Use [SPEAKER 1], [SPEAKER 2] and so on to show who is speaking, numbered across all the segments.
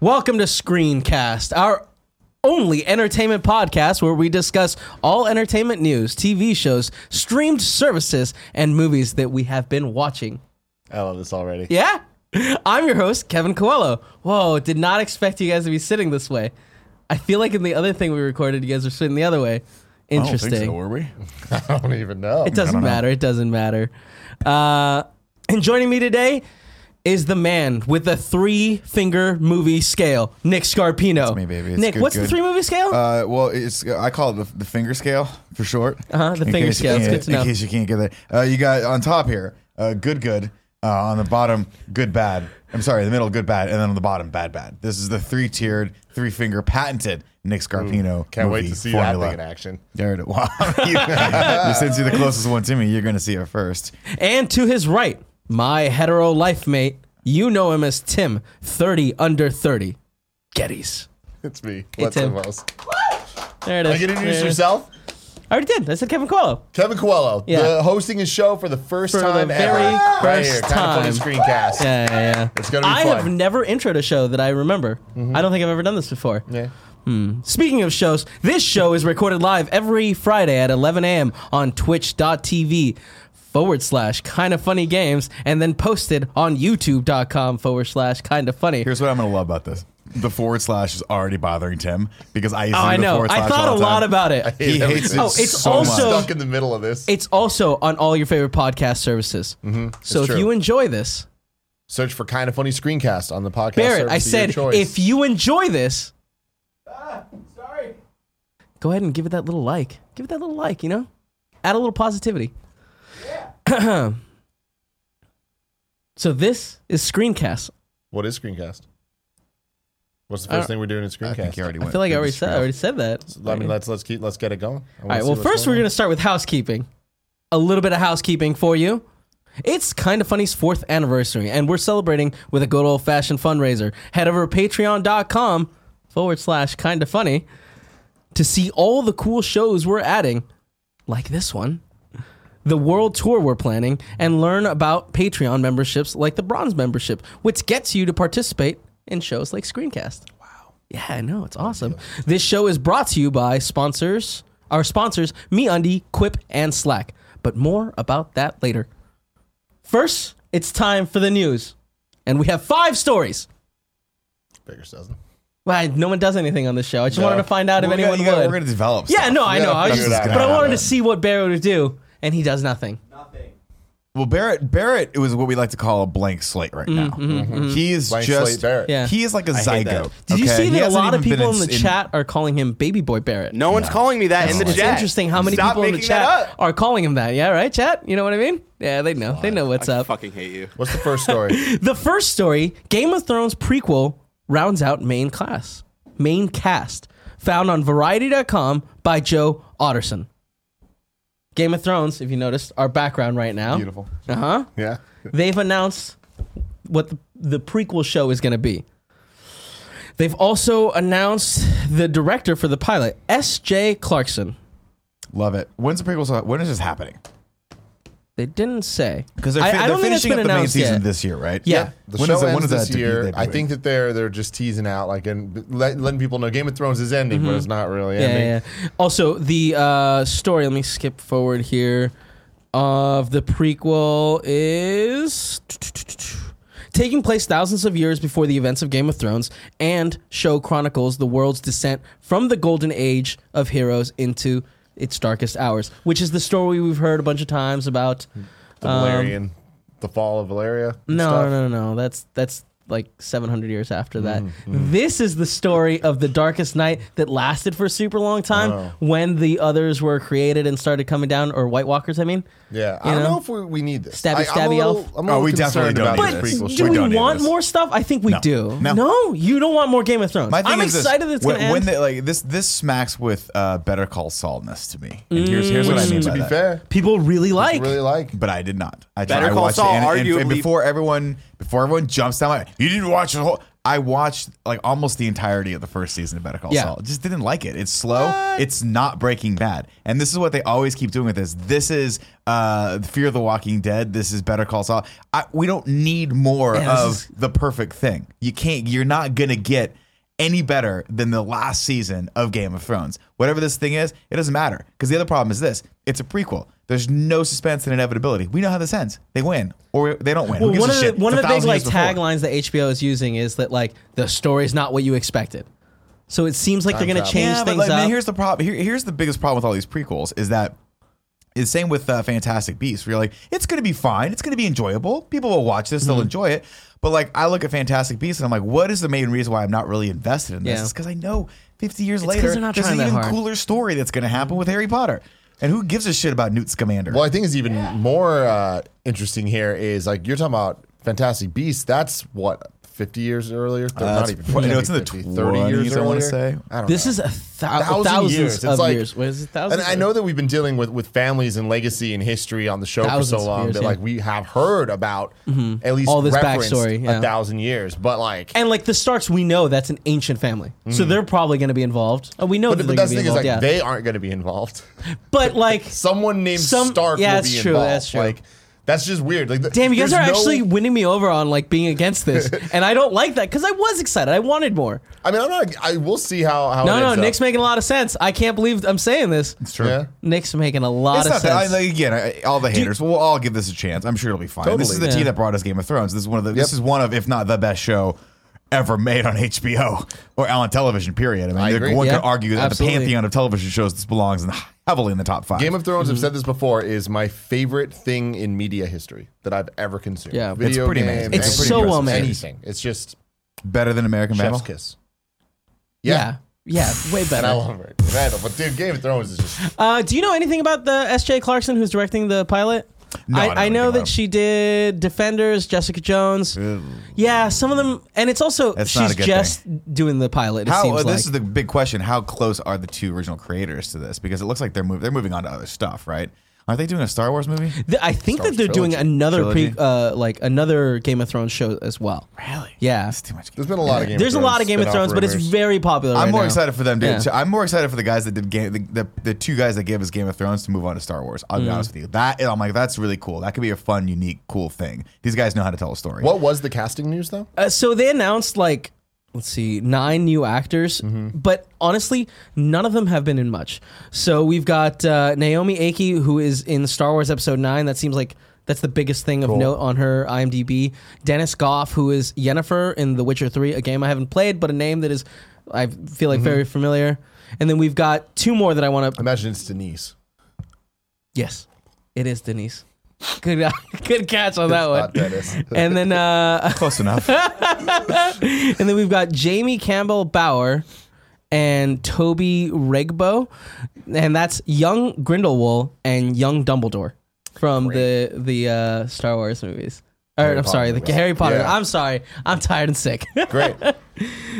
[SPEAKER 1] Welcome to Screencast, our only entertainment podcast where we discuss all entertainment news, TV shows, streamed services, and movies that we have been watching.
[SPEAKER 2] I love this already.
[SPEAKER 1] Yeah? I'm your host, Kevin Coelho. Whoa, did not expect you guys to be sitting this way. I feel like in the other thing we recorded, you guys were sitting the other way. Interesting.
[SPEAKER 3] were we?
[SPEAKER 2] I don't even know.
[SPEAKER 1] It doesn't matter. It doesn't matter. Uh, and joining me today is the man with the three finger movie scale, Nick Scarpino. That's
[SPEAKER 3] me, baby. It's
[SPEAKER 1] Nick,
[SPEAKER 3] good,
[SPEAKER 1] what's the
[SPEAKER 3] good.
[SPEAKER 1] three movie scale?
[SPEAKER 3] Uh, well, it's I call it the, the finger scale for short.
[SPEAKER 1] Uh-huh, the
[SPEAKER 3] In
[SPEAKER 1] finger
[SPEAKER 3] case you
[SPEAKER 1] scale. It's
[SPEAKER 3] can't-
[SPEAKER 1] good to know.
[SPEAKER 3] In case you can't get there, uh, you got on top here, uh, good, good. Uh, on the bottom, good, bad. I'm sorry, the middle, good, bad, and then on the bottom, bad, bad. This is the three-tiered, three-finger patented Nick Scarpino.
[SPEAKER 2] Can't wait
[SPEAKER 3] movie
[SPEAKER 2] to see
[SPEAKER 3] formula.
[SPEAKER 2] that thing in action.
[SPEAKER 3] There it- wow. You- Since you're the closest one to me, you're going to see it first.
[SPEAKER 1] and to his right, my hetero life mate. You know him as Tim, 30 under 30. Gettys.
[SPEAKER 2] It's me. What's
[SPEAKER 1] Tim.
[SPEAKER 2] up, Wells?
[SPEAKER 1] There it is.
[SPEAKER 2] Like,
[SPEAKER 1] There
[SPEAKER 2] introduce
[SPEAKER 1] it is.
[SPEAKER 2] yourself.
[SPEAKER 1] I already did. I said Kevin Coelho.
[SPEAKER 2] Kevin Coelho,
[SPEAKER 1] Yeah.
[SPEAKER 2] the hosting his show for the first
[SPEAKER 1] For the
[SPEAKER 2] time ever.
[SPEAKER 1] very
[SPEAKER 2] right
[SPEAKER 1] first
[SPEAKER 2] here, kind of funny
[SPEAKER 1] Yeah,
[SPEAKER 2] screencast.
[SPEAKER 1] yeah, yeah.
[SPEAKER 2] It's gonna be
[SPEAKER 1] I
[SPEAKER 2] fun.
[SPEAKER 1] have never introed a show that I remember. I don't think I've ever done this before. Hmm.
[SPEAKER 2] Yeah.
[SPEAKER 1] Speaking of shows, this show is recorded live every Friday at 11 a.m. on twitch.tv forward slash kind of funny games and then posted on youtube.com forward slash kind of funny.
[SPEAKER 3] Here's what I'm going to love about this. The forward slash is already bothering Tim because I used to
[SPEAKER 1] Oh,
[SPEAKER 3] do
[SPEAKER 1] I
[SPEAKER 3] the
[SPEAKER 1] know.
[SPEAKER 3] forward
[SPEAKER 1] I
[SPEAKER 3] slash
[SPEAKER 1] thought
[SPEAKER 3] all
[SPEAKER 1] a
[SPEAKER 3] the
[SPEAKER 1] lot
[SPEAKER 3] time.
[SPEAKER 1] about it.
[SPEAKER 3] He hates it
[SPEAKER 1] Oh, it's
[SPEAKER 3] so
[SPEAKER 2] I'm
[SPEAKER 3] much.
[SPEAKER 1] also-
[SPEAKER 2] stuck in the middle of this.
[SPEAKER 1] It's also on all your favorite podcast services. So if
[SPEAKER 2] It's true.
[SPEAKER 1] you enjoy this,
[SPEAKER 2] Search for kind of funny screencast on the podcast.
[SPEAKER 1] Barrett,
[SPEAKER 2] service
[SPEAKER 1] I
[SPEAKER 2] of your
[SPEAKER 1] said,
[SPEAKER 2] choice.
[SPEAKER 1] if you enjoy this, go ahead and give it that little like. Give it that little like, you know? Add a little positivity. so this is Screencast.
[SPEAKER 2] what is screencast? What's the first thing we're doing in
[SPEAKER 3] I
[SPEAKER 2] screencast?
[SPEAKER 3] think he already
[SPEAKER 1] I
[SPEAKER 3] went
[SPEAKER 1] feel like I
[SPEAKER 3] through
[SPEAKER 1] already
[SPEAKER 3] this
[SPEAKER 1] said I
[SPEAKER 3] route.
[SPEAKER 1] already said that.
[SPEAKER 2] I mean, let's let's keep let's get it going. I
[SPEAKER 1] All
[SPEAKER 2] wanna
[SPEAKER 1] right.
[SPEAKER 2] see
[SPEAKER 1] Well,
[SPEAKER 2] what's
[SPEAKER 1] first we're
[SPEAKER 2] going
[SPEAKER 1] going
[SPEAKER 2] on.
[SPEAKER 1] to start with housekeeping. A little bit of housekeeping for you. It's Kinda Funny's fourth anniversary, and we're celebrating with a good old fashioned fundraiser. Head over to patreon.com forward slash kinda funny to see all the cool shows we're adding, like this one, the world tour we're planning, and learn about Patreon memberships like the bronze membership, which gets you to participate in shows like Screencast. Yeah, I know. It's awesome. This show is brought to you by sponsors, our sponsors, MeUndie, Quip, and Slack. But more about that later. First, it's time for the news. And we have five stories.
[SPEAKER 2] Beggars dozen.
[SPEAKER 1] Why no one does anything on this show. I just
[SPEAKER 2] No.
[SPEAKER 1] wanted to find out if
[SPEAKER 3] We're
[SPEAKER 1] anyone
[SPEAKER 3] gonna, you gotta-
[SPEAKER 1] would.
[SPEAKER 3] We're going to develop.
[SPEAKER 1] yeah,
[SPEAKER 3] stuff.
[SPEAKER 1] no, I
[SPEAKER 2] Yeah,
[SPEAKER 1] know. I was
[SPEAKER 2] figure
[SPEAKER 1] just,
[SPEAKER 2] it out.
[SPEAKER 1] but I wanted
[SPEAKER 3] Yeah.
[SPEAKER 1] to see what Barrow would do, and he does nothing.
[SPEAKER 3] Well, Barrett, Barrett was what we like to call a blank slate right now. He is
[SPEAKER 2] Blank
[SPEAKER 3] just
[SPEAKER 2] slate Barrett.
[SPEAKER 1] Mm-hmm, Yeah.
[SPEAKER 3] he is like a
[SPEAKER 2] hate that.
[SPEAKER 3] zygote.
[SPEAKER 1] Did you
[SPEAKER 3] okay?
[SPEAKER 1] see
[SPEAKER 3] He
[SPEAKER 1] that a
[SPEAKER 3] hasn't
[SPEAKER 1] lot of
[SPEAKER 3] even been
[SPEAKER 1] people in the
[SPEAKER 3] in-
[SPEAKER 1] chat are calling him Baby Boy Barrett?
[SPEAKER 4] No one's calling me that in the
[SPEAKER 1] It's
[SPEAKER 4] chat.
[SPEAKER 1] interesting how many
[SPEAKER 4] Stop
[SPEAKER 1] people in the
[SPEAKER 4] making
[SPEAKER 1] chat
[SPEAKER 4] That up.
[SPEAKER 1] are calling him that. Yeah, right, chat? You know what I mean? Yeah, they know. They know what's
[SPEAKER 4] I
[SPEAKER 1] up.
[SPEAKER 4] fucking hate you.
[SPEAKER 2] What's the first story?
[SPEAKER 1] The first story, Game of Thrones prequel, rounds out main class. Main cast. Found on variety.com by Joe Otterson. Game of Thrones, if you noticed, our background right now.
[SPEAKER 2] Beautiful.
[SPEAKER 1] Uh huh.
[SPEAKER 2] Yeah.
[SPEAKER 1] They've announced what the, the prequel show is going to be. They've also announced the director for the pilot, S.J. Clarkson.
[SPEAKER 3] Love it. When's the prequel? so- When is this happening?
[SPEAKER 1] They didn't say.
[SPEAKER 3] Because they're,
[SPEAKER 1] I-
[SPEAKER 3] fi-
[SPEAKER 1] I
[SPEAKER 3] they're
[SPEAKER 1] don't think it's
[SPEAKER 3] finishing up
[SPEAKER 1] been
[SPEAKER 3] the main
[SPEAKER 1] announced
[SPEAKER 3] season
[SPEAKER 1] yet.
[SPEAKER 3] this year, right?
[SPEAKER 1] Yeah. Yeah.
[SPEAKER 2] The
[SPEAKER 3] When
[SPEAKER 2] show
[SPEAKER 3] is it- when
[SPEAKER 2] ends
[SPEAKER 3] is that
[SPEAKER 2] this
[SPEAKER 3] debut-
[SPEAKER 2] year. I
[SPEAKER 3] debuting?
[SPEAKER 2] think that they're they're just teasing out, like, and let, letting people know Game of Thrones is ending,
[SPEAKER 3] Mm-hmm.
[SPEAKER 2] but it's not really
[SPEAKER 1] yeah,
[SPEAKER 2] ending.
[SPEAKER 1] yeah, yeah. Also, the uh, story. Let me skip forward here. Of the prequel is taking place thousands of years before the events of Game of Thrones, and show chronicles the world's descent from the golden age of heroes into its darkest hours, which is the story we've heard a bunch of times about.
[SPEAKER 2] The Valerian,
[SPEAKER 3] Um,
[SPEAKER 2] the fall of Valeria. and
[SPEAKER 1] No,
[SPEAKER 2] stuff.
[SPEAKER 1] no, no, no. That's that's like 700 years after that.
[SPEAKER 3] Mm,
[SPEAKER 1] This is the story of the darkest night that lasted for a super long time
[SPEAKER 3] Oh.
[SPEAKER 1] when the others were created and started coming down, or White Walkers, I mean.
[SPEAKER 2] Yeah,
[SPEAKER 1] You
[SPEAKER 2] I don't
[SPEAKER 1] know?
[SPEAKER 2] know if we, we need this.
[SPEAKER 1] Stabby,
[SPEAKER 2] I, I'm a
[SPEAKER 1] stabby
[SPEAKER 2] little-
[SPEAKER 1] elf.
[SPEAKER 2] I'm a
[SPEAKER 3] Oh,
[SPEAKER 2] little
[SPEAKER 3] we definitely
[SPEAKER 2] concerned
[SPEAKER 3] don't
[SPEAKER 2] about
[SPEAKER 3] need
[SPEAKER 1] But
[SPEAKER 2] this
[SPEAKER 3] this.
[SPEAKER 2] prequel.
[SPEAKER 1] do
[SPEAKER 3] We
[SPEAKER 1] we,
[SPEAKER 3] don't need
[SPEAKER 1] want
[SPEAKER 3] this.
[SPEAKER 1] more stuff? I think we
[SPEAKER 3] No.
[SPEAKER 1] do. No.
[SPEAKER 3] No.
[SPEAKER 1] you don't want more Game of Thrones.
[SPEAKER 3] My thing
[SPEAKER 1] I'm
[SPEAKER 3] is this,
[SPEAKER 1] excited that it's
[SPEAKER 3] when,
[SPEAKER 1] going to end.
[SPEAKER 3] when they, like this. This smacks with uh, Better Call Saulness to me.
[SPEAKER 1] Mm.
[SPEAKER 3] And here's here's what I mean
[SPEAKER 2] To
[SPEAKER 3] by
[SPEAKER 2] be
[SPEAKER 3] that.
[SPEAKER 2] fair,
[SPEAKER 1] People really like.
[SPEAKER 2] really like.
[SPEAKER 3] but I did not. I
[SPEAKER 4] Better
[SPEAKER 3] I
[SPEAKER 4] Call
[SPEAKER 3] watched
[SPEAKER 4] Saul,
[SPEAKER 3] it, and, and- and
[SPEAKER 4] arguably-
[SPEAKER 3] before everyone before everyone jumps down, my, you didn't watch the whole. I watched like almost the entirety of the first season of Better Call
[SPEAKER 1] Yeah.
[SPEAKER 3] Saul. Just didn't like it. It's slow. It's not Breaking Bad. And this is what they always keep doing with this. This is uh, Fear of the Walking Dead. This is Better Call Saul. I, we don't need more
[SPEAKER 1] Yeah, this
[SPEAKER 3] of
[SPEAKER 1] is-
[SPEAKER 3] the perfect thing. You can't. You're not gonna get any better than the last season of Game of Thrones. Whatever this thing is, it doesn't matter. Because the other problem is this: it's a prequel. There's no suspense and inevitability. We know how this ends. They win or they don't win. Who
[SPEAKER 1] Well,
[SPEAKER 3] gives
[SPEAKER 1] one
[SPEAKER 3] a
[SPEAKER 1] of the,
[SPEAKER 3] shit?
[SPEAKER 1] one
[SPEAKER 3] It's
[SPEAKER 1] of
[SPEAKER 3] a
[SPEAKER 1] the big
[SPEAKER 3] thousand
[SPEAKER 1] like
[SPEAKER 3] years before.
[SPEAKER 1] taglines that HBO is using is that like the story's not what you expected. So it seems like they're going to
[SPEAKER 2] travel.
[SPEAKER 1] change
[SPEAKER 3] yeah,
[SPEAKER 1] things
[SPEAKER 3] but like, man,
[SPEAKER 1] up.
[SPEAKER 3] here's the problem. Here, here's the biggest problem with all these prequels is that it's the same with uh, Fantastic Beasts. Where you're like, it's going to be fine. It's going to be enjoyable. People will watch this.
[SPEAKER 1] Mm-hmm.
[SPEAKER 3] They'll enjoy it. But like, I look at Fantastic Beasts and I'm like, what is the main reason why I'm not really invested in this?
[SPEAKER 1] Yeah.
[SPEAKER 3] It's because I know 50 years
[SPEAKER 1] 'cause
[SPEAKER 3] later,
[SPEAKER 1] they're not
[SPEAKER 3] there's an
[SPEAKER 1] trying that
[SPEAKER 3] even
[SPEAKER 1] hard.
[SPEAKER 3] cooler story that's going to happen with Harry Potter. And who gives a shit about Newt Scamander?
[SPEAKER 2] Well, I think it's even more uh, interesting here is like you're talking about Fantastic Beasts. That's what 50 years earlier. They're
[SPEAKER 3] Uh,
[SPEAKER 2] not
[SPEAKER 3] it's-
[SPEAKER 2] even.
[SPEAKER 3] you know,
[SPEAKER 2] 50,
[SPEAKER 3] it's in the
[SPEAKER 2] 30 years
[SPEAKER 3] 20s, I wanna
[SPEAKER 2] earlier.
[SPEAKER 3] say.
[SPEAKER 2] I don't
[SPEAKER 1] this
[SPEAKER 2] know.
[SPEAKER 1] is a thou-
[SPEAKER 2] Thousand
[SPEAKER 1] thousands
[SPEAKER 2] years. It's
[SPEAKER 1] of
[SPEAKER 2] like-
[SPEAKER 1] years. What is it?
[SPEAKER 2] And
[SPEAKER 1] Thousands.
[SPEAKER 2] I know that we've been dealing with with families and legacy and history on the show for
[SPEAKER 1] Thousands
[SPEAKER 2] so
[SPEAKER 1] of
[SPEAKER 2] long
[SPEAKER 1] years,
[SPEAKER 2] that
[SPEAKER 1] yeah. Mm-hmm.
[SPEAKER 2] like we have heard about at least
[SPEAKER 1] All this
[SPEAKER 2] referenced
[SPEAKER 1] backstory, yeah.
[SPEAKER 2] a thousand years, but like.
[SPEAKER 1] and like the Starks, we know that's an ancient family, so they're probably going to be involved. And we know that
[SPEAKER 2] Mm-hmm. but
[SPEAKER 1] they're
[SPEAKER 2] that's
[SPEAKER 1] going to be
[SPEAKER 2] the thing is
[SPEAKER 1] involved.
[SPEAKER 2] like
[SPEAKER 1] yeah,
[SPEAKER 2] they aren't going to be involved.
[SPEAKER 1] but like,
[SPEAKER 2] Someone named
[SPEAKER 1] Some-
[SPEAKER 2] Stark
[SPEAKER 1] yeah,
[SPEAKER 2] will
[SPEAKER 1] that's
[SPEAKER 2] be
[SPEAKER 1] true,
[SPEAKER 2] involved.
[SPEAKER 1] that's true.
[SPEAKER 2] Like that's just weird. Like the-
[SPEAKER 1] damn, you guys are
[SPEAKER 2] there's no-
[SPEAKER 1] actually winning me over on like being against this, and I don't like that because I was excited. I wanted more.
[SPEAKER 2] I mean, I'm not. I will see how how.
[SPEAKER 1] No,
[SPEAKER 2] it
[SPEAKER 1] no,
[SPEAKER 2] ends up.
[SPEAKER 1] Nick's making a lot of sense. I can't believe I'm saying this.
[SPEAKER 3] true.
[SPEAKER 2] Yeah.
[SPEAKER 1] Nick's making a lot
[SPEAKER 3] It's
[SPEAKER 1] of
[SPEAKER 3] not that. I,
[SPEAKER 1] sense.
[SPEAKER 3] like, again, I, all the haters. we'll all give this a chance. I'm sure it'll be fine. This
[SPEAKER 2] Totally.
[SPEAKER 3] is the
[SPEAKER 1] Yeah.
[SPEAKER 3] team that brought us Game of Thrones. This is one of the. This
[SPEAKER 2] Yep.
[SPEAKER 3] is one of, if not the best show ever made on HBO or on television. Period. I mean,
[SPEAKER 2] I
[SPEAKER 3] there-
[SPEAKER 2] agree.
[SPEAKER 3] one
[SPEAKER 1] Yeah.
[SPEAKER 3] could argue that
[SPEAKER 1] Absolutely.
[SPEAKER 3] the pantheon of television shows this belongs in, heavily in the top five.
[SPEAKER 2] Game of Thrones,
[SPEAKER 1] Mm-hmm.
[SPEAKER 2] I've said this before, is my favorite thing in media history that I've ever consumed.
[SPEAKER 1] Yeah. It's
[SPEAKER 2] Video
[SPEAKER 3] pretty
[SPEAKER 2] game,
[SPEAKER 3] amazing.
[SPEAKER 1] It's
[SPEAKER 2] anything,
[SPEAKER 1] so amazing.
[SPEAKER 2] Anything. It's just
[SPEAKER 3] Better than American
[SPEAKER 2] chef's
[SPEAKER 3] Vandal.
[SPEAKER 2] kiss.
[SPEAKER 1] yeah. yeah, way better.
[SPEAKER 2] And I love it. Vandal. But dude, Game of Thrones is just.
[SPEAKER 1] Uh, do you know anything about the S.J. Clarkson who's directing the pilot?
[SPEAKER 3] No, I don't know
[SPEAKER 1] I, know
[SPEAKER 3] anything
[SPEAKER 1] that
[SPEAKER 3] about
[SPEAKER 1] she did Defenders, Jessica Jones. Yeah, some of them, and it's also
[SPEAKER 3] That's not
[SPEAKER 1] she's
[SPEAKER 3] a good
[SPEAKER 1] just doing the pilot. It
[SPEAKER 3] How,
[SPEAKER 1] seems
[SPEAKER 3] uh, this
[SPEAKER 1] like
[SPEAKER 3] is the big question. How close are the two original creators to this? Because it looks like they're moving. They're moving on to other stuff, right? Aren't they doing a Star Wars movie?
[SPEAKER 1] Th- I think that
[SPEAKER 2] Wars
[SPEAKER 1] they're doing
[SPEAKER 2] trilogy.
[SPEAKER 1] another pre,
[SPEAKER 3] Trilogy.
[SPEAKER 1] uh, like another Game of Thrones show as well.
[SPEAKER 3] Really?
[SPEAKER 1] Yeah,
[SPEAKER 3] It's too much.
[SPEAKER 2] There's been a lot of Game
[SPEAKER 1] there's
[SPEAKER 2] of
[SPEAKER 1] a
[SPEAKER 2] Thrones.
[SPEAKER 1] lot of Game of
[SPEAKER 2] spin-off
[SPEAKER 1] Thrones, but it's
[SPEAKER 2] rumors.
[SPEAKER 1] very popular.
[SPEAKER 3] I'm
[SPEAKER 1] right
[SPEAKER 3] more
[SPEAKER 1] now.
[SPEAKER 3] excited for them, dude.
[SPEAKER 1] Yeah.
[SPEAKER 3] So I'm more excited for the guys that did game, the, the, the two guys that gave us Game of Thrones to move on to Star Wars. I'll be
[SPEAKER 1] Mm.
[SPEAKER 3] honest with you. That I'm like, that's really cool. That could be a fun, unique, cool thing. These guys know how to tell a story.
[SPEAKER 2] What was the casting news though?
[SPEAKER 1] Uh, so they announced like let's see nine new actors but honestly none of them have been in much so we've got uh, naomi aki who is in star wars episode 9 that seems like that's the biggest thing of note on her imdb dennis goff who is yennefer in the witcher 3 a game i haven't played but a name that is i feel like very familiar and then we've got two more that i want to
[SPEAKER 2] Imagine it's Denise.
[SPEAKER 1] yes it is denise good, good catch on that one
[SPEAKER 2] Not Dennis.
[SPEAKER 1] and then uh,
[SPEAKER 3] Close enough.
[SPEAKER 1] And then we've got Jamie Campbell Bauer and Toby Regbo, and that's young Grindelwald and young Dumbledore from the the uh, Star Wars movies. Or, I'm
[SPEAKER 2] Potter
[SPEAKER 1] sorry, the
[SPEAKER 2] movies.
[SPEAKER 1] Harry Potter.
[SPEAKER 2] Yeah.
[SPEAKER 1] I'm sorry, I'm tired and sick.
[SPEAKER 2] Great.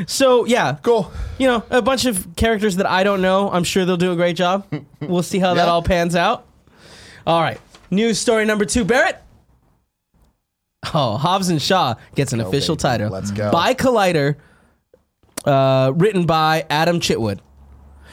[SPEAKER 1] so yeah,
[SPEAKER 2] Cool.
[SPEAKER 1] you know, a bunch of characters that I don't know. I'm sure they'll do a great job. We'll see how that
[SPEAKER 2] Yeah.
[SPEAKER 1] all pans out. All right, news story number two, Barrett. Oh, Hobbs and Shaw gets an official
[SPEAKER 2] baby.
[SPEAKER 1] title.
[SPEAKER 2] Let's go.
[SPEAKER 1] By Collider, uh, written by Adam Chitwood.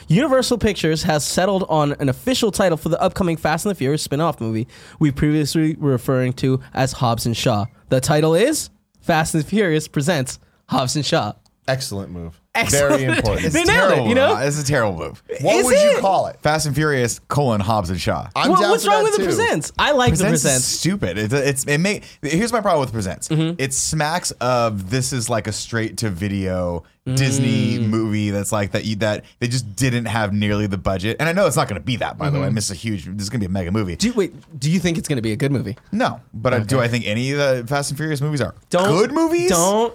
[SPEAKER 1] Universal Pictures has settled on an official title for the upcoming Fast and the Furious spin-off movie we previously were referring to as Hobbs and Shaw. The title is Fast and the Furious presents Hobbs and Shaw.
[SPEAKER 2] Excellent move.
[SPEAKER 1] Excellent.
[SPEAKER 2] Very important.
[SPEAKER 1] They nailed it, you know?
[SPEAKER 3] This is a terrible move.
[SPEAKER 2] What
[SPEAKER 1] Is
[SPEAKER 2] would you
[SPEAKER 1] it?
[SPEAKER 2] call it?
[SPEAKER 3] Fast and Furious: colon Hobbs and Shaw.
[SPEAKER 2] I'm
[SPEAKER 1] Well,
[SPEAKER 2] down
[SPEAKER 1] what's
[SPEAKER 2] for
[SPEAKER 1] wrong with
[SPEAKER 2] that
[SPEAKER 1] the
[SPEAKER 2] too.
[SPEAKER 1] presents? I like
[SPEAKER 3] Presents
[SPEAKER 1] the
[SPEAKER 3] is
[SPEAKER 1] presents.
[SPEAKER 3] stupid. It's, it's it may. Here's my problem with presents.
[SPEAKER 1] Mm-hmm.
[SPEAKER 3] It smacks of this is like a straight to video
[SPEAKER 1] Mm.
[SPEAKER 3] Disney movie that's like that. You, that they just didn't have nearly the budget. And I know it's not going to be that. By
[SPEAKER 1] Mm-hmm.
[SPEAKER 3] the way, I miss a huge. This is going to be a mega movie.
[SPEAKER 1] Do you, wait, do you think it's going to be a good movie?
[SPEAKER 3] No, but I do I think any of the Fast and Furious movies are good movies?
[SPEAKER 1] Don't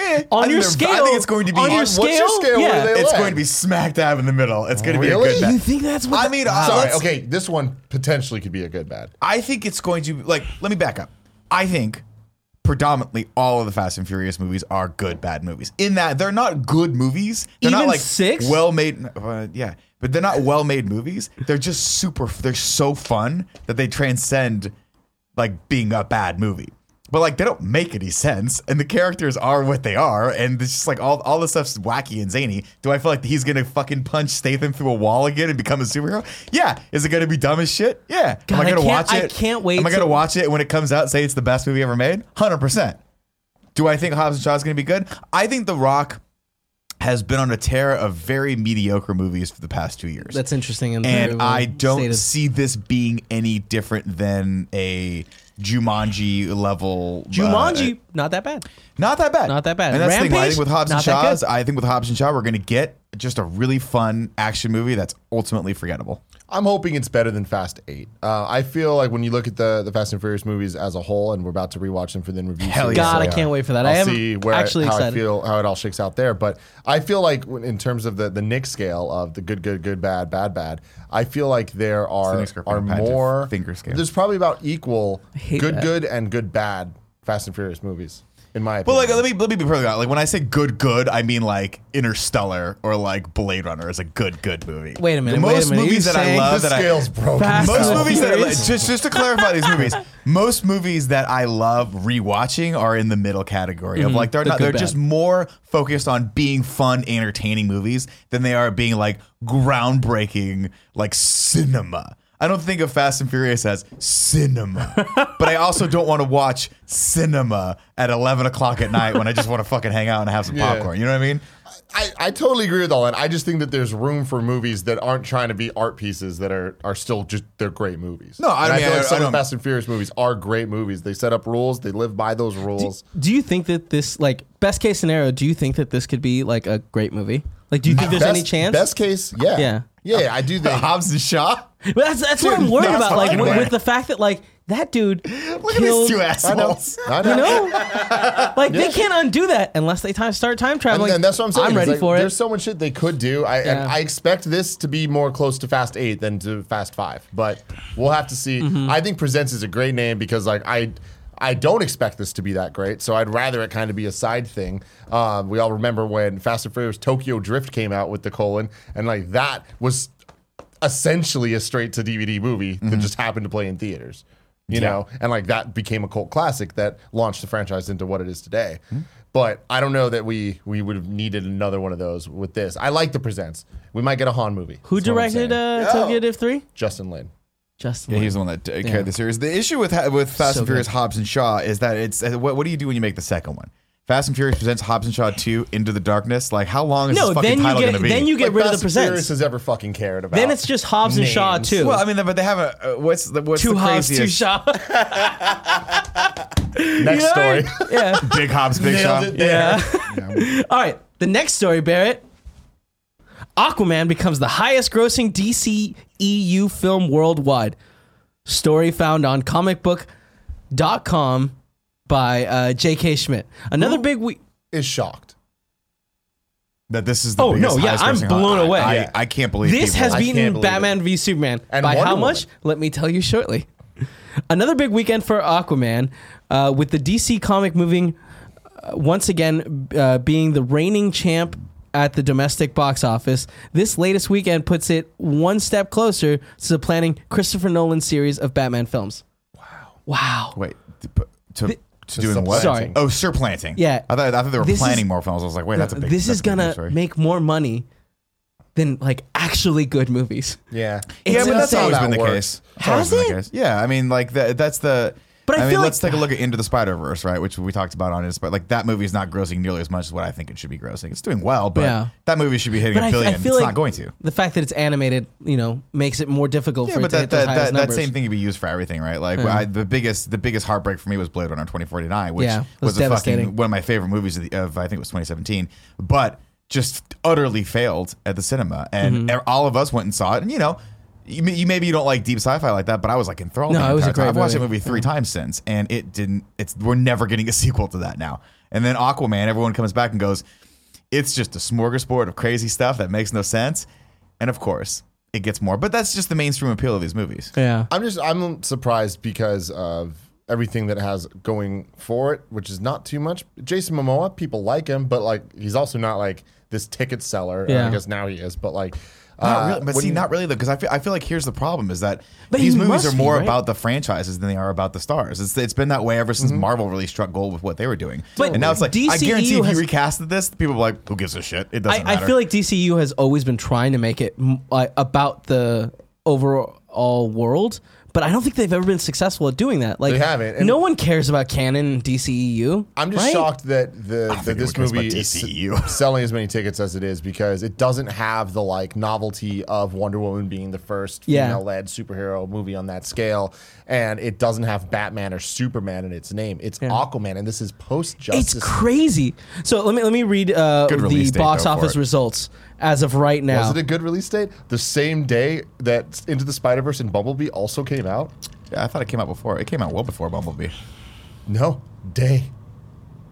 [SPEAKER 3] Eh,
[SPEAKER 1] On
[SPEAKER 3] I think
[SPEAKER 1] your
[SPEAKER 3] they're- I
[SPEAKER 1] scale-
[SPEAKER 3] think it's going to be.
[SPEAKER 1] on your
[SPEAKER 2] What's your
[SPEAKER 1] Scale?
[SPEAKER 2] scale? What
[SPEAKER 1] Yeah.
[SPEAKER 2] do they
[SPEAKER 3] it's
[SPEAKER 2] like?
[SPEAKER 3] going to be smack dab in the middle. It's going to be
[SPEAKER 2] Really?
[SPEAKER 3] a good.
[SPEAKER 1] you
[SPEAKER 3] bet.
[SPEAKER 1] think that's what
[SPEAKER 3] I
[SPEAKER 1] the-
[SPEAKER 3] mean,
[SPEAKER 2] Sorry.
[SPEAKER 3] let's-
[SPEAKER 2] Okay, this one potentially could be a good bad.
[SPEAKER 3] I think it's going to like. Let me back up. I think predominantly all of the Fast and Furious movies are good bad movies. In that they're not good movies. They're not
[SPEAKER 1] Even
[SPEAKER 3] like
[SPEAKER 1] six?
[SPEAKER 3] well made. Uh, yeah, but they're not well made movies. They're just super. They're so fun that they transcend like being a bad movie. But like they don't make any sense, and the characters are what they are, and it's just like all all this stuff's wacky and zany. Do I feel like he's gonna fucking punch Statham through a wall again and become a superhero? Yeah. Is it gonna be dumb as shit? Yeah.
[SPEAKER 1] God,
[SPEAKER 3] Am
[SPEAKER 1] I
[SPEAKER 3] I gonna
[SPEAKER 1] can't-
[SPEAKER 3] watch
[SPEAKER 1] I
[SPEAKER 3] it?
[SPEAKER 1] can't wait
[SPEAKER 3] Am I gonna
[SPEAKER 1] to-
[SPEAKER 3] watch it when it comes out? Say it's the best movie ever made? Hundred percent. Do I think Hobbs and Shaw is gonna be good? I think The Rock has been on a tear of very mediocre movies for the past two years
[SPEAKER 1] That's interesting. And, very
[SPEAKER 3] and
[SPEAKER 1] well
[SPEAKER 3] I don't
[SPEAKER 1] stated.
[SPEAKER 3] see this being any different than a Jumanji level. uh,
[SPEAKER 1] Jumanji, not that bad.
[SPEAKER 3] not that bad.
[SPEAKER 1] Not that bad.
[SPEAKER 3] And that's the thing. I
[SPEAKER 1] Rampage,
[SPEAKER 3] think with Hobbs and
[SPEAKER 1] not that
[SPEAKER 3] Shaw, is-
[SPEAKER 1] good.
[SPEAKER 3] I think with Hobbs and Shaw, we're going to get just a really fun action movie that's ultimately forgettable.
[SPEAKER 2] I'm hoping it's better than Fast Eight. Uh, I feel like when you look at the the Fast and Furious movies as a whole, and we're about to rewatch them for the review.
[SPEAKER 3] Hell
[SPEAKER 2] series,
[SPEAKER 3] yeah.
[SPEAKER 1] God,
[SPEAKER 2] they
[SPEAKER 1] I can't
[SPEAKER 2] are.
[SPEAKER 1] wait for that. I
[SPEAKER 2] I'll
[SPEAKER 1] am
[SPEAKER 2] see where
[SPEAKER 1] actually
[SPEAKER 2] how
[SPEAKER 1] excited.
[SPEAKER 2] I feel how it all shakes out there. But I feel like when- in terms of the the Nick scale of the good, good, good, bad, bad, bad, I feel like there are
[SPEAKER 3] Nick Scarpino
[SPEAKER 2] are
[SPEAKER 3] patented
[SPEAKER 2] more
[SPEAKER 3] finger scale.
[SPEAKER 2] There's probably about equal
[SPEAKER 1] hate
[SPEAKER 2] good,
[SPEAKER 1] that.
[SPEAKER 2] good, and good, bad Fast and Furious movies. In my
[SPEAKER 3] But
[SPEAKER 2] opinion,
[SPEAKER 3] like, let me let me be perfectly honest. Like, when I say good, good, I mean like Interstellar or like Blade Runner is a good, good movie.
[SPEAKER 1] Wait a minute,
[SPEAKER 3] Most
[SPEAKER 1] wait a minute.
[SPEAKER 3] movies
[SPEAKER 1] You're
[SPEAKER 3] that I
[SPEAKER 1] saying
[SPEAKER 3] love
[SPEAKER 2] the
[SPEAKER 3] that I
[SPEAKER 2] scale's broken.
[SPEAKER 1] Fast
[SPEAKER 2] so-
[SPEAKER 1] and
[SPEAKER 3] Most movies that I
[SPEAKER 1] Furious.
[SPEAKER 3] just just to clarify these movies, most movies that I love rewatching are in the middle category
[SPEAKER 2] Mm-hmm.
[SPEAKER 3] of like they're
[SPEAKER 1] The
[SPEAKER 3] not
[SPEAKER 1] good
[SPEAKER 3] they're
[SPEAKER 1] bad.
[SPEAKER 3] just more focused on being fun, entertaining movies than they are being like groundbreaking like cinema. I don't think of Fast and Furious as cinema, but I also don't want to watch cinema at eleven o'clock at night when I just want to fucking hang out and have some
[SPEAKER 2] Yeah.
[SPEAKER 3] popcorn. You know what I mean?
[SPEAKER 2] I, I totally agree with all that. I just think that there's room for movies that aren't trying to be art pieces that are are still just they're great movies.
[SPEAKER 3] No, I
[SPEAKER 2] And
[SPEAKER 3] mean,
[SPEAKER 2] feel
[SPEAKER 3] I-
[SPEAKER 2] like
[SPEAKER 3] I
[SPEAKER 2] some of
[SPEAKER 3] don't-
[SPEAKER 2] the Fast and Furious movies are great movies. They set up rules, they live by those rules.
[SPEAKER 1] Do you think that this, like, best case scenario, do you think that this could be, like, a great movie? Like, do you think there's
[SPEAKER 2] best,
[SPEAKER 1] any chance?
[SPEAKER 2] Best case, yeah,
[SPEAKER 1] Yeah.
[SPEAKER 2] yeah. I do think.
[SPEAKER 3] Hobbs and Shaw.
[SPEAKER 1] but that's, that's what I'm
[SPEAKER 3] Dude,
[SPEAKER 1] worried
[SPEAKER 3] that's
[SPEAKER 1] about. Like,
[SPEAKER 3] fucking
[SPEAKER 1] with,
[SPEAKER 3] weird.
[SPEAKER 1] with the fact that, like, that dude
[SPEAKER 3] Look at
[SPEAKER 1] killed,
[SPEAKER 3] these two
[SPEAKER 2] I know.
[SPEAKER 3] assholes.
[SPEAKER 2] I know.
[SPEAKER 1] You know? like, they can't undo that unless they time, start time
[SPEAKER 2] And,
[SPEAKER 1] traveling.
[SPEAKER 2] and that's what I'm saying.
[SPEAKER 1] I'm
[SPEAKER 2] It's
[SPEAKER 1] ready
[SPEAKER 2] like,
[SPEAKER 1] for
[SPEAKER 2] There's
[SPEAKER 1] it.
[SPEAKER 2] so much shit they could do. I and
[SPEAKER 1] Yeah.
[SPEAKER 2] I expect this to be more close to Fast Eight than to Fast Five, but we'll have to see.
[SPEAKER 1] Mm-hmm.
[SPEAKER 2] I think Presents is a great name because like I. I don't expect this to be that great, so I'd rather it kind of be a side thing. Um, we all remember when Fast and Furious Tokyo Drift came out with the colon, and like that was essentially a straight to DVD movie that
[SPEAKER 1] Mm-hmm.
[SPEAKER 2] just happened to play in theaters, you know, and like that became a cult classic that launched the franchise into what it is today.
[SPEAKER 1] Mm-hmm.
[SPEAKER 2] But I don't know that we we would have needed another one of those with this. I like the presents. We might get a Han movie.
[SPEAKER 1] Who
[SPEAKER 2] That's what I'm
[SPEAKER 1] directed
[SPEAKER 2] saying.
[SPEAKER 1] uh, Tokyo Div 3?
[SPEAKER 2] Justin Lin?
[SPEAKER 1] Justin.
[SPEAKER 3] Yeah,
[SPEAKER 1] Lin.
[SPEAKER 3] he's the one that uh, carried the series. The issue with ha- with Fast
[SPEAKER 1] So
[SPEAKER 3] and Furious Hobbs and Shaw is that it's uh, what, what do you do when you make the second one? Fast and Furious presents Hobbs and Shaw two Into the Darkness. Like how long is
[SPEAKER 1] no,
[SPEAKER 3] this fucking
[SPEAKER 1] then you,
[SPEAKER 3] title going
[SPEAKER 1] get,
[SPEAKER 3] to be?
[SPEAKER 1] then you get
[SPEAKER 2] Like,
[SPEAKER 1] rid
[SPEAKER 2] Fast
[SPEAKER 1] of the
[SPEAKER 2] and Furious
[SPEAKER 1] presents.
[SPEAKER 2] has ever fucking cared about.
[SPEAKER 1] Then it's just Hobbs and Shaw,
[SPEAKER 2] names.
[SPEAKER 1] too.
[SPEAKER 3] well, I mean, but they haven't. Uh, what's the what's
[SPEAKER 1] two
[SPEAKER 3] the
[SPEAKER 1] Hobbs,
[SPEAKER 3] craziest
[SPEAKER 1] two Shaw.
[SPEAKER 2] next story.
[SPEAKER 1] yeah.
[SPEAKER 3] big Hobbs, big Shaw?
[SPEAKER 2] Nailed it there.
[SPEAKER 1] Yeah. All right. The next story, Barrett. Aquaman becomes the highest grossing DC EU film worldwide. Story found on comicbook.com by uh, J.K. Schmidt. Another big week.
[SPEAKER 2] Is shocked.
[SPEAKER 3] That this is the
[SPEAKER 1] Oh,
[SPEAKER 3] biggest,
[SPEAKER 1] no, yeah,
[SPEAKER 3] highest
[SPEAKER 1] I'm
[SPEAKER 3] grossing-
[SPEAKER 1] blown
[SPEAKER 3] I-
[SPEAKER 1] away.
[SPEAKER 3] I,
[SPEAKER 1] Yeah.
[SPEAKER 3] I can't believe
[SPEAKER 1] This
[SPEAKER 3] people-
[SPEAKER 1] has
[SPEAKER 2] I can't
[SPEAKER 1] beaten
[SPEAKER 2] believe it.
[SPEAKER 1] Batman v Superman.
[SPEAKER 2] And
[SPEAKER 1] by
[SPEAKER 2] Wonder
[SPEAKER 1] how
[SPEAKER 2] Woman.
[SPEAKER 1] much? Let me tell you shortly. Another big weekend for Aquaman, uh, with the DC comic moving uh, once again uh, being the reigning champ at the domestic box office. This latest weekend puts it one step closer to the planning Christopher Nolan series of Batman films. Wow! Wow!
[SPEAKER 3] wait to put- to, to, doing what?
[SPEAKER 1] Sorry.
[SPEAKER 3] Oh, surplanting.
[SPEAKER 1] Yeah.
[SPEAKER 3] I thought I thought they were
[SPEAKER 1] This is-
[SPEAKER 3] planning more films. I was like, wait, that's a big.
[SPEAKER 1] this
[SPEAKER 3] that's
[SPEAKER 1] is
[SPEAKER 3] a big news
[SPEAKER 1] gonna
[SPEAKER 3] story.
[SPEAKER 1] make more money than like actually good movies.
[SPEAKER 2] Yeah.
[SPEAKER 3] Yeah,
[SPEAKER 1] It's
[SPEAKER 3] but that's
[SPEAKER 1] insane.
[SPEAKER 3] always
[SPEAKER 2] How
[SPEAKER 3] been the
[SPEAKER 2] that works.
[SPEAKER 3] case. That's
[SPEAKER 1] Has
[SPEAKER 3] always been
[SPEAKER 1] it?
[SPEAKER 3] the case. Yeah, I mean, like that, that's the.
[SPEAKER 1] But I
[SPEAKER 3] mean,
[SPEAKER 1] feel like-
[SPEAKER 3] let's take a look at Into the Spider Verse, right? Which we talked about on Into Spider. Like that movie is not grossing nearly as much as what I think it should be grossing. It's doing well, but
[SPEAKER 1] Yeah.
[SPEAKER 3] that movie should be hitting
[SPEAKER 1] But I-
[SPEAKER 3] a
[SPEAKER 1] I
[SPEAKER 3] billion.
[SPEAKER 1] feel
[SPEAKER 3] it's
[SPEAKER 1] like
[SPEAKER 3] not going to.
[SPEAKER 1] the fact that it's animated, you know, makes it more difficult
[SPEAKER 3] Yeah,
[SPEAKER 1] for it
[SPEAKER 3] but
[SPEAKER 1] to hit
[SPEAKER 3] that
[SPEAKER 1] those
[SPEAKER 3] that,
[SPEAKER 1] highest
[SPEAKER 3] that, that
[SPEAKER 1] numbers.
[SPEAKER 3] same thing could be used for everything, right? Like I, the biggest the biggest heartbreak for me was Blade Runner 2049, which
[SPEAKER 1] Yeah, it was
[SPEAKER 3] was, a
[SPEAKER 1] devastating.
[SPEAKER 3] fucking one of my favorite movies of, the, of I think it was 2017, but just utterly failed at the cinema, and
[SPEAKER 1] Mm-hmm.
[SPEAKER 3] e- all of us went and saw it, and you know. You, may- you maybe you don't like deep sci-fi like that, but I was like enthralled.
[SPEAKER 1] No,
[SPEAKER 3] the
[SPEAKER 1] it was a
[SPEAKER 3] entire time.
[SPEAKER 1] great
[SPEAKER 3] I've watched that
[SPEAKER 1] movie.
[SPEAKER 3] movie three times since, and it didn't. It's we're never getting a sequel to that now. And then Aquaman, everyone comes back and goes, it's just a smorgasbord of crazy stuff that makes no sense, and of course it gets more. But that's just the mainstream appeal of these movies.
[SPEAKER 1] Yeah.
[SPEAKER 2] I'm just I'm surprised because of everything that it has going for it, which is not too much. Jason Momoa, people like him, but like he's also not like this ticket seller. Uh,
[SPEAKER 1] Yeah.
[SPEAKER 2] I guess now he is, but like
[SPEAKER 3] Not
[SPEAKER 2] Uh,
[SPEAKER 3] really, but
[SPEAKER 2] when
[SPEAKER 3] see,
[SPEAKER 2] you-
[SPEAKER 3] not really though, because I feel, I feel like here's the problem is that
[SPEAKER 1] But
[SPEAKER 3] these
[SPEAKER 1] he
[SPEAKER 3] movies are
[SPEAKER 1] must be,
[SPEAKER 3] more
[SPEAKER 1] right?
[SPEAKER 3] about the franchises than they are about the stars. It's it's been that way ever since Marvel really struck gold with what they were doing.
[SPEAKER 1] Mm-hmm. But
[SPEAKER 3] and now it's like I
[SPEAKER 1] DCEU
[SPEAKER 3] guarantee if
[SPEAKER 1] has-
[SPEAKER 3] you recasted this, people are like, who gives a shit? It doesn't
[SPEAKER 1] I,
[SPEAKER 3] matter.
[SPEAKER 1] I feel like DCU has always been trying to make it m- like, about the overall world, but I don't think they've ever been successful at doing that. Like
[SPEAKER 2] They haven't, and-
[SPEAKER 1] no one cares about canon and DCEU.
[SPEAKER 2] I'm just
[SPEAKER 1] E right?
[SPEAKER 2] shocked that the that
[SPEAKER 3] think
[SPEAKER 2] this
[SPEAKER 3] anyone
[SPEAKER 2] movie
[SPEAKER 3] cares about
[SPEAKER 2] is
[SPEAKER 3] DCU.
[SPEAKER 2] s- selling as many tickets as it is because it doesn't have the like novelty of Wonder Woman being the first
[SPEAKER 1] Yeah.
[SPEAKER 2] female-led superhero movie on that scale, and it doesn't have Batman or Superman in its name. It's Aquaman, and this is
[SPEAKER 1] It's
[SPEAKER 2] post-justice.
[SPEAKER 1] crazy. So let me let me read uh,
[SPEAKER 3] Good
[SPEAKER 1] the
[SPEAKER 3] release date,
[SPEAKER 1] box
[SPEAKER 3] though, for
[SPEAKER 1] office
[SPEAKER 3] it.
[SPEAKER 1] results as of right now.
[SPEAKER 2] Was it a good release date? The same day that Into the Spider Verse and Bumblebee also came out.
[SPEAKER 3] yeah, I thought it came out before. It came out well before Bumblebee.
[SPEAKER 2] No day,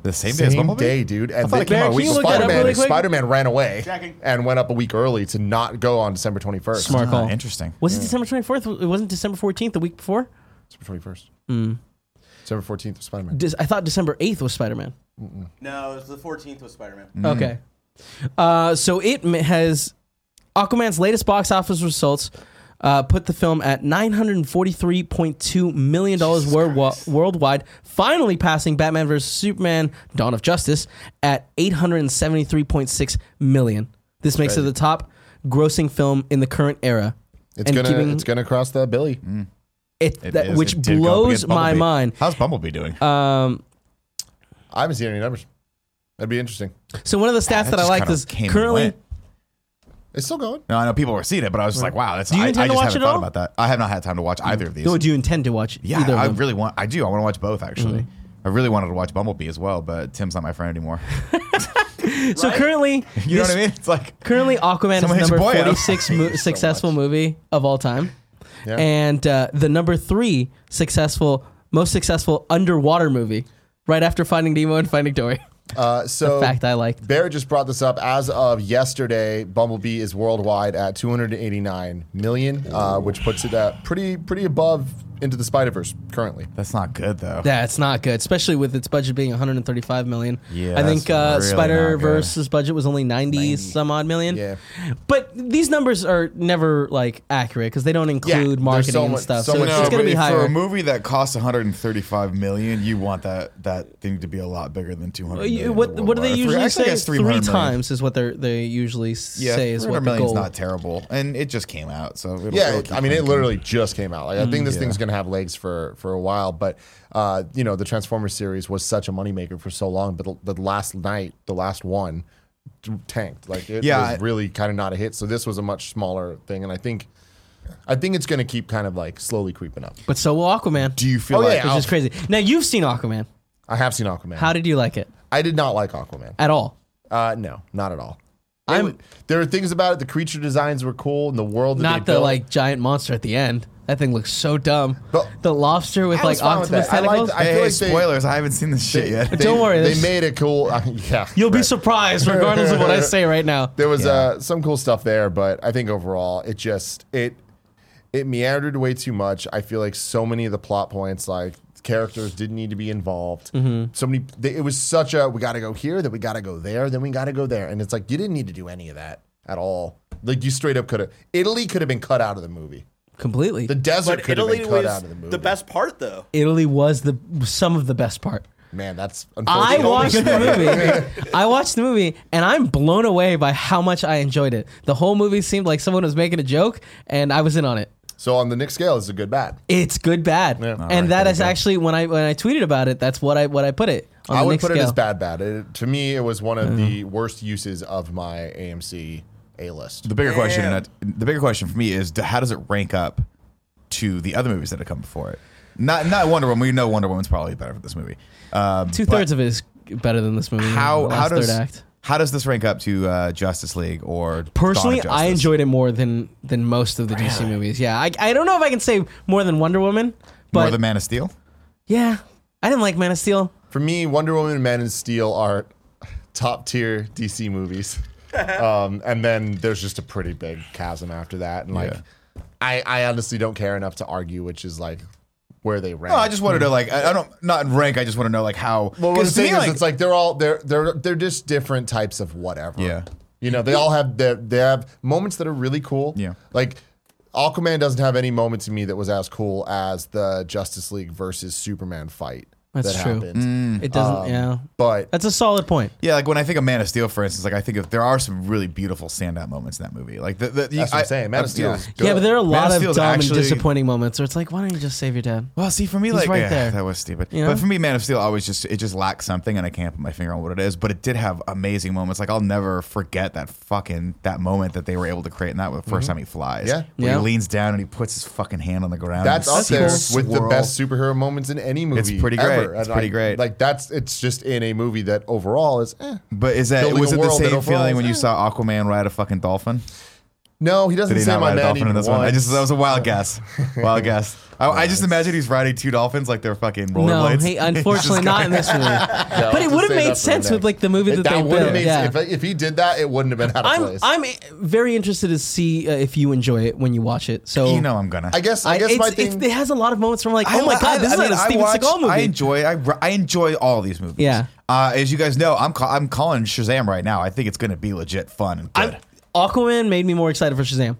[SPEAKER 3] The same, day as
[SPEAKER 2] same
[SPEAKER 3] Bumblebee.
[SPEAKER 2] day, dude. And
[SPEAKER 3] thought
[SPEAKER 2] they-
[SPEAKER 3] it came out a
[SPEAKER 1] Barry,
[SPEAKER 3] week
[SPEAKER 1] can you look
[SPEAKER 3] before.
[SPEAKER 1] that up
[SPEAKER 2] Spider-Man,
[SPEAKER 1] really quick?
[SPEAKER 2] Spider-Man ran away and went up a week early to not go on December 21st.
[SPEAKER 1] Smart
[SPEAKER 3] Ah,
[SPEAKER 1] call.
[SPEAKER 3] interesting.
[SPEAKER 1] Was it December 24th? It wasn't December 14th the week before.
[SPEAKER 2] December 21st.
[SPEAKER 1] Mm.
[SPEAKER 2] December 14th was Spider-Man.
[SPEAKER 1] Dis- I thought December 8th was Spider Man.
[SPEAKER 4] No, it was the 14th was Spider Man.
[SPEAKER 1] Okay. Uh, so it m- has Aquaman's latest box office results uh, put the film at nine hundred forty-three point two million dollars worldwide, finally passing Batman vs Superman: Dawn of Justice at eight hundred seventy-three point six million. This makes it the top grossing film in the current era.
[SPEAKER 2] it's
[SPEAKER 1] and
[SPEAKER 2] gonna
[SPEAKER 1] keeping-
[SPEAKER 2] it's gonna cross that Billy.
[SPEAKER 3] Mm.
[SPEAKER 1] It,
[SPEAKER 3] It
[SPEAKER 1] that,
[SPEAKER 3] is.
[SPEAKER 1] which
[SPEAKER 3] It did go up
[SPEAKER 1] blows
[SPEAKER 3] against
[SPEAKER 1] my
[SPEAKER 3] Bumblebee.
[SPEAKER 1] mind.
[SPEAKER 3] How's Bumblebee doing?
[SPEAKER 1] Um,
[SPEAKER 2] I haven't seen any numbers. That'd be interesting.
[SPEAKER 1] so one of the stats that, I
[SPEAKER 3] Ah, just
[SPEAKER 1] like
[SPEAKER 3] kinda
[SPEAKER 1] is
[SPEAKER 3] came and
[SPEAKER 1] currently
[SPEAKER 3] went.
[SPEAKER 2] It's still going.
[SPEAKER 3] No, I know people were seeing it, but I was just like, wow, that's.
[SPEAKER 1] Do you
[SPEAKER 3] I, I
[SPEAKER 1] intend to
[SPEAKER 3] just
[SPEAKER 1] watch
[SPEAKER 3] haven't
[SPEAKER 1] it
[SPEAKER 3] thought
[SPEAKER 1] all?
[SPEAKER 3] about that. I have not had time to watch either of these.
[SPEAKER 1] Or do you intend to watch
[SPEAKER 3] Yeah,
[SPEAKER 1] either of
[SPEAKER 3] I
[SPEAKER 1] them? Mm-hmm.
[SPEAKER 3] really want. I do. I want to watch both actually. I really wanted to watch Bumblebee as well, but Tim's not my friend anymore.
[SPEAKER 1] so currently,
[SPEAKER 3] You know
[SPEAKER 1] this-
[SPEAKER 3] what I mean? It's like
[SPEAKER 1] Currently, Aquaman
[SPEAKER 3] Someone
[SPEAKER 1] is number
[SPEAKER 3] hit your boy up.
[SPEAKER 1] 46 mo-
[SPEAKER 3] so
[SPEAKER 1] successful
[SPEAKER 3] much.
[SPEAKER 1] movie of all time,
[SPEAKER 2] Yeah.
[SPEAKER 1] and uh, the number three successful, most successful underwater movie, right after Finding Nemo and Finding Dory.
[SPEAKER 2] Uh, so
[SPEAKER 1] Fact I liked.
[SPEAKER 2] Barrett just brought this up. As of yesterday, Bumblebee is worldwide at 289 million, uh, which puts it at pretty pretty above into the Spider Verse currently.
[SPEAKER 3] that's not good though.
[SPEAKER 1] Yeah, it's not good, especially with its budget being 135 million.
[SPEAKER 3] Yeah,
[SPEAKER 1] I think
[SPEAKER 3] that's
[SPEAKER 1] uh,
[SPEAKER 3] really not good.
[SPEAKER 1] Spider Verse's budget was only 90, some odd million.
[SPEAKER 2] Yeah.
[SPEAKER 1] but these numbers are never like accurate because they don't include
[SPEAKER 2] there's
[SPEAKER 1] marketing
[SPEAKER 2] so
[SPEAKER 1] and
[SPEAKER 2] much-
[SPEAKER 1] stuff. So,
[SPEAKER 2] so much-
[SPEAKER 1] it's going
[SPEAKER 3] but
[SPEAKER 1] to be
[SPEAKER 3] if
[SPEAKER 1] higher.
[SPEAKER 3] for a movie that costs 135 million. You want that that thing to be a lot bigger than 200.
[SPEAKER 1] Uh, you-
[SPEAKER 3] million
[SPEAKER 1] what what do they
[SPEAKER 3] worldwide.
[SPEAKER 1] usually
[SPEAKER 3] Actually, I
[SPEAKER 1] say?
[SPEAKER 3] guess
[SPEAKER 1] Three
[SPEAKER 3] 300 million.
[SPEAKER 1] times is what they they usually s-
[SPEAKER 3] Yeah,
[SPEAKER 1] say is
[SPEAKER 3] 300
[SPEAKER 1] what the
[SPEAKER 3] million's
[SPEAKER 1] goal.
[SPEAKER 3] not terrible, and it just came out, so it'll,
[SPEAKER 2] Yeah,
[SPEAKER 3] it'll
[SPEAKER 2] it-
[SPEAKER 3] keep
[SPEAKER 2] I mean, it
[SPEAKER 3] ranking.
[SPEAKER 2] literally just came out. Like, I think this
[SPEAKER 3] Yeah.
[SPEAKER 2] thing's gonna have legs for for a while. But uh, you know, the Transformers series was such a moneymaker for so long, but the- but last night, the last one t- tanked. Like, it
[SPEAKER 3] Yeah,
[SPEAKER 2] was
[SPEAKER 3] I-
[SPEAKER 2] really kind of not a hit. So this was a much smaller thing, and I think, I think it's gonna keep kind of like slowly creeping up.
[SPEAKER 1] But so will Aquaman.
[SPEAKER 3] Do you feel
[SPEAKER 2] Oh,
[SPEAKER 3] like
[SPEAKER 2] yeah.
[SPEAKER 1] which is crazy. Now you've seen Aquaman.
[SPEAKER 2] I have seen Aquaman.
[SPEAKER 1] How did you like it
[SPEAKER 2] I did not like Aquaman.
[SPEAKER 1] at all?
[SPEAKER 2] Uh, no, not at all. It
[SPEAKER 1] I'm-
[SPEAKER 2] wa- there were things about it. The creature designs were cool, and the world. That
[SPEAKER 1] Not the
[SPEAKER 2] they built.
[SPEAKER 1] like giant monster at the end. That thing looks so dumb.
[SPEAKER 2] But-
[SPEAKER 1] the lobster with
[SPEAKER 2] I was
[SPEAKER 1] like
[SPEAKER 2] fine with
[SPEAKER 1] octopus
[SPEAKER 2] that. I liked-
[SPEAKER 1] tentacles.
[SPEAKER 2] I
[SPEAKER 3] Hey,
[SPEAKER 2] feel
[SPEAKER 3] hey,
[SPEAKER 2] like they-
[SPEAKER 3] spoilers! I haven't seen this shit yet.
[SPEAKER 2] They,
[SPEAKER 1] Don't worry,
[SPEAKER 2] They
[SPEAKER 1] this-
[SPEAKER 2] made it cool. yeah,
[SPEAKER 1] You'll be
[SPEAKER 2] right.
[SPEAKER 1] surprised, regardless of what I say right now.
[SPEAKER 2] There was uh, some cool stuff there, but I think overall it just it it meandered way too much. I feel like so many of the plot points, like characters, didn't need to be involved.
[SPEAKER 1] Mm-hmm.
[SPEAKER 2] So many. They, it was such a we got to go here, then we got to go there, then we got to go there, and it's like you didn't need to do any of that at all. Like you straight up could have Italy could have been cut out of the movie.
[SPEAKER 1] Completely.
[SPEAKER 2] The desert
[SPEAKER 4] But
[SPEAKER 2] could have
[SPEAKER 4] Italy
[SPEAKER 2] been cut
[SPEAKER 4] was
[SPEAKER 2] out of the movie.
[SPEAKER 4] the best part, though.
[SPEAKER 1] Italy was the some of the best part.
[SPEAKER 2] man. That's
[SPEAKER 1] I
[SPEAKER 2] unfortunate.
[SPEAKER 1] watched the movie. I watched the movie, and I'm blown away by how much I enjoyed it. The whole movie seemed like someone was making a joke, and I was in on it.
[SPEAKER 2] So on the Nick scale, it's a good bad.
[SPEAKER 1] It's good bad, and that is actually when I when I tweeted about it. That's what I what I put it. On
[SPEAKER 2] I
[SPEAKER 1] the
[SPEAKER 2] would
[SPEAKER 1] Nick
[SPEAKER 2] put it
[SPEAKER 1] scale.
[SPEAKER 2] as bad bad. It, to me, it was one of the worst uses of my AMC A list.
[SPEAKER 3] The bigger question,
[SPEAKER 4] Damn.
[SPEAKER 3] and that- the bigger question for me is, d- how does it rank up to the other movies that have come before it? Not not Wonder Woman. We know Wonder Woman's probably better for this movie. Um,
[SPEAKER 1] Two thirds of it is better than this movie.
[SPEAKER 3] how
[SPEAKER 1] the
[SPEAKER 3] how
[SPEAKER 1] Mm, last
[SPEAKER 3] does
[SPEAKER 1] third act?
[SPEAKER 3] how does this rank up to uh, Justice League or
[SPEAKER 1] Personally,
[SPEAKER 3] Dawn of
[SPEAKER 1] I
[SPEAKER 3] Justice?
[SPEAKER 1] enjoyed it more than than most of the DC movies. Yeah, I, I don't know if I can say more than Wonder Woman, but
[SPEAKER 3] more than Man of Steel.
[SPEAKER 1] yeah, I didn't like Man of Steel.
[SPEAKER 2] For me, Wonder Woman, Man of Steel are top tier DC movies. um, and then there's just a pretty big chasm after that. And like,
[SPEAKER 3] Yeah.
[SPEAKER 2] I, I honestly don't care enough to argue, which is like where they rank.
[SPEAKER 3] No, I just wanted to like I, I don't not in rank. I just want to know like how.
[SPEAKER 2] Well, what I'm
[SPEAKER 3] because to me,
[SPEAKER 2] saying is, it's like they're all they're they're they're just different types of whatever.
[SPEAKER 3] Yeah.
[SPEAKER 2] You know, they all have their, they have moments that are really cool.
[SPEAKER 3] Yeah.
[SPEAKER 2] Like Aquaman doesn't have any moment to me that was as cool as the Justice League versus Superman fight
[SPEAKER 1] That's
[SPEAKER 2] that
[SPEAKER 1] true.
[SPEAKER 2] happened.
[SPEAKER 3] Mm.
[SPEAKER 1] It doesn't. yeah,
[SPEAKER 2] But
[SPEAKER 1] that's a solid point.
[SPEAKER 3] Yeah, like when I think of Man of Steel, for instance, like I think of there are some really beautiful standout moments in that movie. Like the, the
[SPEAKER 2] that's what I'm saying. Man of Steel is good.
[SPEAKER 1] Yeah, but there are a
[SPEAKER 3] Man
[SPEAKER 1] lot
[SPEAKER 3] of
[SPEAKER 1] of
[SPEAKER 3] Steel's
[SPEAKER 1] dumb and
[SPEAKER 3] actually-
[SPEAKER 1] disappointing moments where it's like, why don't you just save your dad?
[SPEAKER 3] Well, see, for me, like
[SPEAKER 1] right
[SPEAKER 3] yeah,
[SPEAKER 1] there.
[SPEAKER 3] that was stupid.
[SPEAKER 1] You know?
[SPEAKER 3] But for me, Man of Steel always just it just lacks something, and I can't put my finger on what it is. But it did have amazing moments. Like I'll never forget that fucking that moment that they were able to create, and that was the 1st time he flies.
[SPEAKER 2] Mm-hmm. Yeah.
[SPEAKER 3] where
[SPEAKER 1] Yeah.
[SPEAKER 3] he leans down and he puts his fucking hand on the ground.
[SPEAKER 2] that's
[SPEAKER 3] and
[SPEAKER 2] up
[SPEAKER 3] sees
[SPEAKER 2] there
[SPEAKER 3] him
[SPEAKER 2] with the
[SPEAKER 3] swirl.
[SPEAKER 2] best superhero moments in any movie.
[SPEAKER 3] pretty great.
[SPEAKER 2] ever.
[SPEAKER 3] It's
[SPEAKER 2] And
[SPEAKER 3] pretty
[SPEAKER 2] like-
[SPEAKER 3] great.
[SPEAKER 2] Like that's it's just in a movie that overall is. Eh.
[SPEAKER 3] But is that
[SPEAKER 2] building
[SPEAKER 3] was
[SPEAKER 2] a
[SPEAKER 3] it the
[SPEAKER 2] world that
[SPEAKER 3] same
[SPEAKER 2] overall
[SPEAKER 3] feeling
[SPEAKER 2] is-
[SPEAKER 3] when you
[SPEAKER 2] eh.
[SPEAKER 3] saw Aquaman ride a fucking dolphin?
[SPEAKER 2] No, he doesn't
[SPEAKER 3] Did he
[SPEAKER 2] say
[SPEAKER 3] not
[SPEAKER 2] my
[SPEAKER 3] ride a
[SPEAKER 2] man
[SPEAKER 3] dolphin
[SPEAKER 2] even
[SPEAKER 3] in this one? I
[SPEAKER 2] once.
[SPEAKER 3] just that was a wild guess. Wild guess. I, I just imagine he's riding two dolphins like they're fucking
[SPEAKER 1] No,
[SPEAKER 3] rollerblades.
[SPEAKER 1] he, unfortunately not in this movie.
[SPEAKER 2] Yeah,
[SPEAKER 1] but it
[SPEAKER 2] let's
[SPEAKER 1] would have
[SPEAKER 2] just say that
[SPEAKER 1] made
[SPEAKER 2] for
[SPEAKER 1] sense with
[SPEAKER 2] next.
[SPEAKER 1] like the movie that,
[SPEAKER 2] It-
[SPEAKER 1] they
[SPEAKER 2] that would've
[SPEAKER 1] built.
[SPEAKER 2] made
[SPEAKER 1] yeah.
[SPEAKER 2] sense. If, if he did that, it wouldn't have been out of
[SPEAKER 1] I'm
[SPEAKER 2] place.
[SPEAKER 1] I'm very interested to see uh, if you enjoy it when you watch it. So
[SPEAKER 3] you know I'm gonna.
[SPEAKER 2] I guess. I,
[SPEAKER 1] I-
[SPEAKER 2] guess
[SPEAKER 1] it's,
[SPEAKER 2] my
[SPEAKER 1] it's-
[SPEAKER 2] thing.
[SPEAKER 1] it has a lot of moments from like, oh my
[SPEAKER 3] li-
[SPEAKER 1] god, this is
[SPEAKER 3] mean,
[SPEAKER 1] not a Steven
[SPEAKER 3] watch-
[SPEAKER 1] Seagal movie.
[SPEAKER 3] I enjoy. I, re- I enjoy all these movies.
[SPEAKER 1] Yeah.
[SPEAKER 3] Uh, as you guys know, I'm ca- I'm calling Shazam right now. I think it's going to be legit fun and good.
[SPEAKER 1] I'm- Aquaman made me more excited for Shazam.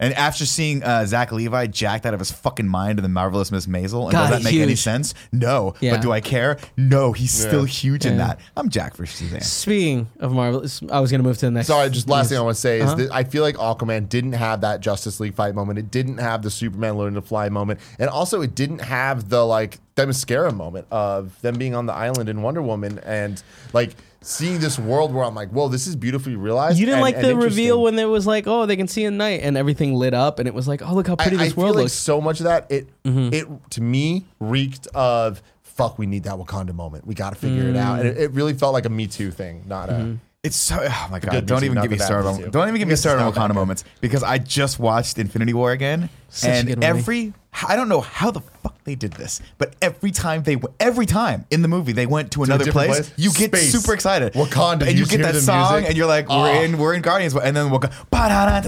[SPEAKER 3] and after seeing uh, Zach Levi jacked out of his fucking mind in the marvelous Miss Maisel, and
[SPEAKER 1] God,
[SPEAKER 3] does that make any
[SPEAKER 1] huge.
[SPEAKER 3] sense? No.
[SPEAKER 1] Yeah.
[SPEAKER 3] But do I care? No. He's still
[SPEAKER 2] Yeah.
[SPEAKER 3] huge in that. I'm Jack for Shazam.
[SPEAKER 1] Speaking of Marvel, it's- I was gonna move to the next.
[SPEAKER 2] Sorry, just last thing I want to
[SPEAKER 1] Uh-huh.
[SPEAKER 2] say is that I feel like Aquaman didn't have that Justice League fight moment. It didn't have the Superman learning to fly moment, and also it didn't have the like Themyscira moment of them being on the island in Wonder Woman and like seeing this world where I'm like, whoa, this is beautifully realized.
[SPEAKER 1] You didn't
[SPEAKER 2] and-
[SPEAKER 1] like
[SPEAKER 2] and
[SPEAKER 1] the reveal
[SPEAKER 2] interesting.
[SPEAKER 1] when there was like, oh, they can see at night, and everything lit up, and it was like, oh, look how pretty
[SPEAKER 2] I,
[SPEAKER 1] this
[SPEAKER 2] I
[SPEAKER 1] world
[SPEAKER 2] feel like
[SPEAKER 1] looks. Mm-hmm.
[SPEAKER 2] so much of that it it to me reeked of fuck. We need that Wakanda moment. We got to figure it out,
[SPEAKER 1] Mm.
[SPEAKER 2] and it, it really felt like a Me Too thing, not a.
[SPEAKER 1] Mm-hmm.
[SPEAKER 3] It's so oh my god!
[SPEAKER 2] good
[SPEAKER 3] don't
[SPEAKER 2] music,
[SPEAKER 3] even
[SPEAKER 2] not
[SPEAKER 3] get
[SPEAKER 2] the
[SPEAKER 3] me
[SPEAKER 2] bad
[SPEAKER 3] started. On,
[SPEAKER 2] music.
[SPEAKER 3] don't even get me
[SPEAKER 2] It's
[SPEAKER 3] started on
[SPEAKER 2] not that
[SPEAKER 3] Wakanda
[SPEAKER 2] good.
[SPEAKER 3] moments because I just watched Infinity War again,
[SPEAKER 1] a
[SPEAKER 3] and
[SPEAKER 1] good movie.
[SPEAKER 3] every I don't know how the fuck they did this, but every time they w- every time in the movie they went to, another
[SPEAKER 2] different
[SPEAKER 3] place,
[SPEAKER 2] place?
[SPEAKER 3] you get
[SPEAKER 2] Space.
[SPEAKER 3] super excited.
[SPEAKER 2] Wakanda,
[SPEAKER 3] and
[SPEAKER 2] you
[SPEAKER 3] you get
[SPEAKER 2] hear
[SPEAKER 3] that
[SPEAKER 2] the
[SPEAKER 3] song,
[SPEAKER 2] music?
[SPEAKER 3] and you're like,
[SPEAKER 2] Ah.
[SPEAKER 3] we're in we're in Guardians, and then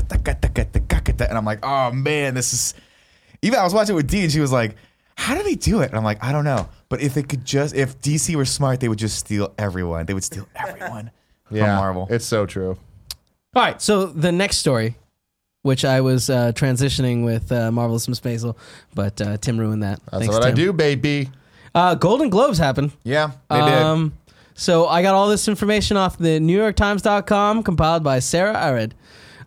[SPEAKER 3] Wakanda, and I'm like, oh man, this is. Even I was watching it with Dee, and she was like, "How do they do it?" And I'm like, "I don't know." But if they could just, if DC were smart, they would just steal everyone. They would steal everyone.
[SPEAKER 2] Yeah,
[SPEAKER 3] from Marvel.
[SPEAKER 2] It's so true.
[SPEAKER 1] All right, so the next story, which I was uh, transitioning with uh, Marvelous Miss Maisel, but uh, Tim ruined that.
[SPEAKER 2] That's
[SPEAKER 1] Thanks,
[SPEAKER 2] what I
[SPEAKER 1] Tim.
[SPEAKER 2] do, baby.
[SPEAKER 1] Uh, Golden Globes happened.
[SPEAKER 3] Yeah, they did.
[SPEAKER 1] Um, so I got all this information off the New York Times.com, compiled by Sarah Arid.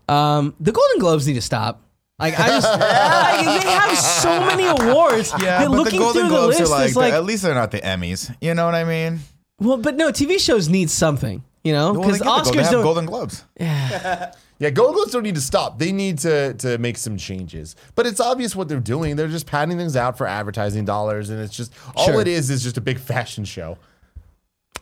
[SPEAKER 1] Um, the Golden Globes need to stop. Like I just, like, they have so many awards.
[SPEAKER 3] Yeah,
[SPEAKER 1] that
[SPEAKER 3] but the
[SPEAKER 1] looking
[SPEAKER 3] Golden
[SPEAKER 1] through
[SPEAKER 3] Globes
[SPEAKER 1] the list
[SPEAKER 3] are like,
[SPEAKER 1] is like,
[SPEAKER 3] at least they're not the Emmys. You know what I mean?
[SPEAKER 1] well, but no, TV shows need something, you know,
[SPEAKER 3] Well, they
[SPEAKER 1] because
[SPEAKER 3] get the gold- they
[SPEAKER 1] Oscars
[SPEAKER 3] have
[SPEAKER 1] don't.
[SPEAKER 3] Golden Globes.
[SPEAKER 2] Yeah, Golden Globes don't need to stop. They need to to make some changes. But it's obvious what they're doing. They're just padding things out for advertising dollars, and it's just all
[SPEAKER 1] Sure.
[SPEAKER 2] it is is just a big fashion show.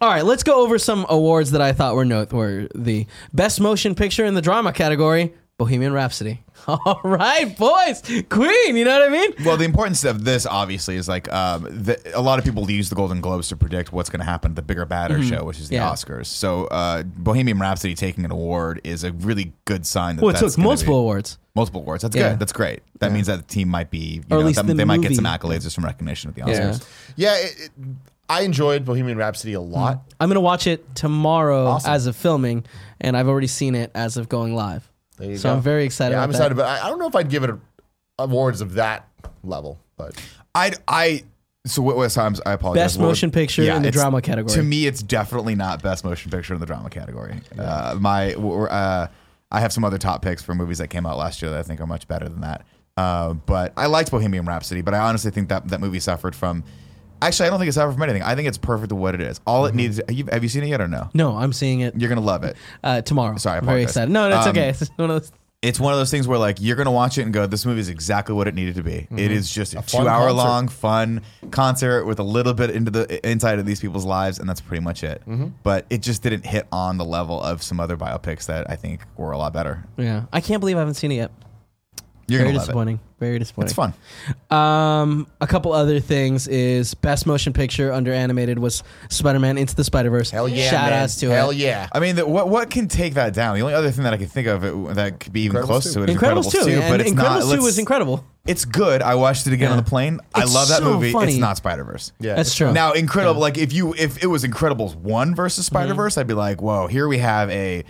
[SPEAKER 1] All right, let's go over some awards that I thought were noteworthy. Best Motion Picture in the Drama category, Bohemian Rhapsody. All right, boys, Queen. You know what I mean?
[SPEAKER 3] Well, the importance of this obviously is like um, the, a lot of people use the Golden Globes to predict what's going to happen at the bigger, badder show, which is the
[SPEAKER 1] Mm-hmm. Yeah.
[SPEAKER 3] Oscars. So, uh, Bohemian Rhapsody taking an award is a really good sign that
[SPEAKER 1] Well, it
[SPEAKER 3] that's
[SPEAKER 1] took
[SPEAKER 3] gonna be-
[SPEAKER 1] multiple awards.
[SPEAKER 3] multiple awards. That's
[SPEAKER 1] Yeah.
[SPEAKER 3] good. That's great. That means that the team might be, you
[SPEAKER 1] Or at
[SPEAKER 3] know,
[SPEAKER 1] least
[SPEAKER 3] that-
[SPEAKER 1] the
[SPEAKER 3] they might get some
[SPEAKER 1] movie.
[SPEAKER 3] accolades or some recognition at the
[SPEAKER 1] Yeah.
[SPEAKER 3] Oscars.
[SPEAKER 2] Yeah, it, it, I enjoyed Bohemian Rhapsody a lot.
[SPEAKER 1] I'm gonna watch it tomorrow as of filming, and I've already seen it as of going live.
[SPEAKER 2] There you
[SPEAKER 1] so
[SPEAKER 2] go.
[SPEAKER 1] I'm very excited.
[SPEAKER 2] Yeah,
[SPEAKER 1] about
[SPEAKER 2] I'm excited, but I, I don't know if I'd give it a, awards of that level. But
[SPEAKER 3] I I so what was times I apologize.
[SPEAKER 1] Best
[SPEAKER 3] What would-
[SPEAKER 1] motion picture in the
[SPEAKER 3] it's-
[SPEAKER 1] drama category.
[SPEAKER 3] To me, it's definitely not best motion picture in the drama category. Uh, my w- uh, I have some other top picks for movies that came out last year that I think are much better than that. Uh, but I liked Bohemian Rhapsody, but I honestly think that that movie suffered from. Actually, I don't think it suffered from anything. I think it's perfect to what it is. All it needs. Have you, have you seen it yet or no?
[SPEAKER 1] Mm-hmm. No, I'm seeing it
[SPEAKER 3] You're gonna love it.
[SPEAKER 1] uh, tomorrow.
[SPEAKER 3] Sorry, I
[SPEAKER 1] I'm very
[SPEAKER 3] apologize.
[SPEAKER 1] excited. No, no, it's
[SPEAKER 3] Um,
[SPEAKER 1] okay. It's just one of those.
[SPEAKER 3] it's one of those things where like you're gonna watch it and go, this movie is exactly what it needed to be. It
[SPEAKER 1] Mm-hmm.
[SPEAKER 3] is just a,
[SPEAKER 2] fun
[SPEAKER 3] two hour
[SPEAKER 2] concert.
[SPEAKER 3] long fun concert with a little bit into the inside of these people's lives, and that's pretty much it.
[SPEAKER 1] Mm-hmm.
[SPEAKER 3] But it just didn't hit on the level of some other biopics that I think were a lot better.
[SPEAKER 1] Yeah, I can't believe I haven't seen it yet.
[SPEAKER 3] You're
[SPEAKER 1] Very
[SPEAKER 3] gonna love it.
[SPEAKER 1] disappointing. Very disappointing.
[SPEAKER 3] It's fun.
[SPEAKER 1] Um, a couple other things is best motion picture under animated was Spider-Man Into the Spider-Verse.
[SPEAKER 2] hell yeah,
[SPEAKER 1] Shout
[SPEAKER 2] man.
[SPEAKER 1] outs to
[SPEAKER 2] hell
[SPEAKER 1] it.
[SPEAKER 2] yeah.
[SPEAKER 3] I mean, the, what what can take that down? The only other thing that I can think of it, that could be even
[SPEAKER 2] Incredibles
[SPEAKER 3] close
[SPEAKER 2] two.
[SPEAKER 3] to it is
[SPEAKER 1] Incredibles,
[SPEAKER 3] Incredibles,
[SPEAKER 1] two,
[SPEAKER 3] 2,
[SPEAKER 1] and
[SPEAKER 3] but it's
[SPEAKER 1] Incredibles
[SPEAKER 3] not.
[SPEAKER 1] two
[SPEAKER 3] let's-
[SPEAKER 1] was incredible.
[SPEAKER 3] It's good. I watched it again on
[SPEAKER 1] Yeah.
[SPEAKER 3] the plane. I
[SPEAKER 1] It's
[SPEAKER 3] love that
[SPEAKER 1] so
[SPEAKER 3] movie.
[SPEAKER 1] funny.
[SPEAKER 3] It's not Spider Verse.
[SPEAKER 2] yeah, Mm-hmm.
[SPEAKER 1] That's
[SPEAKER 2] it's-
[SPEAKER 1] true.
[SPEAKER 3] Now, incredible. Like if you if it was Incredibles one versus Spider Verse, I'd be like, whoa. Here we have a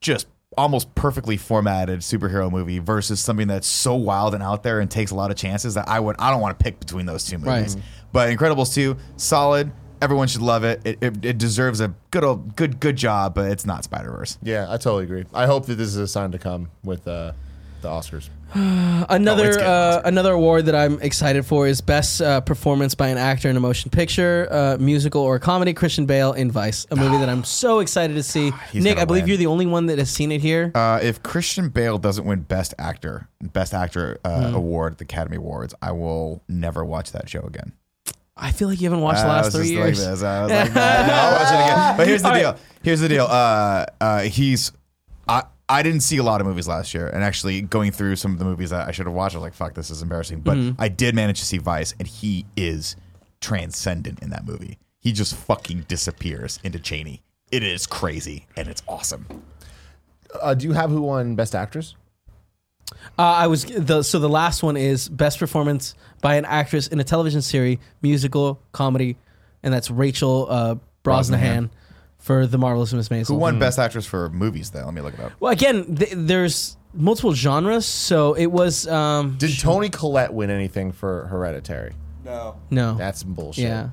[SPEAKER 3] just almost perfectly formatted superhero movie versus something that's so wild and out there and takes a lot of chances that I would I don't want to pick between those two movies.
[SPEAKER 1] Right.
[SPEAKER 3] But Incredibles 2, solid. Everyone should love it. It, it. it deserves a good old good good job, but it's not Spider Verse.
[SPEAKER 2] Yeah, I totally agree. I hope that this is a sign to come with uh, the Oscars.
[SPEAKER 1] Another
[SPEAKER 3] it's getting
[SPEAKER 1] uh, another award that I'm excited for is best uh, performance by an actor in a motion picture, uh, musical, or comedy. Christian Bale in Vice, a movie that I'm so excited to see.
[SPEAKER 3] He's
[SPEAKER 1] Nick,
[SPEAKER 3] gonna
[SPEAKER 1] I believe
[SPEAKER 3] win.
[SPEAKER 1] you're the only one that has seen it here.
[SPEAKER 3] Uh, if Christian Bale doesn't win Best Actor, Best Actor
[SPEAKER 2] Mm-hmm.
[SPEAKER 3] uh, award at the Academy Awards, I will never watch that show again.
[SPEAKER 1] I feel like you haven't watched the
[SPEAKER 3] I
[SPEAKER 1] last
[SPEAKER 3] was
[SPEAKER 1] three
[SPEAKER 3] just
[SPEAKER 1] years.
[SPEAKER 3] Like this. I was like, nah, nah, I'll watch it again. But here's the
[SPEAKER 1] All right.
[SPEAKER 3] deal. Here's the deal. Uh, uh, he's I I didn't see a lot of movies last year, and actually going through some of the movies that I should have watched, I was like, fuck, this is embarrassing. But
[SPEAKER 1] Mm-hmm.
[SPEAKER 3] I did manage to see Vice, and he is transcendent in that movie. He just fucking disappears into Cheney. It is crazy and it's awesome.
[SPEAKER 2] Uh, do you have who won Best Actress?
[SPEAKER 1] Uh, I was the so the last one is best performance by an actress in a television series, musical, comedy, and that's Rachel uh, Brosnahan, for The Marvelous Miss Maisel.
[SPEAKER 3] Who won Best Actress for movies? Then let me look it up.
[SPEAKER 1] Well, again, th- there's multiple genres, so it was um,
[SPEAKER 2] Did Tony Collette win anything for Hereditary?
[SPEAKER 4] No.
[SPEAKER 1] no,
[SPEAKER 2] That's bullshit.
[SPEAKER 1] yeah.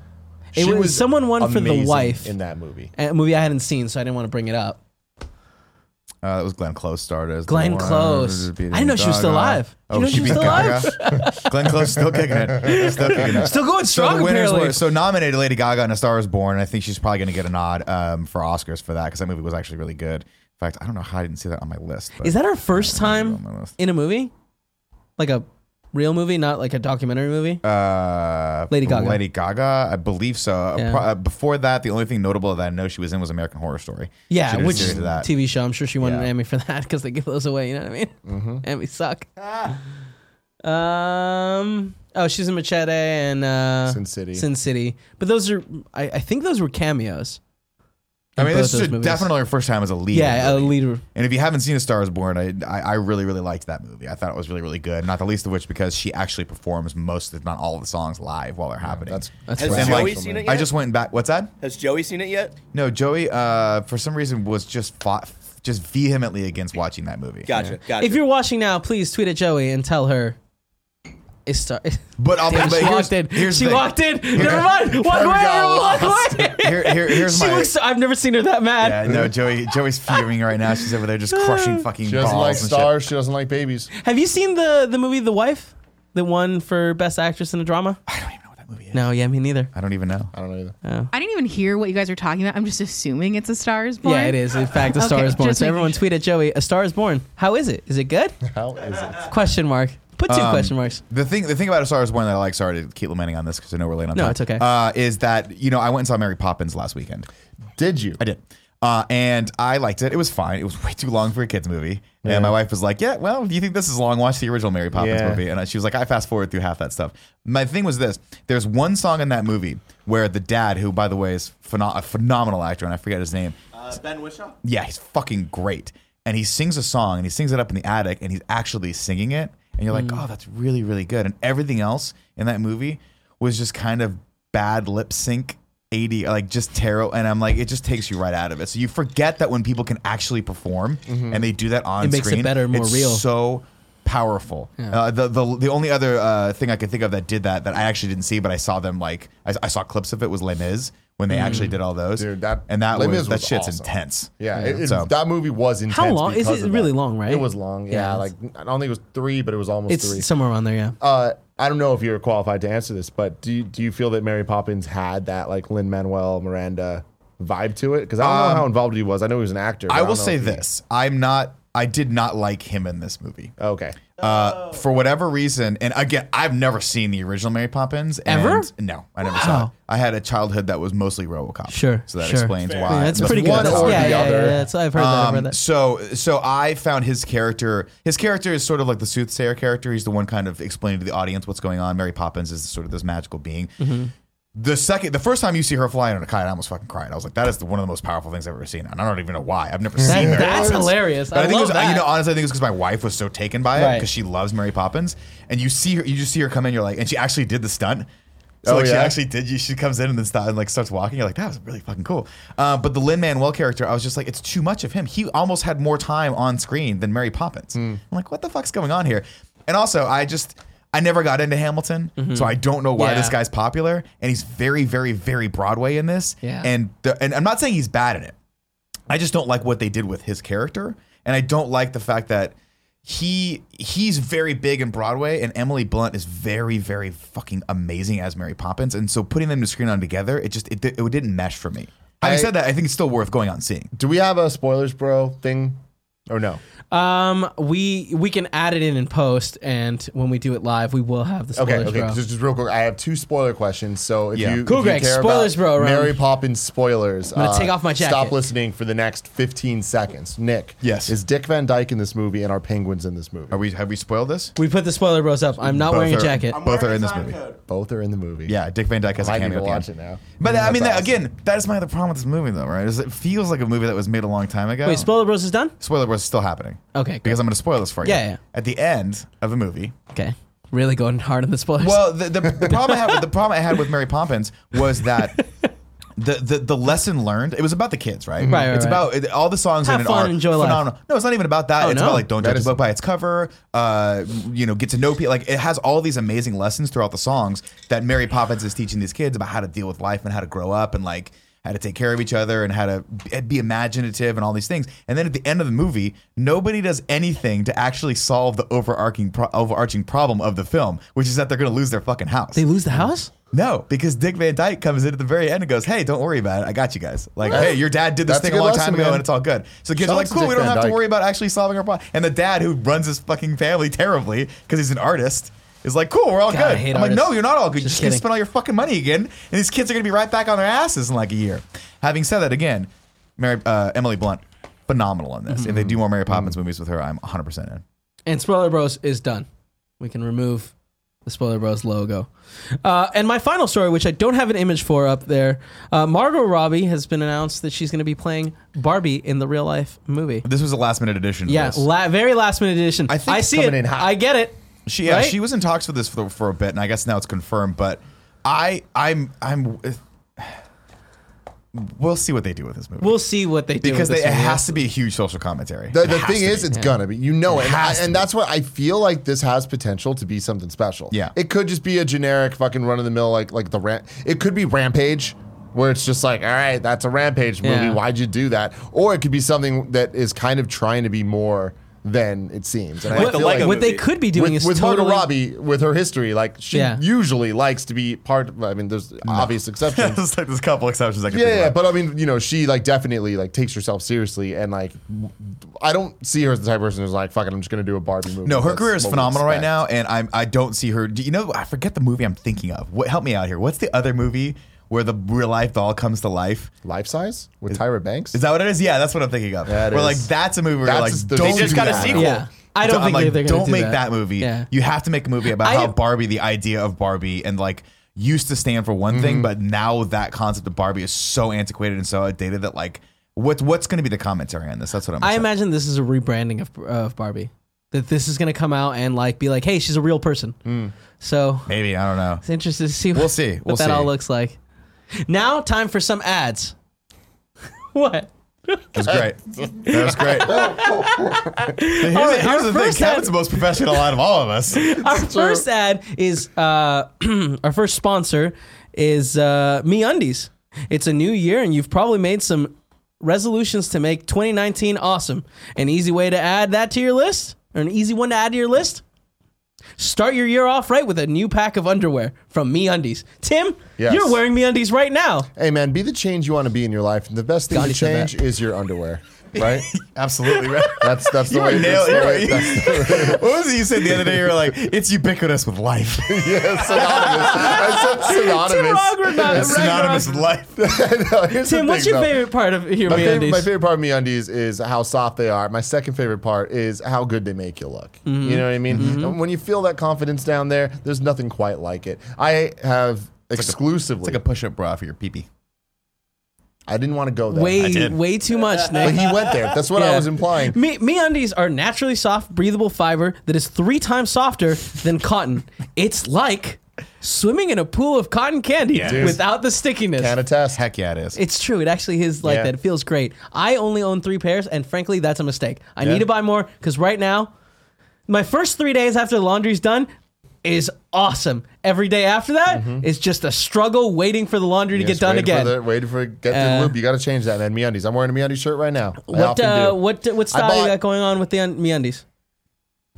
[SPEAKER 1] It
[SPEAKER 2] She
[SPEAKER 1] was, someone won for the
[SPEAKER 2] amazing
[SPEAKER 1] wife,
[SPEAKER 2] in that movie.
[SPEAKER 1] a movie I hadn't seen, so I didn't want to bring it up.
[SPEAKER 3] Uh, that was Glenn Close starred as the
[SPEAKER 1] Glenn
[SPEAKER 3] one
[SPEAKER 1] Close.
[SPEAKER 3] who beat
[SPEAKER 1] I didn't know she was still
[SPEAKER 3] Gaga.
[SPEAKER 1] alive. You
[SPEAKER 3] Oh,
[SPEAKER 1] know
[SPEAKER 3] she,
[SPEAKER 1] she was
[SPEAKER 3] beat
[SPEAKER 1] still alive?
[SPEAKER 3] Gaga. Glenn Close still kicking it. Still kicking it.
[SPEAKER 1] Still going
[SPEAKER 3] So
[SPEAKER 1] strong,
[SPEAKER 3] the winners
[SPEAKER 1] apparently.
[SPEAKER 3] were so nominated Lady Gaga and A Star Is Born. and I think she's probably going to get a nod um, for Oscars for that because that movie was actually really good. In fact, I don't know how I didn't see that on my list. But
[SPEAKER 1] Is that her first
[SPEAKER 3] on my
[SPEAKER 1] time
[SPEAKER 3] list.
[SPEAKER 1] in a movie, like a real movie, not like a documentary movie?
[SPEAKER 3] uh,
[SPEAKER 1] Lady Gaga.
[SPEAKER 3] Lady Gaga, I believe so. Uh,
[SPEAKER 1] Yeah.
[SPEAKER 3] pro- uh, before that, the only thing notable that I know she was in was American Horror Story. She
[SPEAKER 1] Yeah,
[SPEAKER 3] did a
[SPEAKER 1] which
[SPEAKER 3] series of that.
[SPEAKER 1] TV show? I'm sure she won an
[SPEAKER 3] Yeah.
[SPEAKER 1] Emmy for that because they give those away. You know what I mean? Mm-hmm. Emmys suck. um. Oh, she's in Machete and uh,
[SPEAKER 2] Sin City.
[SPEAKER 1] Sin City, but those are I, I think those were cameos.
[SPEAKER 3] I
[SPEAKER 1] in
[SPEAKER 3] mean,
[SPEAKER 1] both
[SPEAKER 3] this
[SPEAKER 1] those
[SPEAKER 3] is
[SPEAKER 1] movies.
[SPEAKER 3] definitely her first time as a lead.
[SPEAKER 1] yeah, a
[SPEAKER 3] really.
[SPEAKER 1] leader.
[SPEAKER 3] And if you haven't seen A Star Is Born, I, I I really really liked that movie. I thought it was really really good. Not the least of which because she actually performs most, if not all, of the songs live while they're happening.
[SPEAKER 2] That's
[SPEAKER 1] That's
[SPEAKER 4] Has
[SPEAKER 1] right.
[SPEAKER 3] And
[SPEAKER 4] Joey
[SPEAKER 3] like,
[SPEAKER 4] seen it yet?
[SPEAKER 3] I just went back. What's that?
[SPEAKER 4] Has Joey seen it yet?
[SPEAKER 3] No, Joey. Uh, for some reason, was just fought, just vehemently against watching that movie.
[SPEAKER 4] Gotcha. Gotcha.
[SPEAKER 1] If you're watching now, please tweet at Joey and tell her. It's star-
[SPEAKER 3] But I'll
[SPEAKER 1] Damn,
[SPEAKER 3] but
[SPEAKER 1] she
[SPEAKER 3] here's-
[SPEAKER 1] walked in.
[SPEAKER 3] here's the
[SPEAKER 1] she
[SPEAKER 3] thing.
[SPEAKER 1] walked in. Never mind. Walk away. Walk away.
[SPEAKER 3] Here, here, here's
[SPEAKER 1] she
[SPEAKER 3] my.
[SPEAKER 1] looks. So, I've never seen her that mad.
[SPEAKER 3] yeah, no, Joey. Joey's fuming right now. She's over there just crushing fucking
[SPEAKER 2] she
[SPEAKER 3] balls
[SPEAKER 2] doesn't like
[SPEAKER 3] and
[SPEAKER 2] stars. She doesn't like babies.
[SPEAKER 1] Have you seen the the movie The Wife, the one for Best Actress in a Drama?
[SPEAKER 3] shit. I don't even know what that movie is.
[SPEAKER 1] No, yeah, me neither.
[SPEAKER 3] I don't even know.
[SPEAKER 2] I don't know either.
[SPEAKER 5] I didn't even hear what you guys were talking about. I'm just assuming it's a Star is Born.
[SPEAKER 1] Yeah, it is. In fact, A Star
[SPEAKER 5] Okay,
[SPEAKER 1] Is Born.
[SPEAKER 5] just
[SPEAKER 1] So
[SPEAKER 5] making
[SPEAKER 1] everyone
[SPEAKER 5] sure.
[SPEAKER 1] tweet at Joey. A Star Is Born. How is it? Is it good?
[SPEAKER 2] How is it?
[SPEAKER 1] Question mark. Put
[SPEAKER 3] Um,
[SPEAKER 1] two question marks.
[SPEAKER 3] The thing, the thing about A Star Is Born that I like. Sorry to keep lamenting on this because I know we're late on
[SPEAKER 1] No,
[SPEAKER 3] time.
[SPEAKER 1] it's okay.
[SPEAKER 3] Uh, is that you know I went and saw Mary Poppins last weekend.
[SPEAKER 2] Did you?
[SPEAKER 3] I did. Uh, and I liked it. It was fine. It was way too long for a kids movie.
[SPEAKER 2] Yeah.
[SPEAKER 3] And my wife was like, "Yeah, well, do you think this is long? Watch the original Mary Poppins
[SPEAKER 2] Yeah.
[SPEAKER 3] movie." And I- she was like, "I fast forward through half that stuff." My thing was this: there's one song in that movie where the dad, who by the way is pheno- a phenomenal actor, and I forget his name,
[SPEAKER 4] uh, ben Wishaw.
[SPEAKER 3] yeah, he's fucking great. And he sings a song and he sings it up in the attic and he's actually singing it. And you're
[SPEAKER 1] Mm.
[SPEAKER 3] like, oh, that's really, really good. And everything else in that movie was just kind of bad lip sync. 80 like just tarot and I'm like it just takes you right out of it. So you forget that when people can actually perform and they do that on
[SPEAKER 1] Mm-hmm. It makes it
[SPEAKER 3] screen,
[SPEAKER 1] better, more
[SPEAKER 3] it's
[SPEAKER 1] real.
[SPEAKER 3] so powerful. Uh, the, the the only other uh, thing I could think of that did that that I actually didn't see but I saw them like I, I saw clips of it was Les Mis when they
[SPEAKER 1] Mm.
[SPEAKER 3] actually did all those.
[SPEAKER 2] Dude, that-
[SPEAKER 3] and that
[SPEAKER 2] Les
[SPEAKER 3] was,
[SPEAKER 2] Mis
[SPEAKER 3] that
[SPEAKER 2] was
[SPEAKER 3] shit's
[SPEAKER 2] awesome.
[SPEAKER 3] intense.
[SPEAKER 2] Yeah, it, it-
[SPEAKER 3] So-
[SPEAKER 2] that movie was intense.
[SPEAKER 1] long? Is
[SPEAKER 2] because
[SPEAKER 1] it
[SPEAKER 2] of
[SPEAKER 1] really
[SPEAKER 2] that.
[SPEAKER 1] long, right?
[SPEAKER 2] It was long. Yeah,
[SPEAKER 1] Yeah.
[SPEAKER 2] like I don't think it was three, but it was almost
[SPEAKER 1] It's
[SPEAKER 2] three.
[SPEAKER 1] somewhere around there. Yeah.
[SPEAKER 2] uh, I don't know if you're qualified to answer this, but do you, do you feel that Mary Poppins had that like Lin Manuel Miranda vibe to it? Because I don't know
[SPEAKER 1] Um,
[SPEAKER 2] how involved he was. I know he was an actor. but
[SPEAKER 3] I
[SPEAKER 2] don't
[SPEAKER 3] will
[SPEAKER 2] know
[SPEAKER 3] say
[SPEAKER 2] if he-
[SPEAKER 3] this: I'm not. I did not like him in this movie.
[SPEAKER 2] Okay,
[SPEAKER 1] Oh.
[SPEAKER 3] Uh, for whatever reason, and again, I've never seen the original Mary Poppins. and-
[SPEAKER 1] Ever?
[SPEAKER 3] No, I never saw it. I had a childhood that was mostly RoboCop.
[SPEAKER 1] Sure,
[SPEAKER 3] So that
[SPEAKER 1] sure.
[SPEAKER 3] explains
[SPEAKER 1] Yeah,
[SPEAKER 3] why.
[SPEAKER 1] that's
[SPEAKER 3] the
[SPEAKER 1] pretty good.
[SPEAKER 2] one
[SPEAKER 1] That's-
[SPEAKER 2] or
[SPEAKER 1] yeah,
[SPEAKER 2] the
[SPEAKER 1] yeah,
[SPEAKER 2] other.
[SPEAKER 1] yeah, that's- I've heard that. I've heard
[SPEAKER 3] Um,
[SPEAKER 1] that.
[SPEAKER 3] so so I found his character. His character is sort of like the soothsayer character. He's the one kind of explaining to the audience what's going on. Mary Poppins is sort of this magical being.
[SPEAKER 1] Mm-hmm.
[SPEAKER 3] The second, the first time you see her flying on a kite, I almost fucking cried. I was like, that is the, one of the most powerful things I've ever seen, and I don't even know why. I've never seen
[SPEAKER 1] That-
[SPEAKER 3] Mary
[SPEAKER 1] that's
[SPEAKER 3] Poppins.
[SPEAKER 1] hilarious.
[SPEAKER 3] But
[SPEAKER 1] I,
[SPEAKER 3] I, think
[SPEAKER 1] love
[SPEAKER 3] it was, uh,
[SPEAKER 1] that.
[SPEAKER 3] you know, honestly, I think it was because my wife was so taken by it
[SPEAKER 1] Right.
[SPEAKER 3] because she loves Mary Poppins, and you see her, you just see her come in, you're like, and she actually did the stunt. So
[SPEAKER 2] Oh,
[SPEAKER 3] like she
[SPEAKER 2] yeah?
[SPEAKER 3] actually did. you- She comes in and then st- and like starts walking. You're like, that was really fucking cool. Uh, but the Lin Manuel character, I was just like, it's too much of him. He almost had more time on screen than Mary Poppins.
[SPEAKER 2] Hmm.
[SPEAKER 3] I'm like, what the fuck's going on here? And also, I just I never got into Hamilton, so I don't know why
[SPEAKER 1] Mm-hmm. Yeah.
[SPEAKER 3] this guy's popular. And he's very, very, very Broadway in this.
[SPEAKER 1] Yeah.
[SPEAKER 3] And the, and I'm not saying he's bad at it. I just don't like what they did with his character, and I don't like the fact that he he's very big in Broadway, and Emily Blunt is very very fucking amazing as Mary Poppins, and so putting them to screen on together, it just it, di- it didn't mesh for me. Having
[SPEAKER 2] I-
[SPEAKER 3] said that, I think it's still worth going out and seeing.
[SPEAKER 2] Do we have a spoilers, bro, thing, or no?
[SPEAKER 1] Um, we we can add it in in post, and when we do it live, we will have the
[SPEAKER 2] Okay,
[SPEAKER 1] spoilers.
[SPEAKER 2] okay.
[SPEAKER 1] bro.
[SPEAKER 2] Just, just real quick, I have two spoiler questions. So if
[SPEAKER 3] Yeah.
[SPEAKER 2] you,
[SPEAKER 1] Cool,
[SPEAKER 2] if
[SPEAKER 1] Greg,
[SPEAKER 2] you care
[SPEAKER 1] spoilers, bro,
[SPEAKER 2] about
[SPEAKER 1] around.
[SPEAKER 2] Mary Poppins spoilers, I'm
[SPEAKER 1] gonna take off my jacket.
[SPEAKER 2] Stop listening for the next 15 seconds. Nick,
[SPEAKER 3] Yes.
[SPEAKER 2] is Dick Van Dyke in this movie and are penguins in this movie?
[SPEAKER 3] Are we have we spoiled this?
[SPEAKER 1] We put the spoiler bros up. I'm not
[SPEAKER 3] Both
[SPEAKER 1] wearing a
[SPEAKER 3] are-
[SPEAKER 1] jacket.
[SPEAKER 3] I'm- Both are in this movie.
[SPEAKER 2] Both are in the movie.
[SPEAKER 3] Yeah, Dick Van Dyke has a
[SPEAKER 2] I need to
[SPEAKER 3] cameo at the
[SPEAKER 2] watch it
[SPEAKER 3] end.
[SPEAKER 2] now.
[SPEAKER 3] But I
[SPEAKER 2] That's
[SPEAKER 3] mean, that,
[SPEAKER 2] awesome.
[SPEAKER 3] again, that is my other problem with this movie, though, right? Is it feels like a movie that was made a long time ago.
[SPEAKER 1] Wait, spoiler bros is done.
[SPEAKER 3] spoiler was still happening.
[SPEAKER 1] Okay, cool.
[SPEAKER 3] because I'm going to spoil this for you.
[SPEAKER 1] Yeah, yeah.
[SPEAKER 3] At the end of the movie,
[SPEAKER 1] Okay, really going hard on the spoilers.
[SPEAKER 3] Well, the, the, the problem I had with the problem I had with Mary Poppins was that the, the the lesson learned it was about the kids, right?
[SPEAKER 1] Right, right,
[SPEAKER 3] it's
[SPEAKER 1] right.
[SPEAKER 3] about it, all the songs
[SPEAKER 1] Have
[SPEAKER 3] in it
[SPEAKER 1] fun,
[SPEAKER 3] are
[SPEAKER 1] enjoy life.
[SPEAKER 3] phenomenal. No, it's not even about that.
[SPEAKER 1] Oh,
[SPEAKER 3] it's
[SPEAKER 1] no?
[SPEAKER 3] about like don't
[SPEAKER 2] That
[SPEAKER 3] judge a
[SPEAKER 2] is-
[SPEAKER 3] book by its cover. Uh, you know, get to know people. Like it has all these amazing lessons throughout the songs that Mary Poppins is teaching these kids about how to deal with life and how to grow up and like. How to take care of each other and how to b- be imaginative and all these things. And then at the end of the movie, nobody does anything to actually solve the overarching pro- overarching problem of the film, which is that they're going to lose their fucking house.
[SPEAKER 1] they lose the house.
[SPEAKER 3] No, because Dick Van Dyke comes in at the very end and goes, "Hey, don't worry about it. I got you guys. Like, hey, your dad did this
[SPEAKER 2] That's a
[SPEAKER 3] thing a
[SPEAKER 2] good
[SPEAKER 3] long
[SPEAKER 2] lesson,
[SPEAKER 3] time ago,
[SPEAKER 2] man.
[SPEAKER 3] and it's all good." So the kids
[SPEAKER 2] Shout
[SPEAKER 3] are
[SPEAKER 2] out
[SPEAKER 3] like,
[SPEAKER 2] to
[SPEAKER 3] "Cool,
[SPEAKER 2] Dick
[SPEAKER 3] we don't
[SPEAKER 2] Van
[SPEAKER 3] have to
[SPEAKER 2] Dyke.
[SPEAKER 3] worry about actually solving our problem." And the dad, who runs his fucking family terribly because he's an artist, is like, "Cool, we're all
[SPEAKER 1] God, I
[SPEAKER 3] good."
[SPEAKER 1] hate
[SPEAKER 3] I'm like,
[SPEAKER 1] artists.
[SPEAKER 3] "No, you're not all good.
[SPEAKER 1] Just
[SPEAKER 3] you just
[SPEAKER 1] kidding.
[SPEAKER 3] gonna spend all your fucking money again, and these kids are gonna be right back on their asses in like a year." Having said that, again, Mary uh, Emily Blunt, phenomenal in this. If they do more Mary Poppins
[SPEAKER 2] Mm-hmm.
[SPEAKER 3] movies with her, I'm 100 percent in.
[SPEAKER 1] And spoiler bros is done. We can remove the spoiler bros logo. Uh, and my final story, which I don't have an image for up there, uh, Margot Robbie has been announced that she's going to be playing Barbie in the real life movie.
[SPEAKER 3] This was a last minute addition. to
[SPEAKER 1] Yeah,
[SPEAKER 3] this.
[SPEAKER 1] la- very last minute edition. I,
[SPEAKER 3] I think it's
[SPEAKER 1] see it.
[SPEAKER 2] coming in hot.
[SPEAKER 1] I get it.
[SPEAKER 3] She yeah,
[SPEAKER 1] Right?
[SPEAKER 3] she was in talks for this for, for a bit, and I guess now it's confirmed. But I I'm I'm we'll see what they do with this movie
[SPEAKER 1] We'll see what they do
[SPEAKER 3] because
[SPEAKER 1] with
[SPEAKER 3] they,
[SPEAKER 1] this
[SPEAKER 3] it
[SPEAKER 1] movie.
[SPEAKER 3] has to be a huge social commentary.
[SPEAKER 2] The,
[SPEAKER 3] It
[SPEAKER 2] the
[SPEAKER 3] has
[SPEAKER 2] thing
[SPEAKER 3] to
[SPEAKER 2] is,
[SPEAKER 3] be.
[SPEAKER 2] it's gonna be. You know, it, and, I,
[SPEAKER 3] has to
[SPEAKER 2] and that's what I feel like this has potential to be something special.
[SPEAKER 3] Yeah.
[SPEAKER 2] it could just be a generic fucking run of the mill like like the rant. It could be Rampage, where it's just like, all right, that's a Rampage movie.
[SPEAKER 1] Yeah.
[SPEAKER 2] Why'd you do that? Or it could be something that is kind of trying to be more than it seems. And
[SPEAKER 1] what,
[SPEAKER 4] the Lego
[SPEAKER 1] what they
[SPEAKER 4] movie.
[SPEAKER 1] could be doing
[SPEAKER 2] with,
[SPEAKER 1] is
[SPEAKER 2] with
[SPEAKER 1] totally
[SPEAKER 2] Margot Robbie, with her history, like she
[SPEAKER 1] Yeah.
[SPEAKER 2] usually likes to be part. of I mean, there's obvious exceptions,
[SPEAKER 3] There's like there's a couple exceptions I can
[SPEAKER 2] yeah,
[SPEAKER 3] think
[SPEAKER 2] yeah,
[SPEAKER 3] of.
[SPEAKER 2] but I mean, you know, she like definitely like takes herself seriously, and like, w- I don't see her as the type of person who's like, "Fuck it, I'm just gonna do a Barbie movie."
[SPEAKER 3] No, her
[SPEAKER 2] That's
[SPEAKER 3] career is
[SPEAKER 2] what we
[SPEAKER 3] phenomenal right
[SPEAKER 2] expect.
[SPEAKER 3] now, and I'm I don't see her. Do you know? I forget the movie I'm thinking of. What help me out here? What's the other movie where the real life doll comes to life?
[SPEAKER 2] Life size with Tyra Banks.
[SPEAKER 3] Is that what it is? Yeah, that's what I'm thinking of.
[SPEAKER 2] That
[SPEAKER 3] Where
[SPEAKER 2] is-
[SPEAKER 3] like that's a movie where you're
[SPEAKER 2] That's-
[SPEAKER 3] like
[SPEAKER 2] they
[SPEAKER 3] don't
[SPEAKER 2] just
[SPEAKER 3] do
[SPEAKER 2] got a
[SPEAKER 3] that.
[SPEAKER 2] sequel.
[SPEAKER 1] Yeah. I don't
[SPEAKER 3] I'm
[SPEAKER 1] think
[SPEAKER 3] like,
[SPEAKER 1] they're gonna
[SPEAKER 3] don't
[SPEAKER 1] do
[SPEAKER 3] make
[SPEAKER 1] that.
[SPEAKER 3] that, movie.
[SPEAKER 1] Yeah.
[SPEAKER 3] You have to make a movie about
[SPEAKER 1] I-
[SPEAKER 3] how Barbie, the idea of Barbie, and like used to stand for one thing, but now that concept of Barbie is so antiquated and so outdated that like what what's going to be the commentary on this? That's what I'm.
[SPEAKER 1] I
[SPEAKER 3] excited-
[SPEAKER 1] imagine this is a rebranding of, of Barbie. That this is going to come out and like be like, hey, she's a real person. So
[SPEAKER 3] Maybe I don't know.
[SPEAKER 1] it's interesting to see.
[SPEAKER 3] Hmm. We'll see.
[SPEAKER 1] what
[SPEAKER 3] We'll
[SPEAKER 1] that
[SPEAKER 3] see.
[SPEAKER 1] all looks like. Now, time for some ads. what?
[SPEAKER 3] It was great. That was great. here's the-
[SPEAKER 1] right,
[SPEAKER 3] here's
[SPEAKER 1] our
[SPEAKER 3] the thing.
[SPEAKER 1] first ad-
[SPEAKER 3] Kevin's the most professional out of all of us.
[SPEAKER 1] Our first ad is uh, our first sponsor is uh, Me Undies. It's a new year, and you've probably made some resolutions to make 2019 awesome. An easy way to add that to your list, or an easy one to add to your list. Start your year off right with a new pack of underwear from Me Undies. Tim,
[SPEAKER 2] Yes.
[SPEAKER 1] you're wearing Me Undies right now.
[SPEAKER 2] Hey, man, be the change you want to be in your life, and the best thing
[SPEAKER 1] Gandhi
[SPEAKER 2] to
[SPEAKER 1] said
[SPEAKER 2] change is your underwear, right?
[SPEAKER 3] Absolutely. Right?
[SPEAKER 2] That's that's the
[SPEAKER 3] You
[SPEAKER 2] way.
[SPEAKER 3] were
[SPEAKER 2] That's
[SPEAKER 3] nailed.
[SPEAKER 2] the
[SPEAKER 3] you were-
[SPEAKER 2] way that's
[SPEAKER 3] what was it you said the other day? You were like, "It's ubiquitous with life.
[SPEAKER 2] yeah, synonymous. I said
[SPEAKER 1] Tim
[SPEAKER 2] synonymous.
[SPEAKER 1] Ragnarok-
[SPEAKER 3] it's synonymous with
[SPEAKER 1] Ragnarok.
[SPEAKER 3] life."
[SPEAKER 2] No, here's the
[SPEAKER 1] Tim, what's
[SPEAKER 2] thing,
[SPEAKER 1] your
[SPEAKER 2] though.
[SPEAKER 1] favorite part of your
[SPEAKER 2] My
[SPEAKER 1] Me
[SPEAKER 2] favorite,
[SPEAKER 1] Undies?
[SPEAKER 2] my favorite part of me undies is how soft they are. My second favorite part is how good they make you look.
[SPEAKER 1] Mm-hmm.
[SPEAKER 2] You know what I mean? And When you feel that confidence down there, there's nothing quite like it. I have exclusively.
[SPEAKER 3] It's like a push-up bra for your pee-pee.
[SPEAKER 2] I didn't want to go there.
[SPEAKER 3] I
[SPEAKER 1] Way,
[SPEAKER 3] did.
[SPEAKER 1] way too much,
[SPEAKER 2] but
[SPEAKER 1] Nick.
[SPEAKER 2] he went there. That's what
[SPEAKER 1] Yeah.
[SPEAKER 2] I was implying.
[SPEAKER 1] Me, me undies are naturally soft, breathable fiber that is three times softer than cotton. It's like swimming in a pool of cotton candy
[SPEAKER 3] Yeah.
[SPEAKER 2] Dude.
[SPEAKER 1] without the stickiness.
[SPEAKER 2] Can attest.
[SPEAKER 3] Heck yeah, it is.
[SPEAKER 1] It's true. It actually is like
[SPEAKER 2] Yeah.
[SPEAKER 1] that. It feels great. I only own three pairs, and frankly, that's a mistake. I
[SPEAKER 2] Yeah.
[SPEAKER 1] need to buy more because right now, my first three days after the laundry's done is awesome. Every day after that is
[SPEAKER 3] Mm-hmm.
[SPEAKER 1] just a struggle waiting for the laundry to get
[SPEAKER 2] Just
[SPEAKER 1] done
[SPEAKER 2] waiting for
[SPEAKER 1] again.
[SPEAKER 2] the- Waiting for get to the
[SPEAKER 1] Uh,
[SPEAKER 2] loop. You got to change that, man. MeUndies. I'm wearing a MeUndies shirt right now. I
[SPEAKER 1] what
[SPEAKER 2] often
[SPEAKER 1] uh,
[SPEAKER 2] do.
[SPEAKER 1] what what style you
[SPEAKER 2] bought-
[SPEAKER 1] got going on with the un- MeUndies?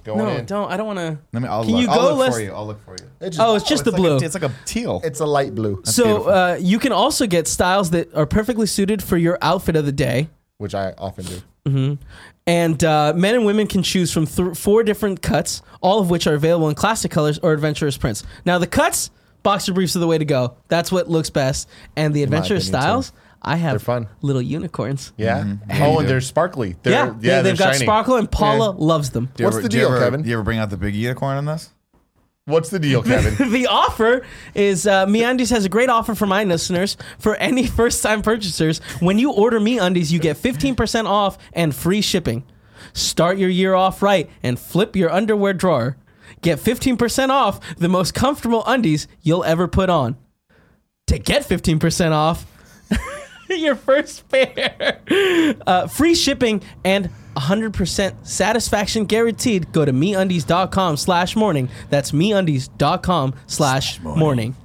[SPEAKER 2] Going
[SPEAKER 1] No,
[SPEAKER 2] in.
[SPEAKER 1] don't. I don't want to.
[SPEAKER 3] Let me. I'll
[SPEAKER 1] Can
[SPEAKER 3] look.
[SPEAKER 1] you
[SPEAKER 3] I'll
[SPEAKER 1] go
[SPEAKER 3] look
[SPEAKER 1] less-
[SPEAKER 3] for you. I'll look for you.
[SPEAKER 2] It's just,
[SPEAKER 1] Oh, it's just the
[SPEAKER 3] like a-
[SPEAKER 1] blue.
[SPEAKER 3] it's like a teal.
[SPEAKER 2] it's a light blue,
[SPEAKER 1] so
[SPEAKER 3] beautiful.
[SPEAKER 1] uh, you can also get styles that are perfectly suited for your outfit of the day.
[SPEAKER 2] which I often do.
[SPEAKER 1] And uh, men and women can choose from th- four different cuts, all of which are available in classic colors or adventurous prints. Now, the cuts, boxer briefs are the way to go. That's what looks best. And the adventurous
[SPEAKER 2] opinion,
[SPEAKER 1] styles, I have
[SPEAKER 2] They're fun.
[SPEAKER 1] little unicorns.
[SPEAKER 2] Yeah. Oh, and they're sparkly. They're,
[SPEAKER 1] yeah,
[SPEAKER 2] yeah,
[SPEAKER 1] they,
[SPEAKER 2] they're
[SPEAKER 1] have got
[SPEAKER 2] shiny.
[SPEAKER 1] sparkle, and Paula loves them.
[SPEAKER 3] Do you
[SPEAKER 2] What's
[SPEAKER 3] ever-
[SPEAKER 2] the
[SPEAKER 3] do you
[SPEAKER 2] deal,
[SPEAKER 3] ever-
[SPEAKER 2] Kevin?
[SPEAKER 3] You ever bring out the big unicorn on this?
[SPEAKER 2] What's the deal, Kevin?
[SPEAKER 1] the offer is uh, MeUndies has a great offer for my listeners. For any first-time purchasers, when you order MeUndies, you get 15% off and free shipping. Start your year off right and flip your underwear drawer. Get 15% off the most comfortable undies you'll ever put on. To get 15% off your first pair, uh, free shipping and 100% satisfaction guaranteed, go to MeUndies.com slash morning. That's MeUndies.com slash morning.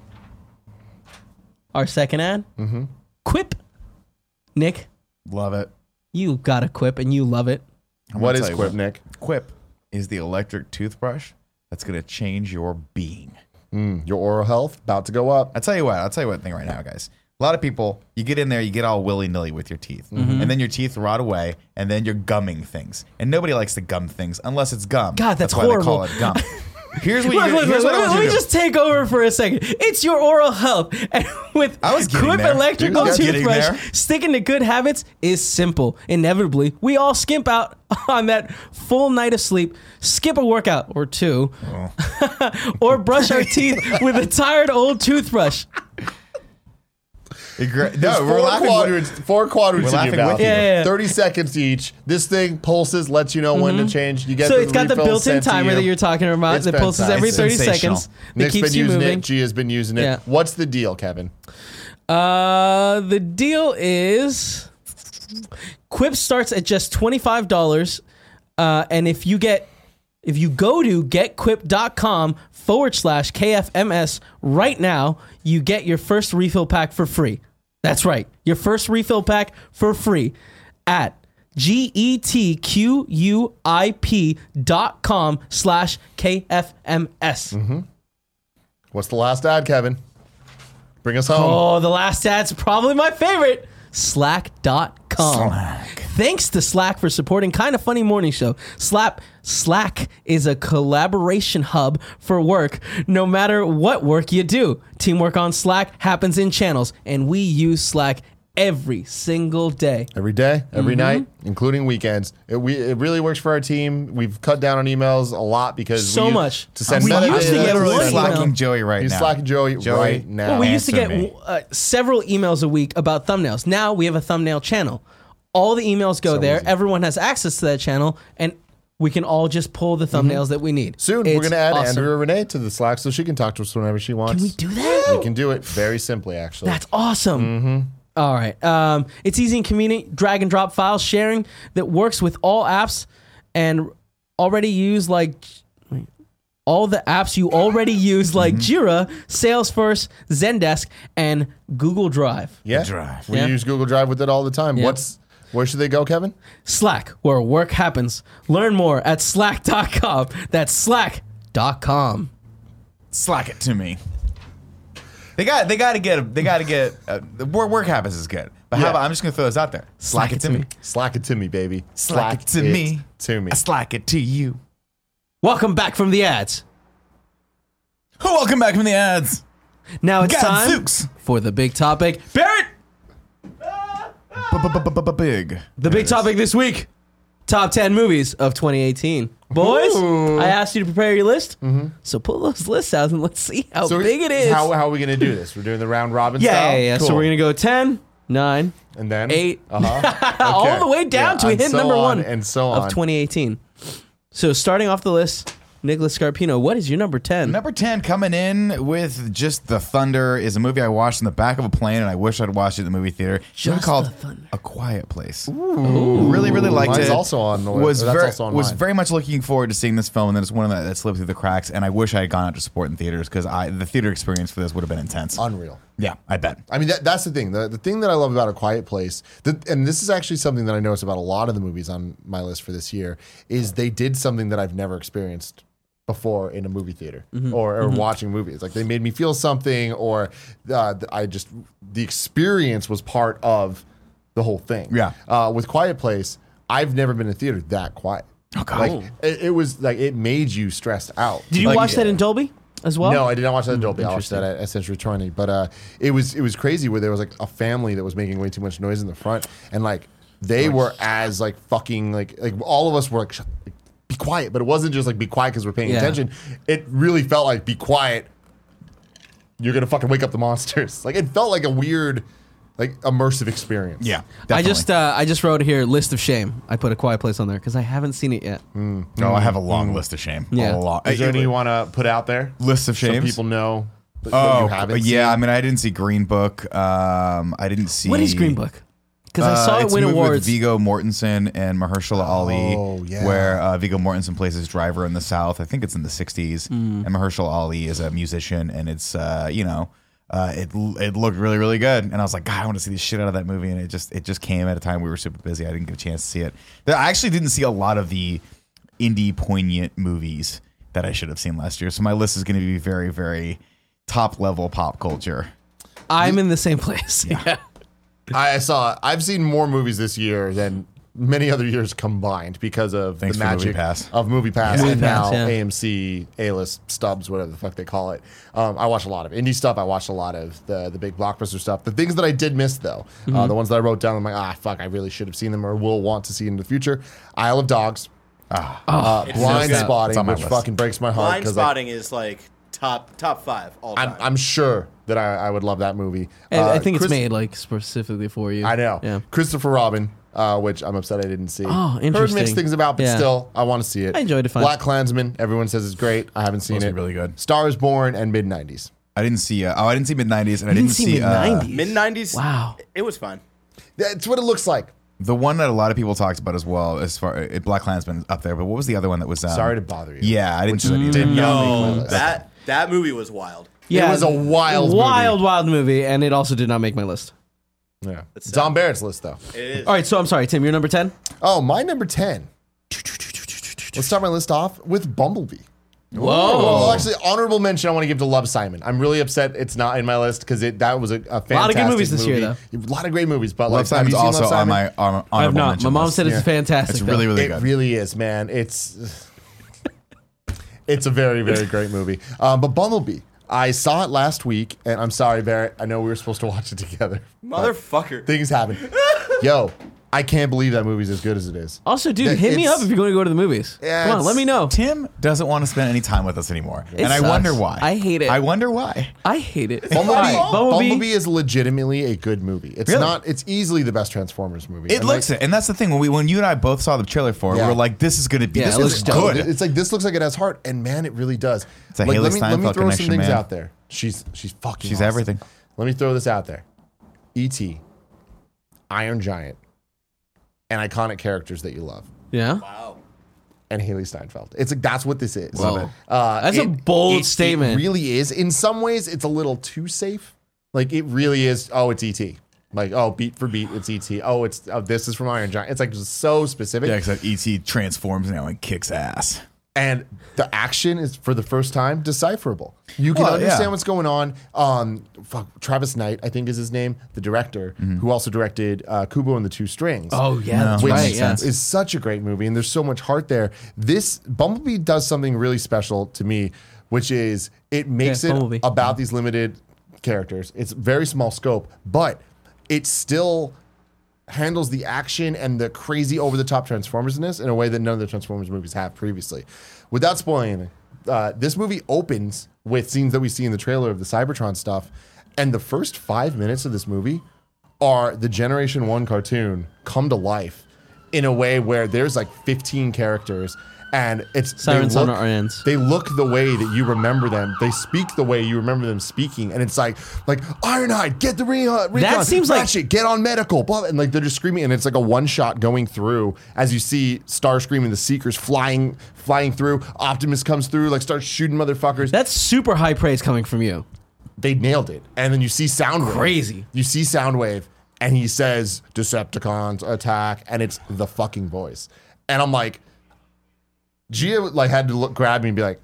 [SPEAKER 1] Our second ad, mm-hmm. Quip. Nick,
[SPEAKER 3] Love it.
[SPEAKER 1] you got a Quip and you love it.
[SPEAKER 3] I'm
[SPEAKER 2] what
[SPEAKER 3] gonna
[SPEAKER 2] is
[SPEAKER 3] tell you
[SPEAKER 2] Quip, Nick?
[SPEAKER 3] Quip is the electric toothbrush that's going to change your being.
[SPEAKER 2] Your oral health about to go up.
[SPEAKER 3] I'll tell you what. I'll tell you what thing right now, guys. A lot of people, you get in there, you get all willy nilly with your teeth, and then your teeth rot away, and then you're gumming things, and nobody likes to gum things unless it's gum.
[SPEAKER 1] God, that's
[SPEAKER 3] why they
[SPEAKER 1] horrible.
[SPEAKER 3] call it gum. Here's what
[SPEAKER 1] Look,
[SPEAKER 3] you
[SPEAKER 1] look,
[SPEAKER 3] do.
[SPEAKER 1] look,
[SPEAKER 3] Here's what I
[SPEAKER 1] let,
[SPEAKER 3] want
[SPEAKER 1] me- let me
[SPEAKER 3] you to do.
[SPEAKER 1] just take over for a second. It's your oral health. And with
[SPEAKER 3] I was getting
[SPEAKER 1] Quip
[SPEAKER 3] there.
[SPEAKER 1] electrical
[SPEAKER 3] I was getting there.
[SPEAKER 1] toothbrush, sticking to good habits is simple. Inevitably, we all skimp out on that full night of sleep, skip a workout or two, or brush our teeth with a tired old toothbrush.
[SPEAKER 3] It gra-
[SPEAKER 2] There's
[SPEAKER 3] No,
[SPEAKER 2] four
[SPEAKER 3] we're laughing.
[SPEAKER 2] quadrants. Four quadrants
[SPEAKER 3] We're
[SPEAKER 2] in your
[SPEAKER 3] laughing with
[SPEAKER 2] mouth.
[SPEAKER 3] you.
[SPEAKER 1] Yeah, yeah, yeah.
[SPEAKER 2] Thirty seconds each. This thing pulses, lets you know when to change. You get
[SPEAKER 1] Mm-hmm. So
[SPEAKER 2] the
[SPEAKER 1] it's got the
[SPEAKER 2] refills
[SPEAKER 1] built-in
[SPEAKER 2] sent to
[SPEAKER 1] timer
[SPEAKER 2] you.
[SPEAKER 1] that you're talking about
[SPEAKER 2] It's
[SPEAKER 1] that pulses
[SPEAKER 2] fantastic.
[SPEAKER 1] every
[SPEAKER 3] It's
[SPEAKER 1] 30
[SPEAKER 3] sensational.
[SPEAKER 1] seconds. That
[SPEAKER 2] Nick's
[SPEAKER 1] keeps
[SPEAKER 2] been
[SPEAKER 1] you
[SPEAKER 2] using
[SPEAKER 1] moving.
[SPEAKER 2] it. G has been using it.
[SPEAKER 1] Yeah.
[SPEAKER 2] What's the deal, Kevin?
[SPEAKER 1] Uh, the deal is Quip starts at just $25. Uh, and if you get if you go to getquip.com forward slash KFMS right now, you get your first refill pack for free. That's right. Your first refill pack for free at G E T Q U I P dot com slash KFMS.
[SPEAKER 2] What's the last ad, Kevin? Bring us home.
[SPEAKER 1] Oh, the last ad's probably my favorite. Slack.com.
[SPEAKER 3] Slack.
[SPEAKER 1] Thanks to Slack for supporting Kind of Funny Morning Show. Slap Slack is a collaboration hub for work. No matter what work you do, teamwork on Slack happens in channels, and we use Slack every single day.
[SPEAKER 2] Every day,
[SPEAKER 1] Mm-hmm.
[SPEAKER 2] every night, including weekends. It, we, it really works for our team. We've cut down on emails a lot because
[SPEAKER 1] So
[SPEAKER 2] we use-
[SPEAKER 1] much.
[SPEAKER 2] to send.
[SPEAKER 1] We
[SPEAKER 2] meta-
[SPEAKER 1] used to
[SPEAKER 2] Yeah,
[SPEAKER 1] get
[SPEAKER 2] that's
[SPEAKER 1] one
[SPEAKER 2] really
[SPEAKER 1] email.
[SPEAKER 2] slacking.
[SPEAKER 3] slacking Joey right
[SPEAKER 2] He's
[SPEAKER 3] now.
[SPEAKER 2] slacking Joey,
[SPEAKER 3] Joey.
[SPEAKER 2] right now.
[SPEAKER 1] Well, we used to
[SPEAKER 3] Answer
[SPEAKER 1] get
[SPEAKER 3] me.
[SPEAKER 1] uh, several emails a week about thumbnails. Now we have a thumbnail channel. All the emails go there. Everyone has access to that channel, and we can all just pull the thumbnails that we need.
[SPEAKER 2] Mhm. Soon
[SPEAKER 1] It's
[SPEAKER 2] we're gonna add
[SPEAKER 1] awesome.
[SPEAKER 2] Andrea Renee to the Slack so she can talk to us whenever she wants.
[SPEAKER 1] Can we do that?
[SPEAKER 2] We can Mm-hmm. do it very simply, actually.
[SPEAKER 1] That's awesome. All right. Um, it's easy and convenient drag and drop file sharing that works with all apps and already use like wait, all the apps you already use like
[SPEAKER 2] Mm-hmm.
[SPEAKER 1] Jira, Salesforce, Zendesk, and Google Drive.
[SPEAKER 2] yeah.
[SPEAKER 3] Drive.
[SPEAKER 2] We
[SPEAKER 1] Yeah.
[SPEAKER 2] use Google Drive with it all the time. What's where should they go, Kevin?
[SPEAKER 1] Slack, where work happens. Learn more at slack.com. That's slack.com.
[SPEAKER 3] slack it to me. They got. They got to get. They got to get. Uh, the work, work habits is good, but how
[SPEAKER 2] Yeah.
[SPEAKER 3] about I'm just gonna throw this out there. Slack, it to me.
[SPEAKER 2] Slack it to me, baby.
[SPEAKER 3] Slack it to me.
[SPEAKER 2] To me.
[SPEAKER 3] I slack it to you.
[SPEAKER 1] Welcome back from the ads.
[SPEAKER 3] Welcome back from the ads.
[SPEAKER 1] Now it's time
[SPEAKER 3] Gadzooks.
[SPEAKER 1] for the big topic.
[SPEAKER 3] Barrett. Big.
[SPEAKER 1] The big topic this week top 10 movies of 2018. Boys, I asked you to prepare your list. So pull those lists out and let's see how
[SPEAKER 2] Mm-hmm. So
[SPEAKER 1] big it is.
[SPEAKER 2] How, how are we gonna do this? We're doing the round robin
[SPEAKER 1] yeah,
[SPEAKER 2] style.
[SPEAKER 1] yeah, yeah. So
[SPEAKER 2] Cool.
[SPEAKER 1] we're going to go 10, 9,
[SPEAKER 2] and then
[SPEAKER 1] eight.
[SPEAKER 2] uh-huh.
[SPEAKER 1] all
[SPEAKER 2] Okay.
[SPEAKER 1] the way down
[SPEAKER 2] Yeah,
[SPEAKER 1] to we
[SPEAKER 2] and
[SPEAKER 1] hit
[SPEAKER 2] so
[SPEAKER 1] number
[SPEAKER 2] on
[SPEAKER 1] one
[SPEAKER 2] and so on.
[SPEAKER 1] of 2018. So starting off the list, Nicholas Scarpino, what is your number 10?
[SPEAKER 3] Number 10 coming in with just the thunder is a movie I watched in the back of a plane and I wish I'd watched it in the movie theater. It's a movie
[SPEAKER 1] Just
[SPEAKER 3] called
[SPEAKER 1] the Thunder.
[SPEAKER 3] A Quiet Place. Really really liked
[SPEAKER 2] Mine's
[SPEAKER 3] it.
[SPEAKER 2] also on the list.
[SPEAKER 3] was
[SPEAKER 2] That's
[SPEAKER 3] very,
[SPEAKER 2] also on
[SPEAKER 3] was
[SPEAKER 2] mine.
[SPEAKER 3] very much looking forward to seeing this film and then it's one of that, that slipped through the cracks and I wish I had gone out to support in theaters cuz I the theater experience for this would have been intense.
[SPEAKER 2] Unreal.
[SPEAKER 3] yeah, I bet.
[SPEAKER 2] I mean, that, that's the thing. The, the thing that I love about A Quiet Place, that, and this is actually something that I noticed about a lot of the movies on my list for this year, is they did something that I've never experienced before in a movie theater
[SPEAKER 3] Mm-hmm.
[SPEAKER 2] or, or watching movies. Like they made me feel something, or uh, th- I just, the experience was part of the whole thing.
[SPEAKER 3] Yeah.
[SPEAKER 2] Uh, with Quiet Place, I've never been in a theater that quiet.
[SPEAKER 3] Oh, God.
[SPEAKER 2] Like, it, it was like, it made you stressed out.
[SPEAKER 1] Did you
[SPEAKER 2] Like-
[SPEAKER 1] watch that in Dolby as well?
[SPEAKER 2] no, I did not watch that in Dolby. I watched that at, at Century 20. But uh, it was it was crazy where there was like a family that was making way too much noise in the front, and like they were as like fucking like like all of us were like, Shut, like, be quiet. But it wasn't just like be quiet because we're paying
[SPEAKER 1] Yeah.
[SPEAKER 2] attention. It really felt like be quiet. You're gonna fucking wake up the monsters. Like it felt like a weird, like immersive experience.
[SPEAKER 3] Yeah.
[SPEAKER 1] I just
[SPEAKER 3] definitely.
[SPEAKER 1] uh, I just wrote here list of shame. I put a quiet place on there because I haven't seen it yet.
[SPEAKER 3] oh, I have a long list of shame.
[SPEAKER 1] Yeah.
[SPEAKER 3] A lot.
[SPEAKER 2] Mm. Is there
[SPEAKER 3] Uh,
[SPEAKER 2] any you want to put out there?
[SPEAKER 3] List of
[SPEAKER 2] So
[SPEAKER 3] shames?
[SPEAKER 2] people know. That that
[SPEAKER 3] Oh,
[SPEAKER 2] you haven't
[SPEAKER 3] yeah. I
[SPEAKER 2] seen?
[SPEAKER 3] mean, I didn't see Green Book. Um, I didn't see
[SPEAKER 1] What is Green Book? Because I saw
[SPEAKER 3] Uh,
[SPEAKER 1] it
[SPEAKER 3] it's
[SPEAKER 1] win
[SPEAKER 3] a movie
[SPEAKER 1] awards.
[SPEAKER 3] With Vigo Mortensen and Mahershala Ali,
[SPEAKER 2] Oh, yeah.
[SPEAKER 3] where uh, Vigo Mortensen plays his driver in the South. I think it's in the 60s.
[SPEAKER 1] Mm.
[SPEAKER 3] And Mahershala Ali is a musician, and it's, uh, you know, uh, it l- it looked really really good, and I was like, God, I want to see the shit out of that movie, and it just it just came at a time we were super busy. I didn't get a chance to see it. There- I actually didn't see a lot of the indie poignant movies that I should have seen last year, so my list is going to be very very top level pop culture.
[SPEAKER 1] I'm in the same place. Yeah.
[SPEAKER 2] I saw. I've seen more movies this year than many other years combined because of
[SPEAKER 3] Thanks
[SPEAKER 2] the
[SPEAKER 3] for
[SPEAKER 2] magic
[SPEAKER 3] MoviePass.
[SPEAKER 2] of MoviePass
[SPEAKER 1] Yeah.
[SPEAKER 2] and now
[SPEAKER 1] MoviePass, yeah.
[SPEAKER 2] AMC, A-list stubs, whatever the fuck they call it. Um, I watched a lot of indie stuff. I watched a lot of the the big blockbuster stuff. The things that I did miss though,
[SPEAKER 1] Mm-hmm.
[SPEAKER 2] uh, the ones that I wrote down, I'm like, ah, fuck, I really should have seen them or will want to see in the future. Isle of Dogs,
[SPEAKER 1] Oh,
[SPEAKER 2] uh, blind
[SPEAKER 1] good.
[SPEAKER 3] Ah. It's on
[SPEAKER 2] spotting,
[SPEAKER 3] my
[SPEAKER 2] which
[SPEAKER 3] list.
[SPEAKER 2] fucking breaks my
[SPEAKER 3] Uh,
[SPEAKER 2] heart
[SPEAKER 4] Blind
[SPEAKER 2] because I,
[SPEAKER 4] spotting is like top top five all
[SPEAKER 2] I'm,
[SPEAKER 4] time.
[SPEAKER 2] I'm sure that I, I would love that movie.
[SPEAKER 1] And I
[SPEAKER 2] Uh,
[SPEAKER 1] think
[SPEAKER 2] Chris-
[SPEAKER 1] it's made like specifically for you.
[SPEAKER 2] I know.
[SPEAKER 1] Yeah.
[SPEAKER 2] Christopher Robin, uh, which I'm upset I didn't see.
[SPEAKER 1] Oh,
[SPEAKER 2] Heard
[SPEAKER 1] interesting.
[SPEAKER 2] mixed things about, but
[SPEAKER 1] Yeah.
[SPEAKER 2] still, I want to see it.
[SPEAKER 1] I enjoyed it fine.
[SPEAKER 2] Black Klansman, everyone says it's great. I haven't seen
[SPEAKER 3] Supposed to
[SPEAKER 2] it.
[SPEAKER 3] be really good.
[SPEAKER 2] Star is Born and mid 90s.
[SPEAKER 3] I didn't see uh, oh I didn't see mid 90s, and I didn't see uh,
[SPEAKER 1] mid-nineties.
[SPEAKER 4] Mid nineties.
[SPEAKER 1] Wow.
[SPEAKER 4] It was fun.
[SPEAKER 2] That's what it looks like.
[SPEAKER 3] The one that a lot of people talked about as well, as far uh, Black Klansman up there, but what was the other one that was? Um,
[SPEAKER 2] Sorry to bother you.
[SPEAKER 3] Yeah, I didn't see that either.
[SPEAKER 2] Did not
[SPEAKER 1] Mm,
[SPEAKER 2] make my list.
[SPEAKER 4] That that movie was wild.
[SPEAKER 1] yeah,
[SPEAKER 2] It was a wild,
[SPEAKER 1] wild, wild movie, and it also did not make my list.
[SPEAKER 2] Movie. Yeah. It's on Barrett's list though.
[SPEAKER 4] It is.
[SPEAKER 1] All right, so I'm sorry, Tim. You're number ten.
[SPEAKER 2] Oh, my number ten. Let's start my list off with Bumblebee.
[SPEAKER 1] Whoa.
[SPEAKER 2] Well, actually, honorable mention I want to give to Love Simon. I'm really upset it's not in my list because it that was a, a fantastic
[SPEAKER 1] lot of good movies this year,
[SPEAKER 2] movie. A lot of great movies, but
[SPEAKER 3] Love
[SPEAKER 2] like, have you
[SPEAKER 3] Simon's
[SPEAKER 2] seen
[SPEAKER 3] also
[SPEAKER 2] Love
[SPEAKER 3] on
[SPEAKER 2] Simon?
[SPEAKER 3] my on,
[SPEAKER 1] I have
[SPEAKER 3] honorable
[SPEAKER 1] not. My
[SPEAKER 3] mention
[SPEAKER 1] mom
[SPEAKER 3] list.
[SPEAKER 1] said it's
[SPEAKER 2] Yeah.
[SPEAKER 1] fantastic.
[SPEAKER 3] it's really
[SPEAKER 1] though.
[SPEAKER 3] really
[SPEAKER 2] it
[SPEAKER 3] good.
[SPEAKER 2] really is, man. It's it's a very very great movie. Um, but Bumblebee, I saw it last week, and I'm sorry, Barrett. I know we were supposed to watch it together.
[SPEAKER 4] Motherfucker.
[SPEAKER 2] Things happen. Yo, I can't believe that movie's as good as it is.
[SPEAKER 1] Also, dude,
[SPEAKER 2] It-
[SPEAKER 1] hit me
[SPEAKER 2] it's-
[SPEAKER 1] up if you're going to go to the movies.
[SPEAKER 2] Yeah,
[SPEAKER 1] Come on, let
[SPEAKER 2] it's-
[SPEAKER 1] me know.
[SPEAKER 3] Tim doesn't want to spend any time with us anymore, and I
[SPEAKER 1] sucks.
[SPEAKER 3] wonder why.
[SPEAKER 1] I hate it.
[SPEAKER 3] I wonder why.
[SPEAKER 1] I hate it.
[SPEAKER 2] Bumblebee,
[SPEAKER 1] All right,
[SPEAKER 2] Bumblebee, is legitimately a good movie. It's
[SPEAKER 3] Really?
[SPEAKER 2] not. It's easily the best Transformers movie.
[SPEAKER 3] It
[SPEAKER 2] And,
[SPEAKER 3] looks
[SPEAKER 2] like,
[SPEAKER 3] it, and that's the thing. When we when you and I both saw the trailer for it,
[SPEAKER 2] Yeah.
[SPEAKER 3] we were like, "This is going to be
[SPEAKER 1] Yeah,
[SPEAKER 3] this
[SPEAKER 1] it
[SPEAKER 3] looks
[SPEAKER 1] looks
[SPEAKER 2] Oh,
[SPEAKER 3] good."
[SPEAKER 2] it's like this looks like it has heart, and man, it really does.
[SPEAKER 3] It's a
[SPEAKER 2] like, let me
[SPEAKER 3] Hailee
[SPEAKER 2] let me
[SPEAKER 3] Steinfeld
[SPEAKER 2] throw some
[SPEAKER 3] connection,
[SPEAKER 2] things
[SPEAKER 3] man.
[SPEAKER 2] out there. She's she's fucking.
[SPEAKER 3] She's
[SPEAKER 2] awesome.
[SPEAKER 3] everything.
[SPEAKER 2] Let me throw this out there. E.T., Iron Giant, and iconic characters that you love.
[SPEAKER 1] Yeah.
[SPEAKER 4] Wow.
[SPEAKER 2] And Haley Steinfeld. It's like that's what this is.
[SPEAKER 1] Love it.
[SPEAKER 2] Uh,
[SPEAKER 1] That's a bold statement.
[SPEAKER 2] It really is. In some ways, it's a little too safe. Like it really is. Oh, it's ET. Like oh, beat for beat, it's ET. Oh, it's oh, this is from Iron Giant. It's like just so specific.
[SPEAKER 3] Yeah, except ET E transforms now and kicks ass.
[SPEAKER 2] and the action is for the first time decipherable. You can
[SPEAKER 3] Well, yeah.
[SPEAKER 2] understand what's going on. Um, fuck, Travis Knight, I think is his name, the director who also directed uh, Kubo and the Two Strings.
[SPEAKER 1] Mm-hmm. Oh yeah, that's
[SPEAKER 2] which
[SPEAKER 1] right. Yeah.
[SPEAKER 2] is such a great movie, and there's so much heart there. This Bumblebee does something really special to me, which is it makes
[SPEAKER 1] Yeah,
[SPEAKER 2] it
[SPEAKER 1] Bumblebee.
[SPEAKER 2] about these limited characters. It's very small scope, but it still handles the action and the crazy over the top Transformersness in a way that none of the Transformers movies have previously. Without spoiling anything, uh, this movie opens with scenes that we see in the trailer of the Cybertron stuff, and the first five minutes of this movie are the Generation One cartoon come to life in a way where there's like 15 characters and it's
[SPEAKER 1] Siren
[SPEAKER 2] they look,
[SPEAKER 1] Song are ends.
[SPEAKER 2] They look the way that you remember them. They speak the way you remember them speaking, and it's like like Ironhide, get the re- uh, recon.
[SPEAKER 1] seems like-
[SPEAKER 2] Ratchet, get on medical. Blah, blah, and like they're just screaming, and it's like a one shot going through as you see Starscream and the Seekers flying flying through. Optimus comes through, like starts shooting motherfuckers.
[SPEAKER 1] That's super high praise coming from you.
[SPEAKER 2] they nailed it. And then you see Soundwave.
[SPEAKER 1] Crazy.
[SPEAKER 2] You see Soundwave, and he says Decepticons attack, and it's the fucking voice. And I'm like, Gia like had to look, grab me and be like,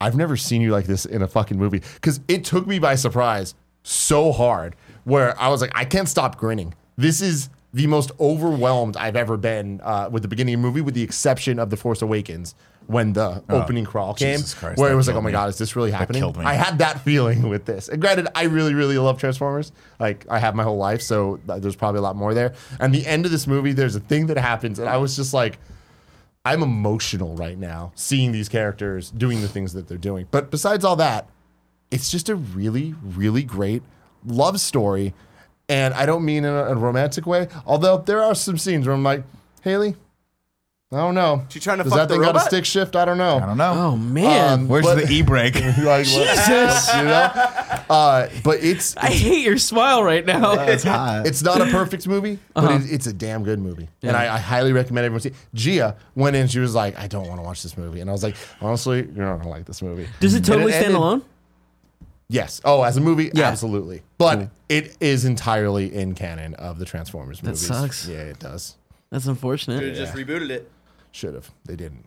[SPEAKER 2] I've never seen you like this in a fucking movie because it took me by surprise so hard. Where I was like, I can't stop grinning. This is the most overwhelmed I've ever been uh, with the beginning of a movie, with the exception of The Force Awakens when the opening crawl came,
[SPEAKER 3] Oh, Jesus Christ,
[SPEAKER 2] where it
[SPEAKER 3] that
[SPEAKER 2] was like, oh
[SPEAKER 3] killed
[SPEAKER 2] my
[SPEAKER 3] me.
[SPEAKER 2] god, is this really happening?
[SPEAKER 3] killed me.
[SPEAKER 2] I had that feeling with this. And granted, I really, really love Transformers. Like I have my whole life, so th- there's probably a lot more there. And the end of this movie, there's a thing that happens, and I was just like, I'm emotional right now seeing these characters doing the things that they're doing. But besides all that, it's just a really, really great love story. And I don't mean in a, a romantic way, although there are some scenes where I'm like, Haley, I don't know.
[SPEAKER 4] She trying to
[SPEAKER 2] Does that
[SPEAKER 4] fuck the
[SPEAKER 2] thing got a
[SPEAKER 4] robot?
[SPEAKER 2] stick shift? I don't know.
[SPEAKER 3] I don't know.
[SPEAKER 1] Oh man,
[SPEAKER 2] Um,
[SPEAKER 3] Where's
[SPEAKER 2] but-
[SPEAKER 3] the e brake?
[SPEAKER 2] like,
[SPEAKER 1] Jesus.
[SPEAKER 2] you know? Uh, but it's
[SPEAKER 1] I hate your smile right now.
[SPEAKER 3] It's
[SPEAKER 1] Uh,
[SPEAKER 3] hot.
[SPEAKER 2] it's not a perfect movie,
[SPEAKER 1] Uh-huh.
[SPEAKER 2] but it, it's a damn good movie, and I, I highly recommend everyone see. it. Gia went in, she was like, "I don't want to watch this movie," and I was like, "Honestly, you're not gonna like this movie."
[SPEAKER 1] Does it totally stand
[SPEAKER 2] ended-
[SPEAKER 1] alone?
[SPEAKER 2] Yes. Oh, as a movie,
[SPEAKER 1] Yeah.
[SPEAKER 2] absolutely. But it is entirely in canon of the Transformers movies.
[SPEAKER 1] sucks.
[SPEAKER 2] Yeah, it does.
[SPEAKER 1] That's
[SPEAKER 4] Should have
[SPEAKER 1] unfortunate.
[SPEAKER 4] just rebooted it.
[SPEAKER 2] Should have. They didn't.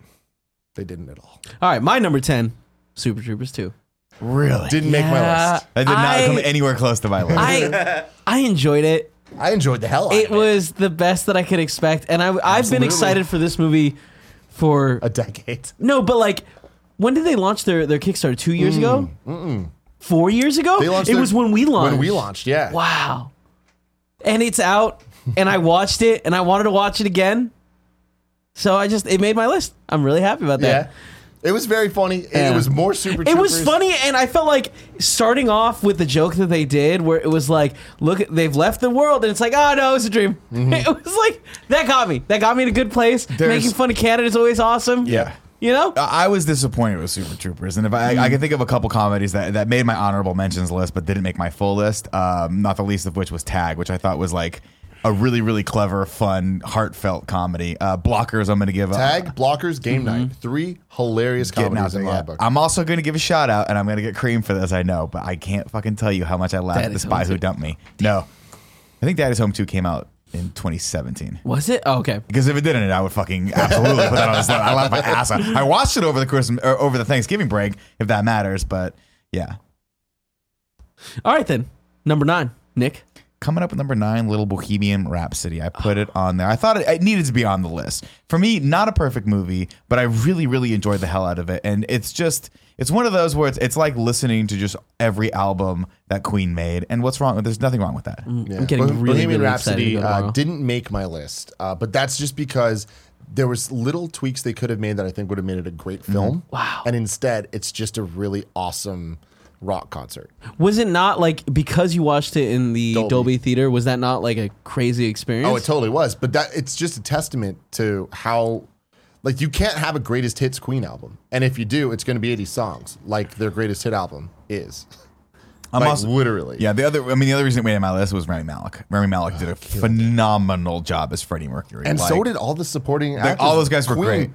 [SPEAKER 2] They didn't at all.
[SPEAKER 1] All right, my number ten, Super Troopers two.
[SPEAKER 3] really?
[SPEAKER 2] Didn't make my list.
[SPEAKER 3] that did not
[SPEAKER 1] I-
[SPEAKER 3] come anywhere close to my list.
[SPEAKER 1] I I enjoyed it.
[SPEAKER 2] I enjoyed the hell out
[SPEAKER 1] It
[SPEAKER 2] of it.
[SPEAKER 1] was the best that I could expect, and I I've been
[SPEAKER 2] Absolutely.
[SPEAKER 1] excited for this movie for
[SPEAKER 2] a decade.
[SPEAKER 1] no, but like when did they launch their their Kickstarter? Two years ago? Mm-mm. Four years ago?
[SPEAKER 2] They launched
[SPEAKER 1] it
[SPEAKER 2] their-
[SPEAKER 1] was when we launched.
[SPEAKER 2] When we launched, yeah.
[SPEAKER 1] Wow. And it's out, and I watched it, and I wanted to watch it again. So I just it made my list. I'm really happy about that.
[SPEAKER 2] Yeah. It was very funny. It-
[SPEAKER 1] Yeah.
[SPEAKER 2] It was more Super
[SPEAKER 1] It was
[SPEAKER 2] Troopers.
[SPEAKER 1] funny, and I felt like starting off with the joke that they did, where it was like, "Look, they've left the world," and it's like, "Oh no, it's a dream." It was like that got me. That got me in a good place.
[SPEAKER 3] There's-
[SPEAKER 1] Making fun of Canada is always awesome.
[SPEAKER 3] Yeah. Uh,
[SPEAKER 1] you know.
[SPEAKER 3] I I was disappointed with Super Troopers, and if I,
[SPEAKER 2] Hmm.
[SPEAKER 3] I can think of a couple comedies that, that made my honorable mentions list, but didn't make my full list. Um, not the least of which was Tag, which I thought was like a really, really clever, fun, heartfelt comedy. Uh, Blockers, I'm going to give a,
[SPEAKER 2] Tag, blockers, game night. Three hilarious
[SPEAKER 3] getting out
[SPEAKER 2] comedies
[SPEAKER 3] there
[SPEAKER 2] in my
[SPEAKER 3] yet.
[SPEAKER 2] book.
[SPEAKER 3] I'm also going to give a shout out, and I'm going to get cream for this, I know, but I can't fucking tell you how much I laughed at the
[SPEAKER 1] Daddy's
[SPEAKER 3] spy
[SPEAKER 1] Home
[SPEAKER 3] who
[SPEAKER 1] Too.
[SPEAKER 3] dumped me. No, I think Daddy's Home Two came out in 2017.
[SPEAKER 1] Was it? Oh, okay.
[SPEAKER 3] Because if it didn't, I would fucking absolutely put that on his list. I laughed my ass off. I watched it over the Christmas or over the Thanksgiving break, if that matters. But yeah,
[SPEAKER 1] All right then. Number nine, Nick.
[SPEAKER 3] coming up at number nine, Little Bohemian Rhapsody. I put it on there. I thought it, it needed to be on the list for me. Not a perfect movie, but I really, really enjoyed the hell out of it. And it's just, it's one of those where it's, it's like listening to just every album that Queen made. And what's wrong? with There's nothing wrong with that.
[SPEAKER 2] Mm. Yeah.
[SPEAKER 1] I'm getting
[SPEAKER 2] Bohem-
[SPEAKER 1] really,
[SPEAKER 2] Bohemian
[SPEAKER 1] really
[SPEAKER 2] Rhapsody
[SPEAKER 1] excited about
[SPEAKER 2] uh,
[SPEAKER 1] tomorrow.
[SPEAKER 2] didn't make my list, uh, but that's just because there was little tweaks they could have made that I think would have made it a great film. Wow! And instead, it's just a really awesome rock concert.
[SPEAKER 1] Was it not like because you watched it in the
[SPEAKER 2] Dolby.
[SPEAKER 1] Dolby, Theater? Was that not like a crazy experience?
[SPEAKER 2] Oh, it totally was. But that it's just a testament to how. Like you can't have a greatest hits Queen album, and if you do, it's going to be eighty songs, like their greatest hit album is.
[SPEAKER 3] I'm
[SPEAKER 2] like,
[SPEAKER 3] also-
[SPEAKER 2] literally,
[SPEAKER 3] Yeah, the other, I mean, the other reason it made my list was Rami Malik. Rami
[SPEAKER 2] Oh,
[SPEAKER 3] Malik did a phenomenal job as Freddie Mercury,
[SPEAKER 2] And so
[SPEAKER 3] Like,
[SPEAKER 2] did all the supporting actors.
[SPEAKER 3] all those guys were great.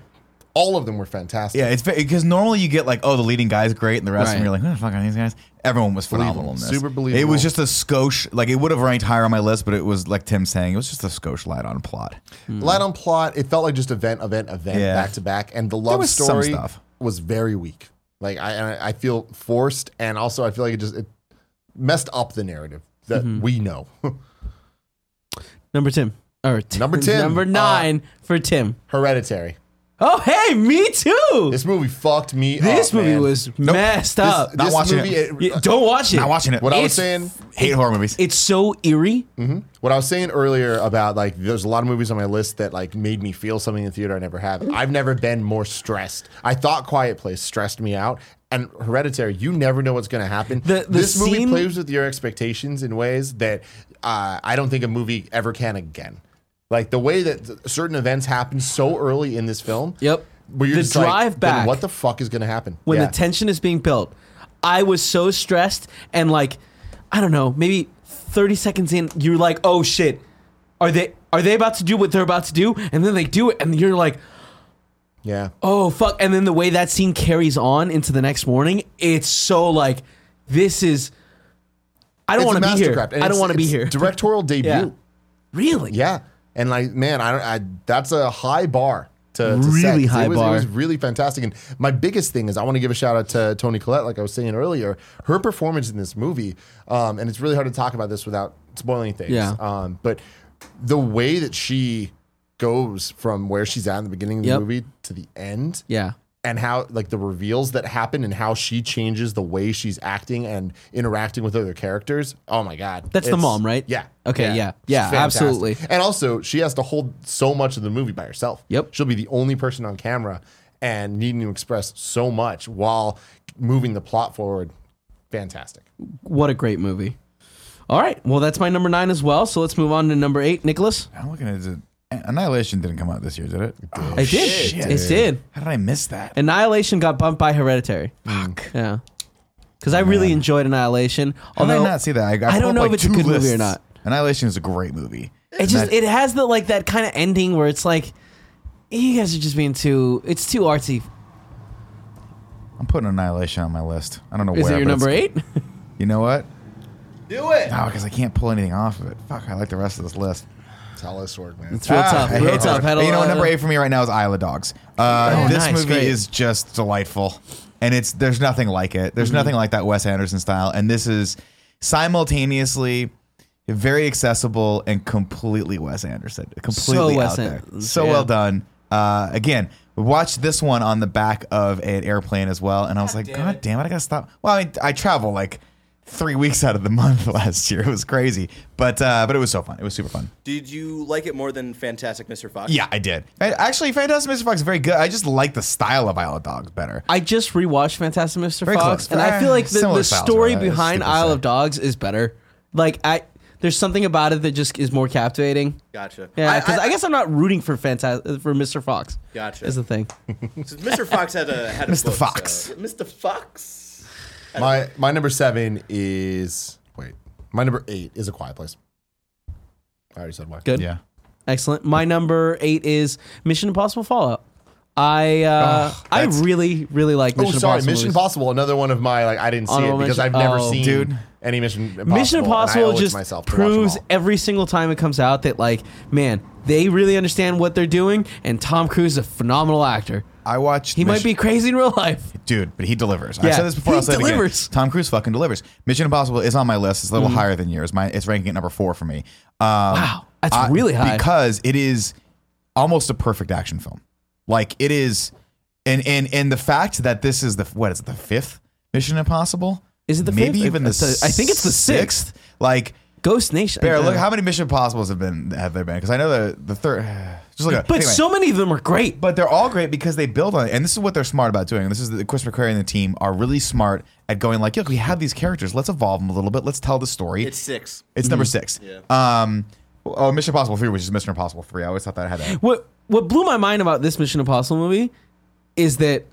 [SPEAKER 2] All of them were fantastic.
[SPEAKER 3] Yeah, it's because normally you get like, oh, the leading guy's great, and the rest of them
[SPEAKER 1] Right.
[SPEAKER 3] you're like, oh, fuck are these guys. Everyone was phenomenal in this.
[SPEAKER 2] Believable. Super
[SPEAKER 3] It
[SPEAKER 2] believable.
[SPEAKER 3] was just a skosh. Like it would have ranked higher on my list, but it was like Tim saying, it was just a skosh light on plot.
[SPEAKER 2] Light on plot, it felt like just event, event, event,
[SPEAKER 3] Yeah.
[SPEAKER 2] back to back, and the love
[SPEAKER 3] was some
[SPEAKER 2] story
[SPEAKER 3] stuff.
[SPEAKER 2] was very weak. Like I, and I I feel forced, and also I feel like it just it messed up the narrative that
[SPEAKER 3] Mm-hmm.
[SPEAKER 2] we know.
[SPEAKER 1] number ten. Or
[SPEAKER 2] Number 10,
[SPEAKER 1] Number
[SPEAKER 2] uh,
[SPEAKER 1] nine for Tim.
[SPEAKER 2] Hereditary.
[SPEAKER 1] Oh hey, me too.
[SPEAKER 2] This movie fucked me.
[SPEAKER 1] This
[SPEAKER 2] up,
[SPEAKER 1] movie
[SPEAKER 2] oh, man.
[SPEAKER 1] was messed
[SPEAKER 2] This-
[SPEAKER 1] up.
[SPEAKER 2] This,
[SPEAKER 3] Not watching
[SPEAKER 2] movie,
[SPEAKER 3] it.
[SPEAKER 1] Yeah, don't watch it.
[SPEAKER 3] Not watching it.
[SPEAKER 2] What I was
[SPEAKER 1] It's-
[SPEAKER 2] saying,
[SPEAKER 3] Hate horror movies.
[SPEAKER 1] It's so eerie.
[SPEAKER 2] what I was saying earlier about like there's a lot of movies on my list that like made me feel something in the theater I never
[SPEAKER 1] Mm-hmm.
[SPEAKER 2] have. I've never been more stressed. I thought Quiet Place stressed me out. And Hereditary, you never know what's going to happen.
[SPEAKER 1] The- the
[SPEAKER 2] this movie
[SPEAKER 1] scene-
[SPEAKER 2] plays with your expectations in ways that uh, I don't think a movie ever can again. Like the way that th- certain events happen so early in this film.
[SPEAKER 1] Yep.
[SPEAKER 2] Where you're
[SPEAKER 1] The
[SPEAKER 2] just like,
[SPEAKER 1] drive
[SPEAKER 2] then
[SPEAKER 1] back-
[SPEAKER 2] What the fuck is going to happen?
[SPEAKER 1] when
[SPEAKER 3] Yeah.
[SPEAKER 1] the tension is being built. I was so stressed and like I don't know, maybe 30 seconds in you're like, "Oh shit. Are they are they about to do what they're about to do?" And then they do it and you're like,
[SPEAKER 2] Yeah.
[SPEAKER 1] "Oh fuck." And then the way that scene carries on into the next morning, it's so like this is I don't
[SPEAKER 2] It's a
[SPEAKER 1] want to be here.
[SPEAKER 2] mastercraft, and
[SPEAKER 1] I don't
[SPEAKER 2] it's-
[SPEAKER 1] want to be
[SPEAKER 2] it's
[SPEAKER 1] here.
[SPEAKER 2] Directorial debut.
[SPEAKER 1] yeah. Really?
[SPEAKER 2] Yeah, and like man, I don't. I, that's a high bar. To, to set.
[SPEAKER 1] Really high
[SPEAKER 2] it was,
[SPEAKER 1] bar.
[SPEAKER 2] It was really fantastic. And my biggest thing is I want to give a shout out to Tony Collette, like I was saying earlier. Her performance in this movie, um, and it's really hard to talk about this without spoiling things.
[SPEAKER 1] Yeah.
[SPEAKER 2] Um, but the way that she goes from where she's at in the beginning of the
[SPEAKER 1] Yep.
[SPEAKER 2] movie to the end,
[SPEAKER 1] Yeah.
[SPEAKER 2] and how like the reveals that happen and how she changes the way she's acting and interacting with other characters. Oh my god,
[SPEAKER 1] That's the mom, right?
[SPEAKER 2] Yeah.
[SPEAKER 1] Okay, yeah. Yeah,
[SPEAKER 2] She's fantastic.
[SPEAKER 1] absolutely.
[SPEAKER 2] And also, she has to hold so much of the movie by herself.
[SPEAKER 1] Yep.
[SPEAKER 2] she'll be the only person on camera and needing to express so much while moving the plot forward. Fantastic.
[SPEAKER 1] What a great movie. All right. Well, that's my number 9 as well. So let's move on to number 8, Nicholas.
[SPEAKER 3] I'm looking at it. Annihilation didn't come out this year, did it? Oh,
[SPEAKER 1] It did.
[SPEAKER 3] shit.
[SPEAKER 1] It did.
[SPEAKER 3] How did I miss that?
[SPEAKER 1] Annihilation got bumped by Hereditary.
[SPEAKER 3] Fuck.
[SPEAKER 1] Yeah. Because I really enjoyed Annihilation.
[SPEAKER 3] Oh, How did I
[SPEAKER 1] Although
[SPEAKER 3] not see that? I, I
[SPEAKER 1] don't
[SPEAKER 3] pulled up,
[SPEAKER 1] know if
[SPEAKER 3] like,
[SPEAKER 1] it's a
[SPEAKER 3] two
[SPEAKER 1] good movie or
[SPEAKER 3] lists.
[SPEAKER 1] not.
[SPEAKER 3] Annihilation is a great movie.
[SPEAKER 1] it just it has the like that kind of ending where it's like you guys are just being too it's too artsy.
[SPEAKER 3] I'm putting Annihilation on my list. I don't know
[SPEAKER 1] Is
[SPEAKER 3] where.
[SPEAKER 1] it your
[SPEAKER 3] but it's-
[SPEAKER 1] number eight?
[SPEAKER 3] You know what?
[SPEAKER 4] Do it.
[SPEAKER 3] No, because I can't pull anything off of it. Fuck, I like the rest of this list.
[SPEAKER 2] Tell us, work, man.
[SPEAKER 1] It's real tough.
[SPEAKER 3] I
[SPEAKER 1] Real
[SPEAKER 3] hate
[SPEAKER 1] tough.
[SPEAKER 3] it.
[SPEAKER 1] Had a
[SPEAKER 3] Ah, you know,
[SPEAKER 1] lot
[SPEAKER 3] what,
[SPEAKER 1] of-
[SPEAKER 3] number eight for me right now is Isle of Dogs. Uh,
[SPEAKER 1] Oh,
[SPEAKER 3] this
[SPEAKER 1] nice,
[SPEAKER 3] movie
[SPEAKER 1] great.
[SPEAKER 3] is just delightful, and it's there's nothing like it. There's
[SPEAKER 1] Mm-hmm.
[SPEAKER 3] nothing like that Wes Anderson style, and this is simultaneously very accessible and completely Wes Anderson, completely
[SPEAKER 1] Wes
[SPEAKER 3] out there.
[SPEAKER 1] Anderson,
[SPEAKER 3] So
[SPEAKER 1] yeah.
[SPEAKER 3] well done. Uh, again, watched this one on the back of an airplane as well, and I was like, God damn it, I gotta stop. Well, I, I travel like. Three weeks out of the month last year, it was crazy, but uh, but it was so fun. It was super fun.
[SPEAKER 4] Did you like it more than Fantastic Mr. Fox?
[SPEAKER 3] Yeah, I did. I, actually, Fantastic Mr. Fox is very good. I just like the style of Isle of Dogs better.
[SPEAKER 1] I just rewatched Fantastic Mr.
[SPEAKER 3] Very
[SPEAKER 1] Fox,
[SPEAKER 3] close. Eh,
[SPEAKER 1] and I feel like the,
[SPEAKER 3] Similar
[SPEAKER 1] the
[SPEAKER 3] styles,
[SPEAKER 1] story
[SPEAKER 3] right? It's
[SPEAKER 1] behind
[SPEAKER 3] stupid to
[SPEAKER 1] Isle
[SPEAKER 3] say.
[SPEAKER 1] of Dogs is better. Like I, there's something about it that just is more captivating.
[SPEAKER 4] Gotcha.
[SPEAKER 1] Yeah, because I,
[SPEAKER 4] I,
[SPEAKER 1] guess I'm not rooting for Fantastic for Mr. Fox.
[SPEAKER 4] Gotcha.
[SPEAKER 1] is the thing.
[SPEAKER 4] Mr. Fox had a had a
[SPEAKER 3] Mr.
[SPEAKER 4] book,
[SPEAKER 3] Fox.
[SPEAKER 4] so- Mr. Fox.
[SPEAKER 2] My my number seven is wait. My number eight is a quiet place. I already said why.
[SPEAKER 1] Good.
[SPEAKER 3] yeah.
[SPEAKER 1] Excellent. My number eight is Mission Impossible Fallout. I uh,
[SPEAKER 3] Ugh,
[SPEAKER 1] I
[SPEAKER 3] that's-
[SPEAKER 1] really really like
[SPEAKER 2] Oh,
[SPEAKER 1] Mission
[SPEAKER 2] sorry,
[SPEAKER 1] Impossible.
[SPEAKER 2] Mission
[SPEAKER 1] movies.
[SPEAKER 2] Impossible. Another one of my like I didn't see
[SPEAKER 1] Honorable
[SPEAKER 2] it because
[SPEAKER 1] mention-
[SPEAKER 2] I've never
[SPEAKER 1] oh.
[SPEAKER 2] seen
[SPEAKER 3] Dude.
[SPEAKER 2] any Mission Impossible.
[SPEAKER 1] Mission
[SPEAKER 2] and I owe
[SPEAKER 1] Impossible
[SPEAKER 2] it to
[SPEAKER 1] just
[SPEAKER 2] myself to watch them
[SPEAKER 1] proves
[SPEAKER 2] all.
[SPEAKER 1] every single time it comes out that like man they really understand what they're doing and Tom Cruise is a phenomenal actor.
[SPEAKER 3] I watched.
[SPEAKER 1] He might
[SPEAKER 3] Mission-
[SPEAKER 1] be crazy in real life.
[SPEAKER 3] dude, but he delivers.
[SPEAKER 1] Yeah.
[SPEAKER 3] I've said this before.
[SPEAKER 1] He
[SPEAKER 3] I'll say
[SPEAKER 1] delivers. Mm.
[SPEAKER 3] it again. Tom Cruise fucking delivers. Mission Impossible is on my list. It's a little higher than yours. My it's ranking at number four for me. Um, wow,
[SPEAKER 1] that's really high.
[SPEAKER 3] because it is almost a perfect action film. Like it is, and and and the fact that this is the what is it the fifth Mission Impossible?
[SPEAKER 1] Is it the
[SPEAKER 3] maybe
[SPEAKER 1] fifth?
[SPEAKER 3] even the?
[SPEAKER 1] It's a- I think it's the sixth.
[SPEAKER 3] Like.
[SPEAKER 1] Ghost Nation.
[SPEAKER 3] Bear,
[SPEAKER 1] uh,
[SPEAKER 3] look how many Mission Impossibles have been have there been? Because I know the the third. Just look at
[SPEAKER 1] but
[SPEAKER 3] anyway.
[SPEAKER 1] so many of them are great.
[SPEAKER 3] But they're all great because they build on it. And this is what they're smart about doing. This is the Chris McQuarrie and the team are really smart at going like, look, we have these characters. Let's evolve them a little bit. Let's tell the story.
[SPEAKER 4] It's six.
[SPEAKER 3] It's number six. Um, oh, Mission Impossible 3, which is Mission Impossible 3. I always thought that I had that.
[SPEAKER 1] What what blew my mind about this Mission Impossible movie is that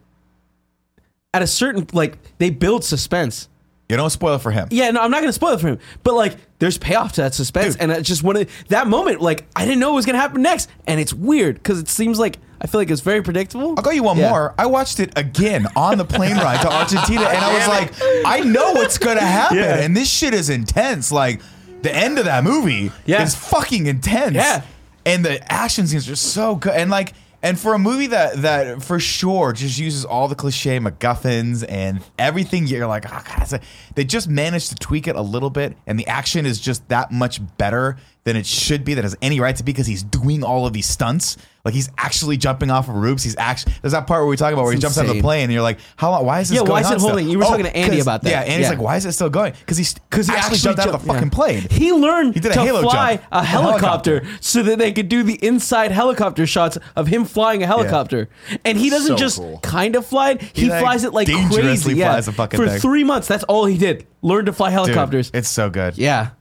[SPEAKER 1] at a certain like they build suspense.
[SPEAKER 3] You don't spoil it for him.
[SPEAKER 1] Yeah, no, I'm not gonna spoil it for him. But like, there's payoff to that suspense, and I just wanted that moment. Like, I didn't know what was gonna happen next, and it's weird because it seems like I feel like it's very predictable.
[SPEAKER 3] I'll go you one
[SPEAKER 1] Yeah.
[SPEAKER 3] more. I watched it again on the plane ride to Argentina, and I was like, I know what's gonna happen, and this shit is intense. Like the end of that movie
[SPEAKER 1] Yeah.
[SPEAKER 3] is fucking intense.
[SPEAKER 1] Yeah.
[SPEAKER 3] and the action scenes are so good, and like. And for a movie that that for sure just uses all the cliche MacGuffins and everything, you're like, oh god, it's a-" they just managed to tweak it a little bit, and the action is just that much better than it should be, that has any right to be, because he's doing all of these stunts. Like he's actually jumping off of roofs. He's actually there's that part where we talk about where he jumps out of the
[SPEAKER 1] insane.
[SPEAKER 3] plane, and you're like, how long? Why is this?
[SPEAKER 1] Yeah, why
[SPEAKER 3] going
[SPEAKER 1] is
[SPEAKER 3] on
[SPEAKER 1] it holding?
[SPEAKER 3] still? Oh,
[SPEAKER 1] You were talking to Andy
[SPEAKER 3] 'cause-
[SPEAKER 1] about that.
[SPEAKER 3] Yeah, Andy's
[SPEAKER 1] Yeah.
[SPEAKER 3] like, why is it still going? Because he's because he actually, jumped out of the fucking
[SPEAKER 1] yeah.
[SPEAKER 3] plane.
[SPEAKER 1] He learned
[SPEAKER 3] He did a
[SPEAKER 1] to
[SPEAKER 3] halo
[SPEAKER 1] fly
[SPEAKER 3] jump.
[SPEAKER 1] a
[SPEAKER 3] A
[SPEAKER 1] helicopter,
[SPEAKER 3] helicopter.
[SPEAKER 1] so that they could do the inside helicopter shots of him flying a helicopter. And he doesn't
[SPEAKER 2] So
[SPEAKER 1] just
[SPEAKER 2] cool.
[SPEAKER 1] kind of fly it; he,
[SPEAKER 3] He, like,
[SPEAKER 1] flies it like crazy.
[SPEAKER 3] dangerously
[SPEAKER 1] Yeah,
[SPEAKER 3] flies the fucking
[SPEAKER 1] for
[SPEAKER 3] thing.
[SPEAKER 1] three months, that's all he did: learn to fly
[SPEAKER 3] Dude,
[SPEAKER 1] helicopters.
[SPEAKER 3] It's so good.
[SPEAKER 1] yeah,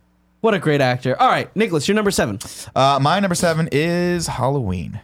[SPEAKER 1] what a great actor! All right, Nicholas, you're number seven.
[SPEAKER 3] Uh, my number seven is Halloween.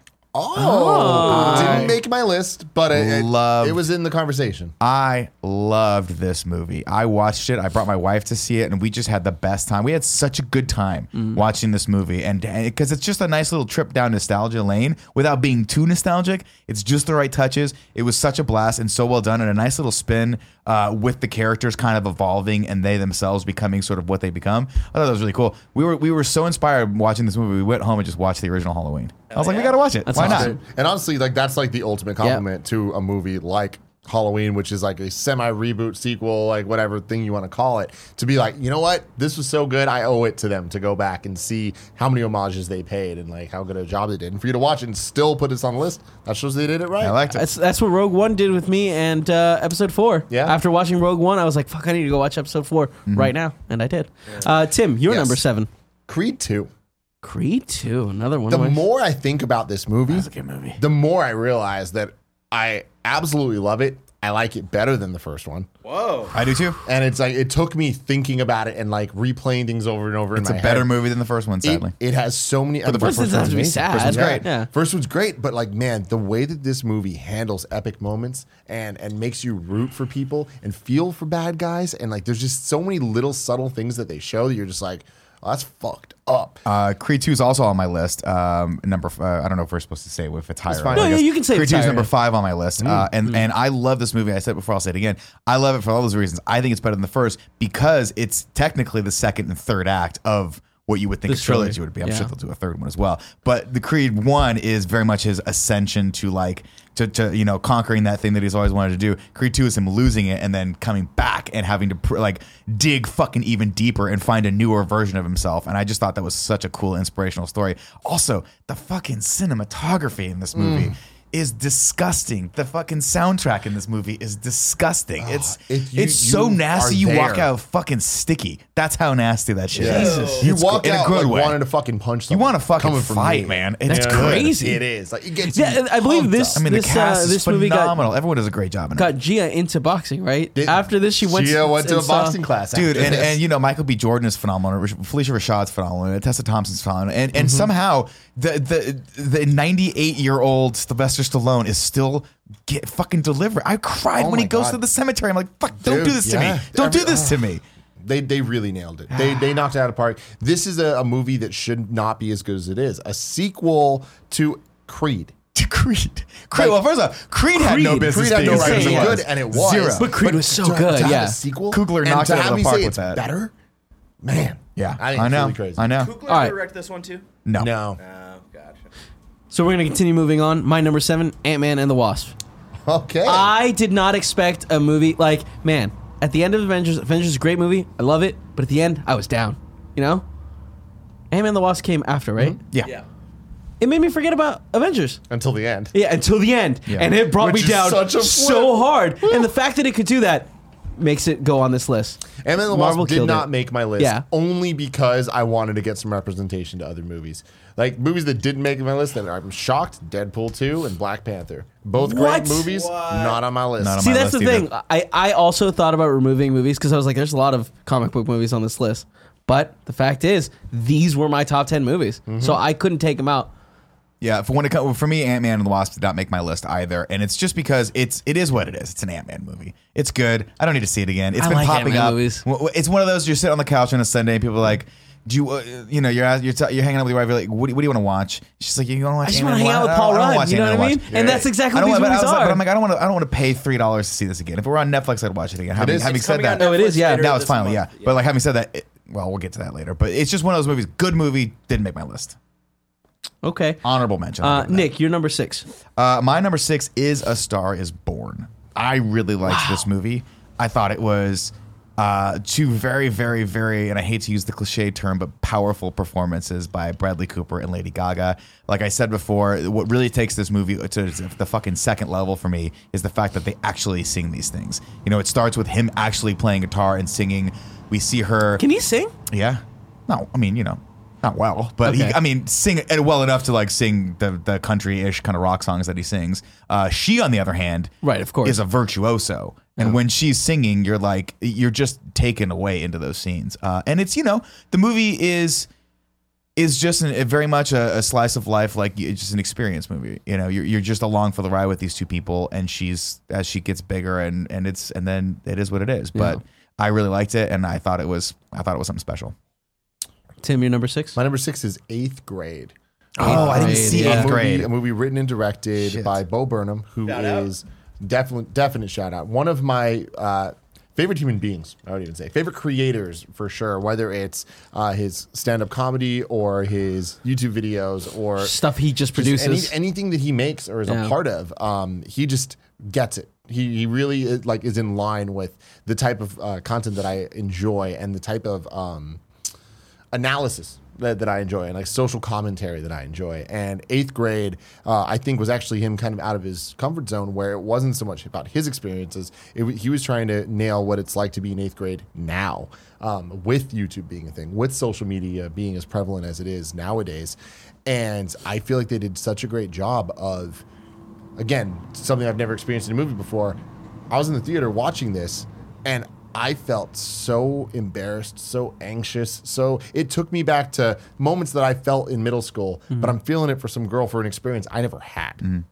[SPEAKER 2] Oh, didn't make my list, but I, I-
[SPEAKER 3] Love-
[SPEAKER 2] it was in the conversation.
[SPEAKER 3] I loved this movie. I watched it. I brought my wife to see it, and we just had the best time. We had such a good time watching this movie, and because it's just a nice little trip down nostalgia lane without being too nostalgic. It's just the right touches. It was such a blast and so well done, and a nice little spin uh, with the characters kind of evolving and they themselves becoming sort of what they become. I thought that was really cool. We were we were so inspired watching this movie. We went home and just watched the original Halloween. I was like, we
[SPEAKER 4] yeah.
[SPEAKER 3] gotta watch it. Why
[SPEAKER 1] awesome.
[SPEAKER 3] not?
[SPEAKER 2] And honestly, like that's like the ultimate compliment to a movie like Halloween, which is like a semi reboot sequel, like whatever thing you want to call it, to be like, you know what, this was so good, I owe it to them to go back and see how many homages they paid and like how good a job they did. And for you to watch it and still put this on the list, that shows they did it right.
[SPEAKER 3] I liked it.
[SPEAKER 1] That's that's what Rogue One did with me and uh, Episode Four.
[SPEAKER 2] Yeah.
[SPEAKER 1] After watching Rogue One, I was like, "Fuck, I need to go watch Episode 4
[SPEAKER 3] Mm-hmm.
[SPEAKER 1] right now," and I did. Uh, Tim, you're
[SPEAKER 2] Yes.
[SPEAKER 1] number seven.
[SPEAKER 2] Creed Two.
[SPEAKER 1] Creed Two, another one.
[SPEAKER 2] The
[SPEAKER 1] where-
[SPEAKER 2] more I think about this movie,
[SPEAKER 1] movie.
[SPEAKER 2] the more I realize that I absolutely love it. I like it better than the first one.
[SPEAKER 4] Whoa.
[SPEAKER 3] I do too.
[SPEAKER 2] And it's like it took me thinking about it and like replaying things over and over
[SPEAKER 3] It's
[SPEAKER 2] in
[SPEAKER 3] a
[SPEAKER 2] my
[SPEAKER 3] better
[SPEAKER 2] head.
[SPEAKER 3] movie than the first one,
[SPEAKER 2] It,
[SPEAKER 3] sadly.
[SPEAKER 2] it has so many. The
[SPEAKER 1] first one doesn't have to be sad.
[SPEAKER 2] First one's
[SPEAKER 1] Yeah.
[SPEAKER 2] great.
[SPEAKER 1] Yeah.
[SPEAKER 2] First one's great, but like, man, the way that this movie handles epic moments and and makes you root for people and feel for bad guys and like, there's just so many little subtle things that they show that you're just like, oh, that's fucked up.
[SPEAKER 3] Uh, Creed 2 is also on my list. Um, number, f- uh, I don't know if we're supposed to say if it's higher.
[SPEAKER 2] fine.
[SPEAKER 3] I
[SPEAKER 2] No,
[SPEAKER 1] yeah,
[SPEAKER 3] guess.
[SPEAKER 1] you can say
[SPEAKER 3] Creed
[SPEAKER 1] it's
[SPEAKER 3] 2 is
[SPEAKER 1] higher.
[SPEAKER 3] number five on my list. Uh, and, and I love this movie. I said it before, I'll say it again. I love it for all those reasons. I think it's better than the first because it's technically the second and third act of what you would think a trilogy,
[SPEAKER 1] trilogy.
[SPEAKER 3] would be. I'm
[SPEAKER 1] Yeah.
[SPEAKER 3] sure they'll do a third one as well. But the Creed 1 is very much his ascension to like, to, to you know conquering that thing that he's always wanted to do. Creed 2 is him losing it and then coming back and having to pr- like dig fucking even deeper and find a newer version of himself. And I just thought that was such a cool inspirational story. Also, the fucking cinematography in this
[SPEAKER 2] Mm.
[SPEAKER 3] movie is disgusting. The fucking soundtrack in this movie is disgusting. it's
[SPEAKER 2] if Ah, you-
[SPEAKER 3] it's so
[SPEAKER 2] you
[SPEAKER 3] nasty
[SPEAKER 2] are
[SPEAKER 3] you walk
[SPEAKER 2] there.
[SPEAKER 3] out fucking sticky. That's how nasty that shit is.
[SPEAKER 2] Jesus. You
[SPEAKER 3] It's
[SPEAKER 2] walk
[SPEAKER 3] in a
[SPEAKER 2] out
[SPEAKER 3] good
[SPEAKER 2] like
[SPEAKER 3] way.
[SPEAKER 2] wanting to fucking punch.
[SPEAKER 3] you
[SPEAKER 2] Someone
[SPEAKER 3] want to fucking
[SPEAKER 2] coming from
[SPEAKER 3] fight,
[SPEAKER 2] me.
[SPEAKER 3] man. It's
[SPEAKER 1] That's
[SPEAKER 3] good.
[SPEAKER 1] crazy.
[SPEAKER 2] It is like it gets.
[SPEAKER 1] Yeah,
[SPEAKER 2] you
[SPEAKER 1] I believe
[SPEAKER 2] pumped
[SPEAKER 1] this.
[SPEAKER 3] I mean,
[SPEAKER 1] this
[SPEAKER 3] the cast
[SPEAKER 1] uh,
[SPEAKER 3] is
[SPEAKER 1] this movie got
[SPEAKER 3] phenomenal. Everyone does a great job in it.
[SPEAKER 1] got Gia into boxing, right?
[SPEAKER 2] Did-
[SPEAKER 1] After this, she went.
[SPEAKER 2] Gia uh, went to a
[SPEAKER 1] and saw-
[SPEAKER 2] boxing class,
[SPEAKER 3] dude.
[SPEAKER 2] after
[SPEAKER 3] And,
[SPEAKER 2] this.
[SPEAKER 3] and you know, Michael B. Jordan is phenomenal. Rash- Felicia Rashad's phenomenal. and Tessa Thompson's phenomenal. And and somehow the the the 98 year old Sylvester Stallone is still get fucking delivered. I cried
[SPEAKER 2] Oh
[SPEAKER 3] when he
[SPEAKER 2] my
[SPEAKER 3] goes
[SPEAKER 2] God.
[SPEAKER 3] to the cemetery. I'm like, fuck, don't
[SPEAKER 2] Dude,
[SPEAKER 3] do this to
[SPEAKER 2] yeah.
[SPEAKER 3] me. Don't do
[SPEAKER 2] Every-
[SPEAKER 3] this to me.
[SPEAKER 2] They they really nailed it. They they knocked it out of the park. This is a, a movie that should not be as good as it is. A sequel to Creed.
[SPEAKER 3] Creed. Creed. well, first off, Creed, had no
[SPEAKER 2] Creed-
[SPEAKER 3] business
[SPEAKER 2] Creed had
[SPEAKER 3] being
[SPEAKER 2] no right
[SPEAKER 3] as good
[SPEAKER 2] to
[SPEAKER 3] as
[SPEAKER 2] be
[SPEAKER 3] it was.
[SPEAKER 2] good, and it was.
[SPEAKER 3] Zero.
[SPEAKER 1] But Creed was so
[SPEAKER 2] to- to
[SPEAKER 1] good,
[SPEAKER 2] have
[SPEAKER 1] yeah.
[SPEAKER 2] A sequel.
[SPEAKER 3] Kugler
[SPEAKER 2] and
[SPEAKER 3] knocked
[SPEAKER 2] to
[SPEAKER 3] it out of
[SPEAKER 2] have
[SPEAKER 3] the
[SPEAKER 2] me
[SPEAKER 3] park
[SPEAKER 2] say
[SPEAKER 3] with
[SPEAKER 2] it's
[SPEAKER 3] that.
[SPEAKER 2] Better, man.
[SPEAKER 3] yeah,
[SPEAKER 2] I,
[SPEAKER 3] I,
[SPEAKER 2] think it's
[SPEAKER 3] know.
[SPEAKER 2] really crazy.
[SPEAKER 3] I know.
[SPEAKER 4] Kugler
[SPEAKER 1] All right.
[SPEAKER 4] direct this one too?
[SPEAKER 3] No.
[SPEAKER 2] No.
[SPEAKER 4] Oh, gosh.
[SPEAKER 1] So we're gonna continue moving on. My number seven, Ant Man and the Wasp.
[SPEAKER 2] Okay.
[SPEAKER 3] Ah.
[SPEAKER 1] I did not expect a movie like man. At the end of Avengers, Avengers is a great movie. I love it, but at the end, I was down. You know, Ant Man and the Wasp came after, right?
[SPEAKER 3] Yeah.
[SPEAKER 4] Yeah.
[SPEAKER 1] It made me forget about Avengers.
[SPEAKER 2] Until the end.
[SPEAKER 1] Yeah, until the end,
[SPEAKER 3] Yeah.
[SPEAKER 1] and it brought me
[SPEAKER 2] Which is
[SPEAKER 1] down
[SPEAKER 2] such a
[SPEAKER 1] so
[SPEAKER 2] flip.
[SPEAKER 1] hard. and the fact that it could do that makes it go on this list.
[SPEAKER 2] And then the
[SPEAKER 1] Marvel
[SPEAKER 2] Wasp did
[SPEAKER 1] killed
[SPEAKER 2] not
[SPEAKER 1] it.
[SPEAKER 2] make my list
[SPEAKER 1] Yeah.
[SPEAKER 2] only because I wanted to get some representation to other movies. Like movies that didn't make my list that I'm shocked, Deadpool 2 and Black Panther. Both
[SPEAKER 1] What?
[SPEAKER 2] great movies, not on my list.
[SPEAKER 3] Not on
[SPEAKER 1] See,
[SPEAKER 3] my
[SPEAKER 1] that's the
[SPEAKER 3] list
[SPEAKER 1] thing.
[SPEAKER 3] either.
[SPEAKER 1] I, I also thought about removing movies because I was like, there's a lot of comic book movies on this list. But the fact is, these were my top 10 movies. So I couldn't take them out.
[SPEAKER 3] Yeah, for when it comes for me, Ant Man and the Wasp did not make my list either, and it's just because it's it is what it is. It's an Ant Man movie. It's good. I don't need to see it again. It's
[SPEAKER 1] I
[SPEAKER 3] been
[SPEAKER 1] like
[SPEAKER 3] popping
[SPEAKER 1] Ant-Man
[SPEAKER 3] up.
[SPEAKER 1] movies.
[SPEAKER 3] W- w- It's one of those you sit on the couch on a Sunday, and people are like, "Do you, uh, you know, you're ask- you're, t- you're hanging out with your wife. You're like, what do, what do you want to watch? She's like, you want to watch?
[SPEAKER 1] I just
[SPEAKER 3] want to
[SPEAKER 1] hang out with Paul Rudd. You know what I mean? And that's exactly
[SPEAKER 3] I
[SPEAKER 1] what these
[SPEAKER 3] don't want, but I
[SPEAKER 1] movies
[SPEAKER 3] was like-
[SPEAKER 1] are.
[SPEAKER 3] but I'm like, I don't want to. I don't want to pay three dollars to see this again. If it were on Netflix, I'd watch it again. Having,
[SPEAKER 2] is-
[SPEAKER 3] having
[SPEAKER 2] it's
[SPEAKER 3] said
[SPEAKER 4] Coming out
[SPEAKER 3] that,
[SPEAKER 1] No, it
[SPEAKER 4] Netflix
[SPEAKER 1] is, yeah.
[SPEAKER 4] later
[SPEAKER 3] now it's
[SPEAKER 4] this
[SPEAKER 3] finally, yeah.
[SPEAKER 4] month.
[SPEAKER 3] But like having said that, it, well, we'll get to that later. But it's just one of those movies. Good movie, didn't make my list.
[SPEAKER 1] Okay.
[SPEAKER 3] Honorable mention. I'll
[SPEAKER 1] Uh,
[SPEAKER 3] give it that.
[SPEAKER 1] Nick, you're number six.
[SPEAKER 3] Uh, my number six is A Star Is Born. I really liked this movie. I thought it was uh, two very, very, very, and I hate to use the cliche term, but powerful performances by Bradley Cooper and Lady Gaga. Like I said before, what really takes this movie to to the fucking second level for me is the fact that they actually sing these things. You know, it starts with him actually playing guitar and singing. We see her.
[SPEAKER 1] Can he sing?
[SPEAKER 3] Yeah. No, I mean, you know, not well, but he,
[SPEAKER 1] Okay.
[SPEAKER 3] I mean, sing it well enough to like sing the, the country ish kind of rock songs that he sings. Uh, she, on the other hand,
[SPEAKER 1] Right, of course.
[SPEAKER 3] is a virtuoso. And when she's singing, you're like, you're just taken away into those scenes. Uh, and it's, you know, the movie is is just an, a, very much a, a slice of life, like y- it's just an experience movie. You know, you're, you're just along for the ride with these two people, and she's as she gets bigger, and and it's and then it is what it is. But I really liked it, and I thought it was I thought it was something special.
[SPEAKER 1] Tim, you're number six.
[SPEAKER 2] My number six is Eighth Grade.
[SPEAKER 3] Oh, I didn't
[SPEAKER 1] grade,
[SPEAKER 3] see
[SPEAKER 1] yeah.
[SPEAKER 3] eighth
[SPEAKER 2] a movie,
[SPEAKER 3] grade.
[SPEAKER 2] a movie written and directed
[SPEAKER 3] Shit.
[SPEAKER 2] by Bo Burnham, who is
[SPEAKER 4] Shout out.
[SPEAKER 2] definite definite shout out. One of my uh, favorite human beings, I would even say favorite creators for sure. Whether it's uh, his stand up comedy or his YouTube videos or
[SPEAKER 1] Stuff he just
[SPEAKER 2] just any-
[SPEAKER 1] produces.
[SPEAKER 2] anything that he makes or is
[SPEAKER 1] Yeah.
[SPEAKER 2] a part of, um, he just gets it. He, he really is, like is in line with the type of uh, content that I enjoy and the type of um, analysis that, that I enjoy and like social commentary that I enjoy. And eighth grade, uh, I think, was actually him kind of out of his comfort zone where it wasn't so much about his experiences. It, wa- he was trying to nail what it's like to be in eighth grade now, um, with YouTube being a thing, with social media being as prevalent as it is nowadays. And I feel like they did such a great job of again, something I've never experienced in a movie before. I was in the theater watching this and I felt so embarrassed, so anxious. So it took me back to moments that I felt in middle school,
[SPEAKER 1] Mm-hmm.
[SPEAKER 2] but I'm feeling it for some girl for an experience I never had.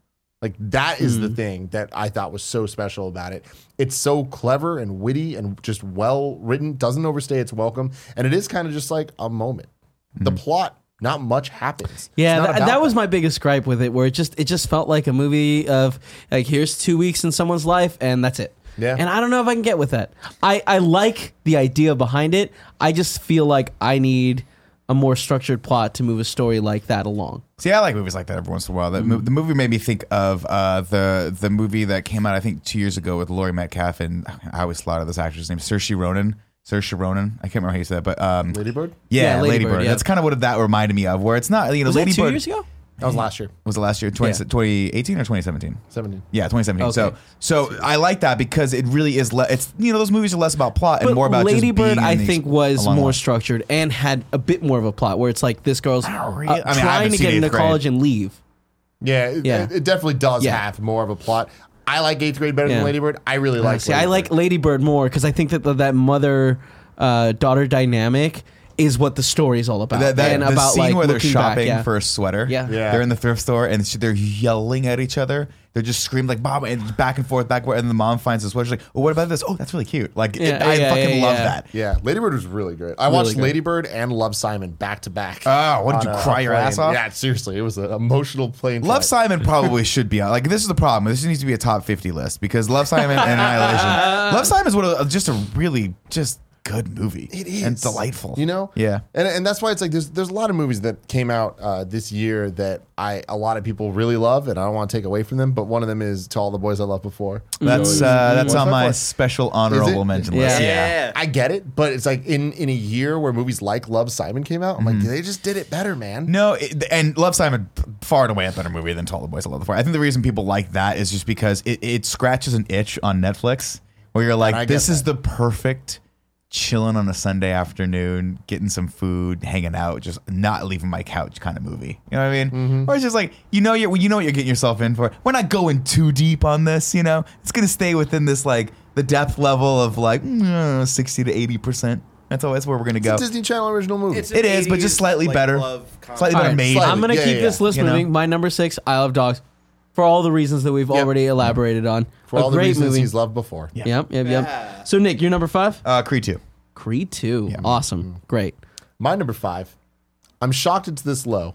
[SPEAKER 2] Like that is
[SPEAKER 1] Mm-hmm.
[SPEAKER 2] the thing that I thought was so special about it. It's so clever and witty and just well written, doesn't overstay its welcome, and it is kind of just like a moment. The plot, not much happens. It's
[SPEAKER 1] Mm-hmm. Yeah,
[SPEAKER 2] not
[SPEAKER 1] that,
[SPEAKER 2] about
[SPEAKER 1] that was my biggest gripe with it, where it just it just felt like a movie of like here's two weeks in someone's life and that's it.
[SPEAKER 2] Yeah.
[SPEAKER 1] And I don't know if I can get with that. I I like the idea behind it. I just feel like I need a more structured plot to move a story like that along.
[SPEAKER 3] See, I like movies like that every once in a while. That
[SPEAKER 1] Mm-hmm.
[SPEAKER 3] mo- the movie made me think of uh, the the movie that came out I think two years ago with Laurie Metcalf and I always slaughter this actress name Saoirse Ronan. Saoirse Ronan. I can't remember how you said that, but um,
[SPEAKER 2] Ladybird?
[SPEAKER 3] Yeah,
[SPEAKER 1] Yeah,
[SPEAKER 3] Lady,
[SPEAKER 1] Lady
[SPEAKER 3] Bird.
[SPEAKER 1] Bird, yeah.
[SPEAKER 3] That's kind of what that reminded me of. Where it's not you know
[SPEAKER 1] Was
[SPEAKER 3] Lady
[SPEAKER 1] that two
[SPEAKER 3] Bird
[SPEAKER 1] years ago?
[SPEAKER 2] That was last year,
[SPEAKER 3] was the last year 20,
[SPEAKER 1] Yeah.
[SPEAKER 3] 2018 or twenty seventeen.
[SPEAKER 2] 17.
[SPEAKER 3] Yeah, 2017.
[SPEAKER 1] Okay.
[SPEAKER 3] So, so I like that because it really is. Le- it's you know those movies are less about plot and
[SPEAKER 1] But
[SPEAKER 3] more about just
[SPEAKER 1] Lady
[SPEAKER 3] being
[SPEAKER 1] Bird,
[SPEAKER 3] in
[SPEAKER 1] I
[SPEAKER 3] these-
[SPEAKER 1] think, was
[SPEAKER 3] along the
[SPEAKER 1] more
[SPEAKER 3] line.
[SPEAKER 1] structured and had a bit more of a plot where it's like this girl's
[SPEAKER 3] don't
[SPEAKER 1] uh,
[SPEAKER 3] really- I mean, I haven't
[SPEAKER 1] trying to
[SPEAKER 3] seen
[SPEAKER 1] get into
[SPEAKER 3] eighth grade.
[SPEAKER 1] college and leave.
[SPEAKER 2] Yeah, it,
[SPEAKER 1] Yeah.
[SPEAKER 2] it- it definitely does
[SPEAKER 1] Yeah.
[SPEAKER 2] have more of a plot. I like eighth grade better
[SPEAKER 1] Yeah.
[SPEAKER 2] than Lady Bird. I
[SPEAKER 3] Uh,
[SPEAKER 2] really like.
[SPEAKER 1] See,
[SPEAKER 2] Lady
[SPEAKER 1] I like Lady Bird more because I think that the, that mother uh, daughter dynamic is what the story is all about.
[SPEAKER 3] That, that
[SPEAKER 1] Uh, and
[SPEAKER 3] the
[SPEAKER 1] about
[SPEAKER 3] scene
[SPEAKER 1] like
[SPEAKER 3] where they're
[SPEAKER 1] looking back,
[SPEAKER 3] shopping
[SPEAKER 1] yeah.
[SPEAKER 3] for a sweater.
[SPEAKER 1] Yeah.
[SPEAKER 2] Yeah.
[SPEAKER 3] They're in the thrift store and she- they're yelling at each other. They're just screaming like "Mom!" and back and forth, back and forth. And the mom finds this sweater. She's like, "Oh, what about this? Oh, that's really cute." Like, it,
[SPEAKER 1] Yeah,
[SPEAKER 3] I
[SPEAKER 1] yeah,
[SPEAKER 3] fucking
[SPEAKER 1] yeah,
[SPEAKER 3] love
[SPEAKER 1] yeah.
[SPEAKER 3] that.
[SPEAKER 2] Bird. Yeah, Lady Bird was really great. I watched
[SPEAKER 1] good.
[SPEAKER 2] Lady Bird and Love Simon back to back.
[SPEAKER 3] Oh, what did
[SPEAKER 2] on
[SPEAKER 3] you
[SPEAKER 2] a
[SPEAKER 3] cry your ass
[SPEAKER 2] plane.
[SPEAKER 3] off?
[SPEAKER 2] Yeah, seriously, it was an emotional plane.
[SPEAKER 3] Love
[SPEAKER 2] flight.
[SPEAKER 3] Simon probably should be on. Like this is the problem. This needs to be a top fifty list because Love Simon and Annihilation. Love Simon is what a, uh, just a really just good movie. It
[SPEAKER 2] is.
[SPEAKER 3] and delightful.
[SPEAKER 2] You know?
[SPEAKER 3] Yeah.
[SPEAKER 2] And, and that's why it's like there's there's a lot of movies that came out uh, this year that I a lot of people really love and I don't want to take away from them. But one of them is To All the Boys I Loved Before.
[SPEAKER 3] That's uh, that's on
[SPEAKER 2] that
[SPEAKER 3] my
[SPEAKER 2] for?
[SPEAKER 3] special honorable mention list.
[SPEAKER 1] Mm. Yeah.
[SPEAKER 4] Yeah.
[SPEAKER 2] I get it, but it's like in in a year where movies like Love Simon came out, I'm
[SPEAKER 3] Mm-hmm.
[SPEAKER 2] like they just did it better, man.
[SPEAKER 3] No, it, and Love Simon far and away a better movie than Tall the Boys I Love Before. I think the reason people like that is just because it, it scratches an itch on Netflix where you're
[SPEAKER 2] I
[SPEAKER 3] like,
[SPEAKER 2] get
[SPEAKER 3] this is
[SPEAKER 2] that.
[SPEAKER 3] the perfect chilling on a Sunday afternoon, getting some food, hanging out, just not leaving my couch kind of movie. You know what I mean?
[SPEAKER 2] Mm-hmm.
[SPEAKER 3] Or it's just like you know you're you know what you're getting yourself in for. We're not going too deep on this. You know, it's gonna stay within this like the depth level of like mm, sixty to eighty percent. That's always where we're gonna go.
[SPEAKER 2] It's a Disney Channel original movie.
[SPEAKER 4] It's
[SPEAKER 3] It is, but
[SPEAKER 4] 80s,
[SPEAKER 3] just slightly
[SPEAKER 4] like,
[SPEAKER 3] better.
[SPEAKER 4] love
[SPEAKER 3] Slightly
[SPEAKER 4] comedy.
[SPEAKER 3] better
[SPEAKER 1] Alright,
[SPEAKER 3] made.
[SPEAKER 2] Slightly.
[SPEAKER 1] I'm gonna
[SPEAKER 2] Yeah,
[SPEAKER 1] keep
[SPEAKER 2] yeah,
[SPEAKER 1] this
[SPEAKER 2] yeah.
[SPEAKER 1] list
[SPEAKER 3] You know?
[SPEAKER 1] moving. My number six, I Love Dogs, for all the reasons that we've already elaborated on.
[SPEAKER 2] for
[SPEAKER 1] a
[SPEAKER 2] all the
[SPEAKER 1] great
[SPEAKER 2] reasons
[SPEAKER 1] movie.
[SPEAKER 2] he's loved before. Yeah.
[SPEAKER 1] Yep, yep, yep.
[SPEAKER 4] Yeah.
[SPEAKER 1] So Nick, you're number five.
[SPEAKER 3] Uh, Creed two.
[SPEAKER 1] Creed two. Awesome. Great.
[SPEAKER 2] My number five, I'm shocked it's this low.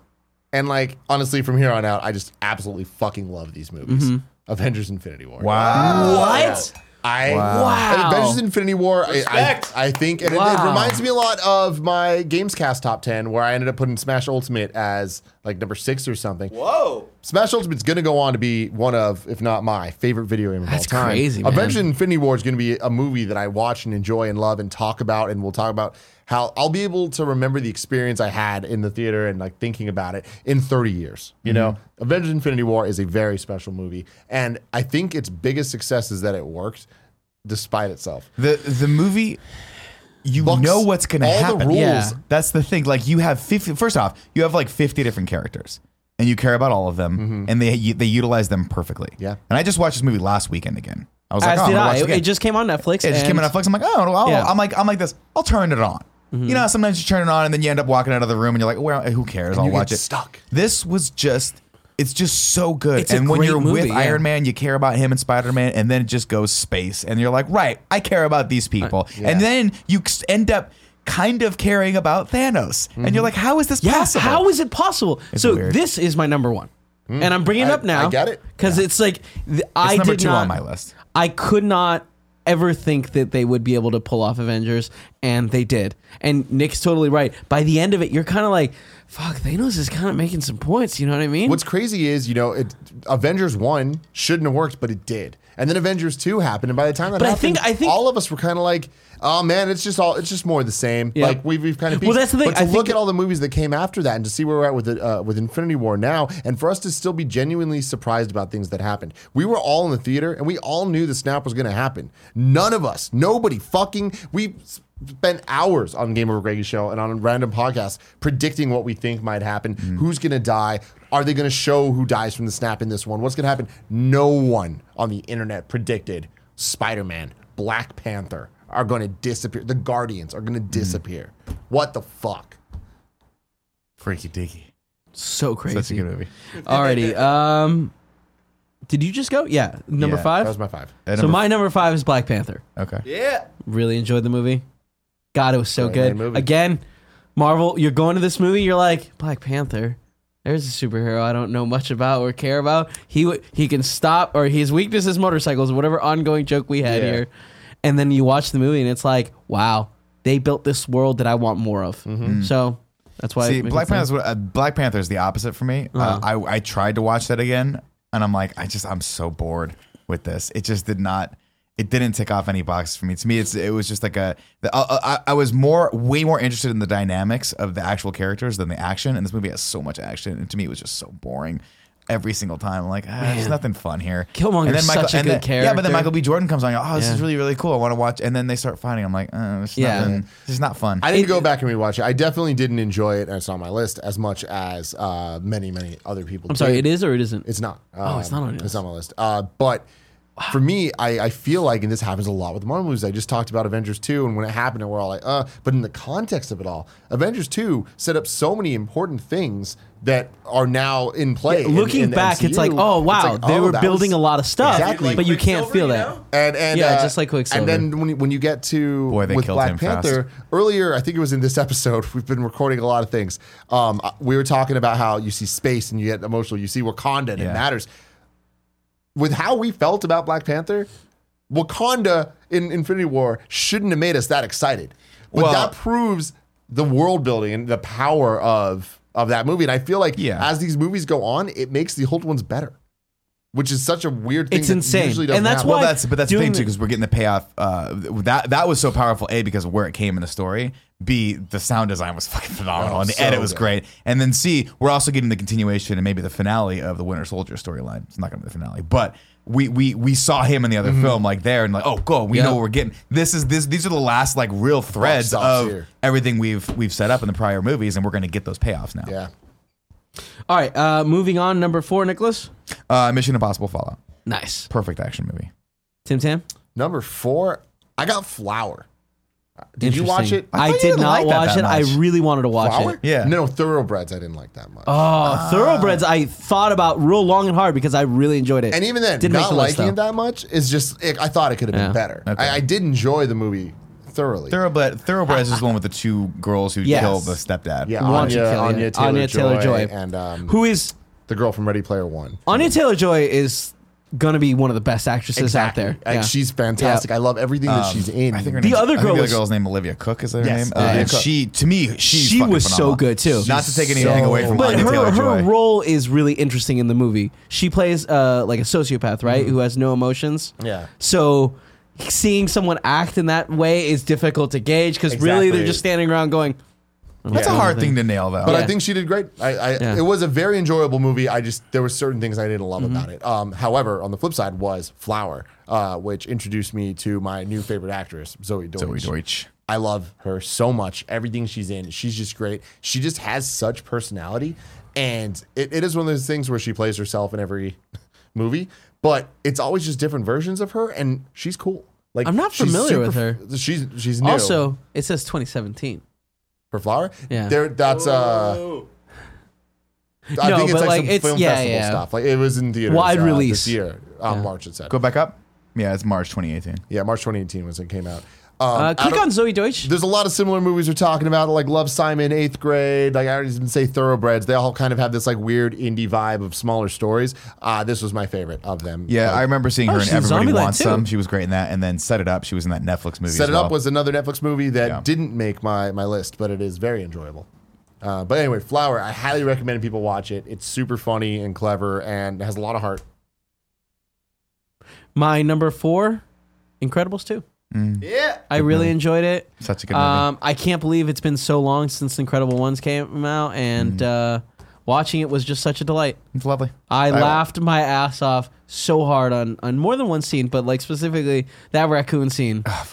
[SPEAKER 2] And like honestly, from here on out, I just absolutely fucking love these movies.
[SPEAKER 1] Mm-hmm.
[SPEAKER 2] Avengers Infinity War.
[SPEAKER 3] Wow.
[SPEAKER 1] What?
[SPEAKER 2] I
[SPEAKER 1] Wow.
[SPEAKER 2] Avengers Infinity War. I, I,
[SPEAKER 4] Respect.
[SPEAKER 2] I think, and it- it,
[SPEAKER 1] Wow.
[SPEAKER 2] reminds me a lot of my Gamescast top ten, where I ended up putting Smash Ultimate as like number six or something.
[SPEAKER 4] Whoa.
[SPEAKER 2] Smash Ultimate's gonna go on to be one of, if not my favorite video game of
[SPEAKER 1] That's
[SPEAKER 2] all time.
[SPEAKER 1] crazy, man.
[SPEAKER 2] Avengers Infinity War is gonna be a movie that I watch and enjoy and love and talk about, and we'll talk about how I'll be able to remember the experience I had in the theater and like thinking about it in 30 years. You know,
[SPEAKER 1] Mm-hmm.
[SPEAKER 2] Avengers Infinity War is a very special movie, and I think its biggest success is that it worked despite itself.
[SPEAKER 3] The the movie, you
[SPEAKER 2] Bucks
[SPEAKER 3] know what's gonna
[SPEAKER 2] all the
[SPEAKER 3] happen.
[SPEAKER 2] rules.
[SPEAKER 1] Yeah.
[SPEAKER 3] That's the thing. Like you have fifty. First off, you have like fifty different characters, and you care about all of them, and they they utilize them perfectly.
[SPEAKER 2] Mm-hmm. Yeah.
[SPEAKER 3] And I just watched this movie last weekend again. I was like,
[SPEAKER 1] As
[SPEAKER 3] oh, I'm
[SPEAKER 1] did
[SPEAKER 3] gonna watch
[SPEAKER 1] I.
[SPEAKER 3] it
[SPEAKER 1] It,
[SPEAKER 3] again.
[SPEAKER 1] just came on Netflix.
[SPEAKER 3] It just came
[SPEAKER 1] and-
[SPEAKER 3] on Netflix. I'm like, oh, I'll-
[SPEAKER 1] Yeah. Mm-hmm.
[SPEAKER 3] I'm like, I'm like this. I'll turn it on. You know, sometimes you turn it on and then you end up walking out of the room and you're like, well, who cares? I'll
[SPEAKER 2] you get
[SPEAKER 3] watch it.
[SPEAKER 2] stuck.
[SPEAKER 3] This was just. It's just so good.
[SPEAKER 1] It's a
[SPEAKER 3] and when
[SPEAKER 1] great
[SPEAKER 3] you're
[SPEAKER 1] movie,
[SPEAKER 3] with
[SPEAKER 1] yeah.
[SPEAKER 3] Iron Man, you care about him and Spider Man, and then it just goes space. And you're like, right, I care about these
[SPEAKER 1] Uh,
[SPEAKER 3] people. And then you c- end up kind of caring about Thanos. And you're like, how is this
[SPEAKER 1] Mm-hmm. Yeah,
[SPEAKER 3] possible?
[SPEAKER 1] how is it possible? so
[SPEAKER 3] weird. Hmm.
[SPEAKER 1] this is my number one, and I'm bringing it
[SPEAKER 2] I-
[SPEAKER 1] up now.
[SPEAKER 2] I get it.
[SPEAKER 1] because it's like th- I
[SPEAKER 3] number
[SPEAKER 1] did
[SPEAKER 3] two
[SPEAKER 1] not,
[SPEAKER 3] on my list.
[SPEAKER 1] I could not ever think that they would be able to pull off Avengers, and they did. And Nick's totally right. By the end of it, you're kind of like, "Fuck, Thanos is kind of making some points." You know what I mean?
[SPEAKER 2] What's crazy is, you know, it, Avengers 1 shouldn't have worked, but it did. And then Avengers 2 happened, and by the time that
[SPEAKER 1] But I
[SPEAKER 2] happened,
[SPEAKER 1] think- I think-
[SPEAKER 2] all of us were kind of like, oh man, it's just all it's just more of the same.
[SPEAKER 1] Yeah.
[SPEAKER 2] Like we've, we've kind of
[SPEAKER 1] Well, that's the thing.
[SPEAKER 2] But to
[SPEAKER 1] I
[SPEAKER 2] look
[SPEAKER 1] think-
[SPEAKER 2] at all the movies that came after that and to see where we're at with it, uh, with Infinity War now, and for us to still be genuinely surprised about things that happened. We were all in the theater and we all knew the snap was going to happen. None of us, nobody fucking we spent hours on Game Over Greg's show and on random podcasts predicting what we think might happen, who's going to die, are they going to show who dies from the snap in this one? What's going to happen? No one on the internet predicted Spider-Man, Black Panther are going to disappear. The Guardians are going to disappear. What the fuck?
[SPEAKER 3] Freaky deaky.
[SPEAKER 1] so crazy?
[SPEAKER 3] Such a good movie.
[SPEAKER 1] Alrighty. Um, did you just go? Yeah, number
[SPEAKER 3] Yeah,
[SPEAKER 1] five.
[SPEAKER 2] That was my five.
[SPEAKER 3] And
[SPEAKER 1] so
[SPEAKER 3] number-
[SPEAKER 1] my number five is Black Panther.
[SPEAKER 3] okay.
[SPEAKER 4] Yeah.
[SPEAKER 1] Really enjoyed the movie. God, it was so
[SPEAKER 2] Great
[SPEAKER 1] good.
[SPEAKER 2] movie.
[SPEAKER 1] Again, Marvel, you're going to this movie, you're like Black Panther. There's a superhero I don't know much about or care about. He w- he can stop or his weakness is motorcycles, whatever ongoing joke we had
[SPEAKER 2] Yeah.
[SPEAKER 1] here. And then you watch the movie and it's like, wow, they built this world that I want more of.
[SPEAKER 2] Mm-hmm.
[SPEAKER 1] So that's why
[SPEAKER 3] See,
[SPEAKER 1] it makes
[SPEAKER 3] Black
[SPEAKER 1] sense.
[SPEAKER 3] Panther. Uh, Black Panther is the opposite for me.
[SPEAKER 1] Uh-huh.
[SPEAKER 3] Uh, I I tried to watch that again, and I'm like, I just I'm so bored with this. It just did not. It didn't tick off any boxes for me. To me, it's it was just like a. The, I, I, I was more way more interested in the dynamics of the actual characters than the action. And this movie has so much action, and to me, it was just so boring. Every single time, I'm like, ah, there's nothing fun here.
[SPEAKER 1] Killmonger's
[SPEAKER 3] and then Michael,
[SPEAKER 1] such a
[SPEAKER 3] and
[SPEAKER 1] good
[SPEAKER 3] then- Yeah, but
[SPEAKER 1] character.
[SPEAKER 3] then Michael B. Jordan comes on. you're like, Oh, this
[SPEAKER 1] Yeah.
[SPEAKER 3] is really really cool. I want to watch. And then they start fighting. I'm like, uh, it's
[SPEAKER 1] Yeah.
[SPEAKER 3] nothing. It's just not fun.
[SPEAKER 2] I didn't go back and rewatch it. I definitely didn't enjoy it, and it's on my list as much as uh, many, many other people.
[SPEAKER 1] I'm sorry, it is or it isn't?
[SPEAKER 2] It's not.
[SPEAKER 1] Oh, it's not on your
[SPEAKER 2] It's not on my list. Uh, but for me, I, I feel like, and this happens a lot with the Marvel movies. I just talked about Avengers two, and when it happened, we're all like, uh. But in the context of it all, Avengers two set up so many important things that are now in play. in-
[SPEAKER 1] Looking
[SPEAKER 2] in the
[SPEAKER 1] back, it's like,
[SPEAKER 2] MCU.
[SPEAKER 1] oh wow,
[SPEAKER 2] It's like,
[SPEAKER 1] they
[SPEAKER 2] oh,
[SPEAKER 1] were
[SPEAKER 2] that
[SPEAKER 1] building
[SPEAKER 2] was-
[SPEAKER 1] a lot of stuff,
[SPEAKER 2] Exactly.
[SPEAKER 1] but you can't
[SPEAKER 4] Quicksilver,
[SPEAKER 1] feel
[SPEAKER 4] you
[SPEAKER 1] that.
[SPEAKER 4] know?
[SPEAKER 2] And and
[SPEAKER 1] Yeah,
[SPEAKER 2] uh,
[SPEAKER 1] just like Quicksilver.
[SPEAKER 2] And then when you, when you get to
[SPEAKER 3] Boy, they
[SPEAKER 2] with
[SPEAKER 3] killed
[SPEAKER 2] Black
[SPEAKER 3] him fast.
[SPEAKER 2] Panther earlier, I think it was in this episode. We've been recording a lot of things. Um, uh, we were talking about how you see space and you get emotional. You see Wakanda and it
[SPEAKER 3] Yeah.
[SPEAKER 2] matters. With how we felt about Black Panther, Wakanda in Infinity War shouldn't have made us that excited. But
[SPEAKER 3] Well-
[SPEAKER 2] that proves the world building and the power of of that movie. And I feel like
[SPEAKER 3] Yeah.
[SPEAKER 2] as these movies go on, it makes the old ones better. Which is such a weird thing.
[SPEAKER 1] It's
[SPEAKER 2] that
[SPEAKER 1] insane.
[SPEAKER 2] usually
[SPEAKER 1] And
[SPEAKER 2] doesn't
[SPEAKER 1] that's
[SPEAKER 2] happen.
[SPEAKER 1] why
[SPEAKER 3] Well, that's but that's the
[SPEAKER 1] doing
[SPEAKER 3] thing too
[SPEAKER 1] the-
[SPEAKER 3] because we're getting the payoff. Uh, that that was so powerful. A because of where it came in the story. B the sound design was fucking phenomenal
[SPEAKER 2] Oh,
[SPEAKER 3] and the
[SPEAKER 2] so
[SPEAKER 3] edit was
[SPEAKER 2] good.
[SPEAKER 3] great. And then C we're also getting the continuation and maybe the finale of the Winter Soldier storyline. It's not going to be the finale, but we we we saw him in the other
[SPEAKER 2] Mm-hmm.
[SPEAKER 3] film like there and like oh cool we
[SPEAKER 1] Yeah.
[SPEAKER 3] know what we're getting. This is this these are the last like real threads
[SPEAKER 2] stops
[SPEAKER 3] of
[SPEAKER 2] here.
[SPEAKER 3] everything we've we've set up in the prior movies and we're going to get those payoffs now.
[SPEAKER 2] Yeah.
[SPEAKER 1] All right, uh, moving on. Number four, Nicholas.
[SPEAKER 3] Uh, Mission Impossible Fallout,
[SPEAKER 1] Nice.
[SPEAKER 3] perfect action movie.
[SPEAKER 1] Tim Tam.
[SPEAKER 2] Number four, I got Flower. Did you watch it?
[SPEAKER 3] I
[SPEAKER 1] I,
[SPEAKER 3] thought you
[SPEAKER 1] did
[SPEAKER 3] didn't
[SPEAKER 1] not
[SPEAKER 3] like that
[SPEAKER 1] watch
[SPEAKER 3] that
[SPEAKER 1] it. I
[SPEAKER 3] much.
[SPEAKER 1] really wanted to watch
[SPEAKER 2] Flower?
[SPEAKER 1] it.
[SPEAKER 3] Yeah.
[SPEAKER 2] No, Thoroughbreds I didn't like that much.
[SPEAKER 1] Oh, Thoroughbreds! I thought about real long and hard because I really enjoyed it.
[SPEAKER 2] and even then,
[SPEAKER 1] Didn't make
[SPEAKER 2] not
[SPEAKER 1] the list,
[SPEAKER 2] liking it
[SPEAKER 1] though.
[SPEAKER 2] that much is just, it, I thought it could have
[SPEAKER 1] Yeah.
[SPEAKER 2] been better.
[SPEAKER 3] Okay.
[SPEAKER 2] I, I did enjoy the movie thoroughly.
[SPEAKER 3] Thoroughbred Thoroughbreds is the one with the two girls who
[SPEAKER 1] Yes.
[SPEAKER 3] kill the stepdad.
[SPEAKER 2] yeah,
[SPEAKER 1] Want to
[SPEAKER 2] Anya,
[SPEAKER 1] kill
[SPEAKER 2] Anya,
[SPEAKER 1] you.
[SPEAKER 2] Taylor,
[SPEAKER 1] Anya Taylor-Joy.
[SPEAKER 2] Joy, and um,
[SPEAKER 1] Who is
[SPEAKER 2] the girl from Ready Player One.
[SPEAKER 1] Anya Taylor Joy is gonna be one of the best actresses
[SPEAKER 2] Exactly.
[SPEAKER 1] out there.
[SPEAKER 2] Like,
[SPEAKER 1] Yeah. Um,
[SPEAKER 2] she's fantastic. I love everything that she's in.
[SPEAKER 3] I think her
[SPEAKER 1] The
[SPEAKER 3] name's-
[SPEAKER 1] other
[SPEAKER 3] I think
[SPEAKER 1] girl
[SPEAKER 3] the
[SPEAKER 1] was-
[SPEAKER 3] other girl's name Olivia Cook. Is that her
[SPEAKER 2] Yes,
[SPEAKER 3] name? Uh,
[SPEAKER 2] Olivia
[SPEAKER 3] and
[SPEAKER 2] Cook.
[SPEAKER 3] she to me she's
[SPEAKER 1] She
[SPEAKER 3] fucking
[SPEAKER 1] was so
[SPEAKER 3] phenomenal.
[SPEAKER 1] good, too.
[SPEAKER 3] Not to take anything
[SPEAKER 2] so-
[SPEAKER 3] away from
[SPEAKER 1] but
[SPEAKER 3] Anya
[SPEAKER 1] her,
[SPEAKER 3] Taylor
[SPEAKER 1] her
[SPEAKER 3] Joy.
[SPEAKER 1] role is really interesting in the movie. She plays uh, like a sociopath, right? Who has no emotions.
[SPEAKER 2] Mm-hmm. Yeah.
[SPEAKER 1] So seeing someone act in that way is difficult to gauge because really they're
[SPEAKER 2] Exactly.
[SPEAKER 1] just standing around going.
[SPEAKER 3] That's a hard thing to nail though.
[SPEAKER 2] But
[SPEAKER 1] Yeah.
[SPEAKER 2] I think she did great. I, I
[SPEAKER 1] Yeah. Mm-hmm.
[SPEAKER 2] it was a very enjoyable movie. I just there were certain things I didn't love about it. Um, however, on the flip side was Flower, uh, which introduced me to my new favorite actress, Zoe Deutsch.
[SPEAKER 3] Zoe Deutsch.
[SPEAKER 2] I love her so much. Everything she's in, she's just great. She just has such personality, and it, it is one of those things where she plays herself in every movie, but it's always just different versions of her, and she's cool. Like
[SPEAKER 1] I'm not
[SPEAKER 2] she's
[SPEAKER 1] familiar with
[SPEAKER 2] super- She's she's new.
[SPEAKER 1] Also, it says 2017.
[SPEAKER 2] for flour.
[SPEAKER 1] Yeah.
[SPEAKER 2] there. That's uh,
[SPEAKER 4] Oh.
[SPEAKER 2] I
[SPEAKER 1] No,
[SPEAKER 2] think it's
[SPEAKER 1] but,
[SPEAKER 2] like,
[SPEAKER 1] like,
[SPEAKER 2] some
[SPEAKER 1] it's-
[SPEAKER 2] film
[SPEAKER 1] yeah,
[SPEAKER 2] festival
[SPEAKER 1] yeah.
[SPEAKER 2] stuff. Like it was in theaters.
[SPEAKER 1] Wide
[SPEAKER 2] uh,
[SPEAKER 1] release.
[SPEAKER 2] this year, um, March it said.
[SPEAKER 3] Go back up. Yeah, it's March 2018.
[SPEAKER 2] Yeah, March 2018 was when it came out. Um,
[SPEAKER 1] Uh,
[SPEAKER 2] I
[SPEAKER 1] click
[SPEAKER 2] don't-
[SPEAKER 1] on Zoe Deutsch.
[SPEAKER 2] There's a lot of similar movies we're talking about, like Love Simon, Eighth Grade. Like I already didn't say Thoroughbreds. They all kind of have this like weird indie vibe of smaller stories. Uh, this was my favorite of them.
[SPEAKER 3] Yeah,
[SPEAKER 2] Like,
[SPEAKER 3] I remember seeing
[SPEAKER 1] Oh,
[SPEAKER 3] her in
[SPEAKER 1] she's in
[SPEAKER 3] Everybody
[SPEAKER 1] Zombieland
[SPEAKER 3] Wants
[SPEAKER 1] too.
[SPEAKER 3] Some. She was great in that. And then Set It Up. She was in that Netflix movie.
[SPEAKER 2] Set
[SPEAKER 3] as
[SPEAKER 2] It
[SPEAKER 3] well.
[SPEAKER 2] Up was another Netflix movie that
[SPEAKER 3] Yeah.
[SPEAKER 2] didn't make my my list, but it is very enjoyable. Uh, but anyway, Flower, I highly recommend people watch it. It's super funny and clever and has a lot of heart.
[SPEAKER 1] My number four, Incredibles 2.
[SPEAKER 4] Yeah.
[SPEAKER 1] I really enjoyed it.
[SPEAKER 3] Mm-hmm. such a good movie.
[SPEAKER 1] Um, I can't believe it's been so long since Incredible Ones came out, and
[SPEAKER 3] Mm-hmm.
[SPEAKER 1] uh, watching it was just such a delight.
[SPEAKER 3] it's lovely.
[SPEAKER 1] I laughed my ass off so hard on, on more than one scene, but like specifically that raccoon scene.
[SPEAKER 2] Ah,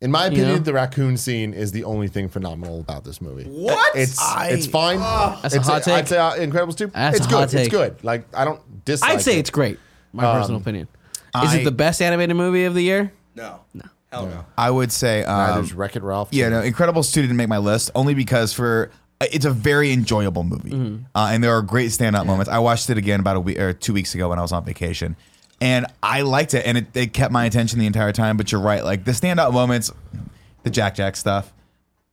[SPEAKER 2] In my opinion,
[SPEAKER 1] know?
[SPEAKER 2] the raccoon scene is the only thing phenomenal about this movie.
[SPEAKER 4] What?
[SPEAKER 2] It's it's fine.
[SPEAKER 1] Ah. That's a
[SPEAKER 2] it's
[SPEAKER 1] hot
[SPEAKER 2] I'd
[SPEAKER 1] take.
[SPEAKER 2] say uh, Incredibles two.
[SPEAKER 1] That's
[SPEAKER 2] it's
[SPEAKER 1] a
[SPEAKER 2] good.
[SPEAKER 1] hot
[SPEAKER 2] It's
[SPEAKER 1] take.
[SPEAKER 2] good. Like I don't dislike.
[SPEAKER 1] I'd say
[SPEAKER 2] it.
[SPEAKER 1] it's great. My personal opinion. Is
[SPEAKER 3] Um, I-
[SPEAKER 1] it the best animated movie of the year?
[SPEAKER 4] No. No. Hell no.
[SPEAKER 3] I would say.
[SPEAKER 2] Uh,
[SPEAKER 3] Um,
[SPEAKER 2] there's Wreck It Ralph.
[SPEAKER 3] yeah, no, Incredibles 2 didn't make my list only because for. uh, It's a very enjoyable movie,
[SPEAKER 2] Mm-hmm.
[SPEAKER 3] uh, and there are great standout moments. I watched it again about a week or two weeks ago when I was on vacation, and I liked it, and it, it kept my attention the entire time. But you're right, like the standout moments, the Jack Jack stuff.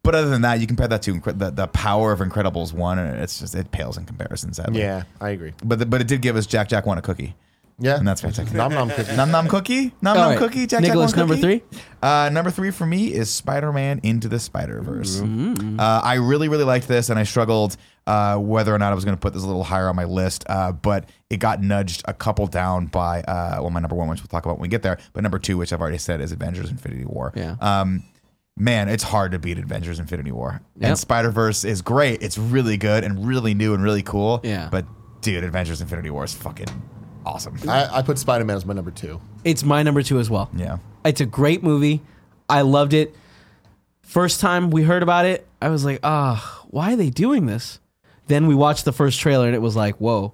[SPEAKER 3] But other than that, you compare that to Incre- the, the power of Incredibles one, and it's just it pales in comparison. Sadly,
[SPEAKER 2] yeah, I agree.
[SPEAKER 3] But the, but it did give us Jack Jack one a cookie.
[SPEAKER 2] Yeah,
[SPEAKER 3] And that's my second.
[SPEAKER 2] nom nom cookie.
[SPEAKER 3] Nom nom cookie, nom
[SPEAKER 1] All
[SPEAKER 3] nom
[SPEAKER 1] right.
[SPEAKER 3] cookie. Jack
[SPEAKER 1] Nicholas,
[SPEAKER 3] Jack one
[SPEAKER 1] number
[SPEAKER 3] cookie?
[SPEAKER 1] three?
[SPEAKER 3] Uh, number three for me is Spider Man Into the Spider Verse.
[SPEAKER 1] Mm-hmm.
[SPEAKER 3] Uh, I really really liked this, and I struggled uh, whether or not I was going to put this a little higher on my list. Uh, but it got nudged a couple down by uh, well, my number one, which we'll talk about when we get there. But number two, which I've already said, is Avengers: Infinity War.
[SPEAKER 1] Yeah.
[SPEAKER 3] Um, man, it's hard to beat Avengers: Infinity War.
[SPEAKER 1] Yep.
[SPEAKER 3] And Spider Verse is great. It's really good and really new and really cool.
[SPEAKER 1] Yeah.
[SPEAKER 3] But dude, Avengers: Infinity War is fucking awesome.
[SPEAKER 2] I, I put Spider Man as my number two.
[SPEAKER 1] It's my number two as well.
[SPEAKER 3] yeah.
[SPEAKER 1] It's a great movie. I loved it. First time we heard about it, I was like, ah, why are they doing this? Then we watched the first trailer and it was like, whoa,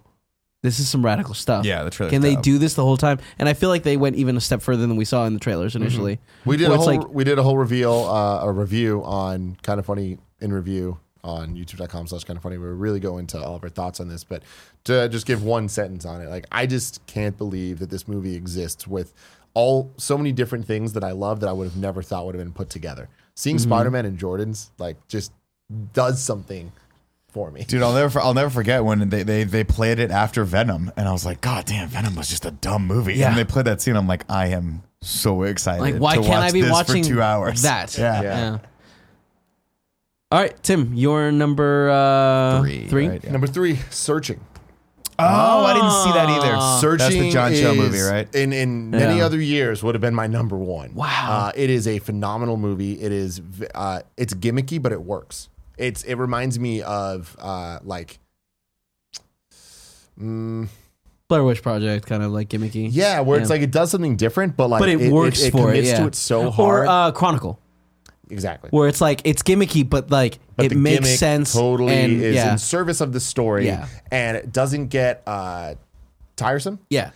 [SPEAKER 1] this is some radical stuff.
[SPEAKER 3] Yeah, the trailer's
[SPEAKER 1] Can they
[SPEAKER 3] dope.
[SPEAKER 1] do this the whole time? And I feel like they went even a step further than we saw in the trailers
[SPEAKER 2] Mm-hmm.
[SPEAKER 1] initially.
[SPEAKER 2] We did
[SPEAKER 1] Where
[SPEAKER 2] a
[SPEAKER 1] it's
[SPEAKER 2] whole
[SPEAKER 1] like,
[SPEAKER 2] we did a whole reveal uh, a review on kind of funny in review on youtube.com slash kind of funny we really go into all of our thoughts on this but to just give one sentence on it like i just can't believe that this movie exists with all so many different things that i love that i would have never thought would have been put together seeing spider-man and jordan's like just does something for me
[SPEAKER 3] Dude, I'll never I'll never forget when they, they they played it after Venom, and I was like, God damn, Venom was just a dumb movie.
[SPEAKER 1] Yeah.
[SPEAKER 3] And they played that scene. I'm like, I am so excited.
[SPEAKER 1] like why
[SPEAKER 3] to
[SPEAKER 1] can't
[SPEAKER 3] watch
[SPEAKER 1] I be
[SPEAKER 3] this
[SPEAKER 1] watching
[SPEAKER 3] for two hours?
[SPEAKER 1] that?
[SPEAKER 3] Yeah.
[SPEAKER 2] Yeah.
[SPEAKER 1] All right, Tim, you're number uh, three.
[SPEAKER 3] right? Yeah.
[SPEAKER 2] number three searching
[SPEAKER 3] Oh, I didn't see that either.
[SPEAKER 2] Searching
[SPEAKER 3] That's the John Cho
[SPEAKER 2] is-
[SPEAKER 3] movie, right?
[SPEAKER 2] In in many
[SPEAKER 1] Yeah.
[SPEAKER 2] other years would have been my number one.
[SPEAKER 1] Wow.
[SPEAKER 2] uh, it is a phenomenal movie. It is v- uh, it's gimmicky, but it works. It's it reminds me of uh, like
[SPEAKER 1] Blair Witch Project, kind of like gimmicky.
[SPEAKER 2] yeah, where it's like it does something different, but like
[SPEAKER 1] but it, works
[SPEAKER 2] it,
[SPEAKER 1] for
[SPEAKER 2] commits
[SPEAKER 1] it. Yeah.
[SPEAKER 2] to it so
[SPEAKER 1] Or
[SPEAKER 2] hard.
[SPEAKER 1] uh, Chronicle,
[SPEAKER 2] exactly.
[SPEAKER 1] where it's like it's gimmicky, but like
[SPEAKER 2] But
[SPEAKER 1] it
[SPEAKER 2] the
[SPEAKER 1] makes
[SPEAKER 2] gimmick
[SPEAKER 1] sense.
[SPEAKER 2] Totally
[SPEAKER 1] and,
[SPEAKER 2] is
[SPEAKER 1] yeah,
[SPEAKER 2] in service of the story,
[SPEAKER 1] Yeah.
[SPEAKER 2] and it doesn't get uh, tiresome.
[SPEAKER 1] yeah,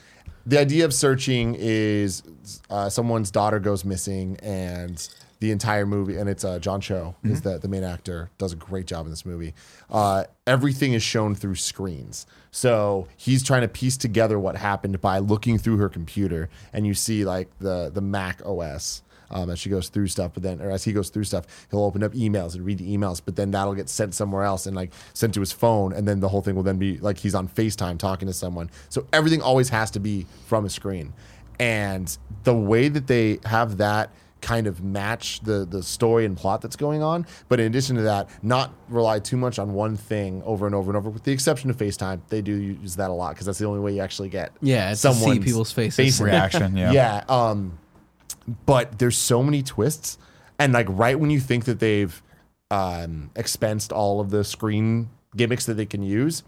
[SPEAKER 2] the idea of searching is uh, someone's daughter goes missing and the entire movie and it's uh, john cho is the, the main actor does a great job in this movie uh, everything is shown through screens so he's trying to piece together what happened by looking through her computer and you see like the the mac os um, as she goes through stuff, but then, or as he goes through stuff, he'll open up emails and read the emails, but then that'll get sent somewhere else and like sent to his phone. And then the whole thing will then be like he's on FaceTime talking to someone. So everything always has to be from a screen. And the way that they have that kind of match the the story and plot that's going on but in addition to that not rely too much on one thing over and over and over with the exception of FaceTime they do use that a lot because that's the only way you actually get
[SPEAKER 1] Yeah, it's to see
[SPEAKER 2] someone's
[SPEAKER 1] people's faces.
[SPEAKER 2] face
[SPEAKER 3] Reaction. Yeah.
[SPEAKER 2] yeah. Um, but there's so many twists, and like right when you think that they've um, expensed all of the screen gimmicks that they can use,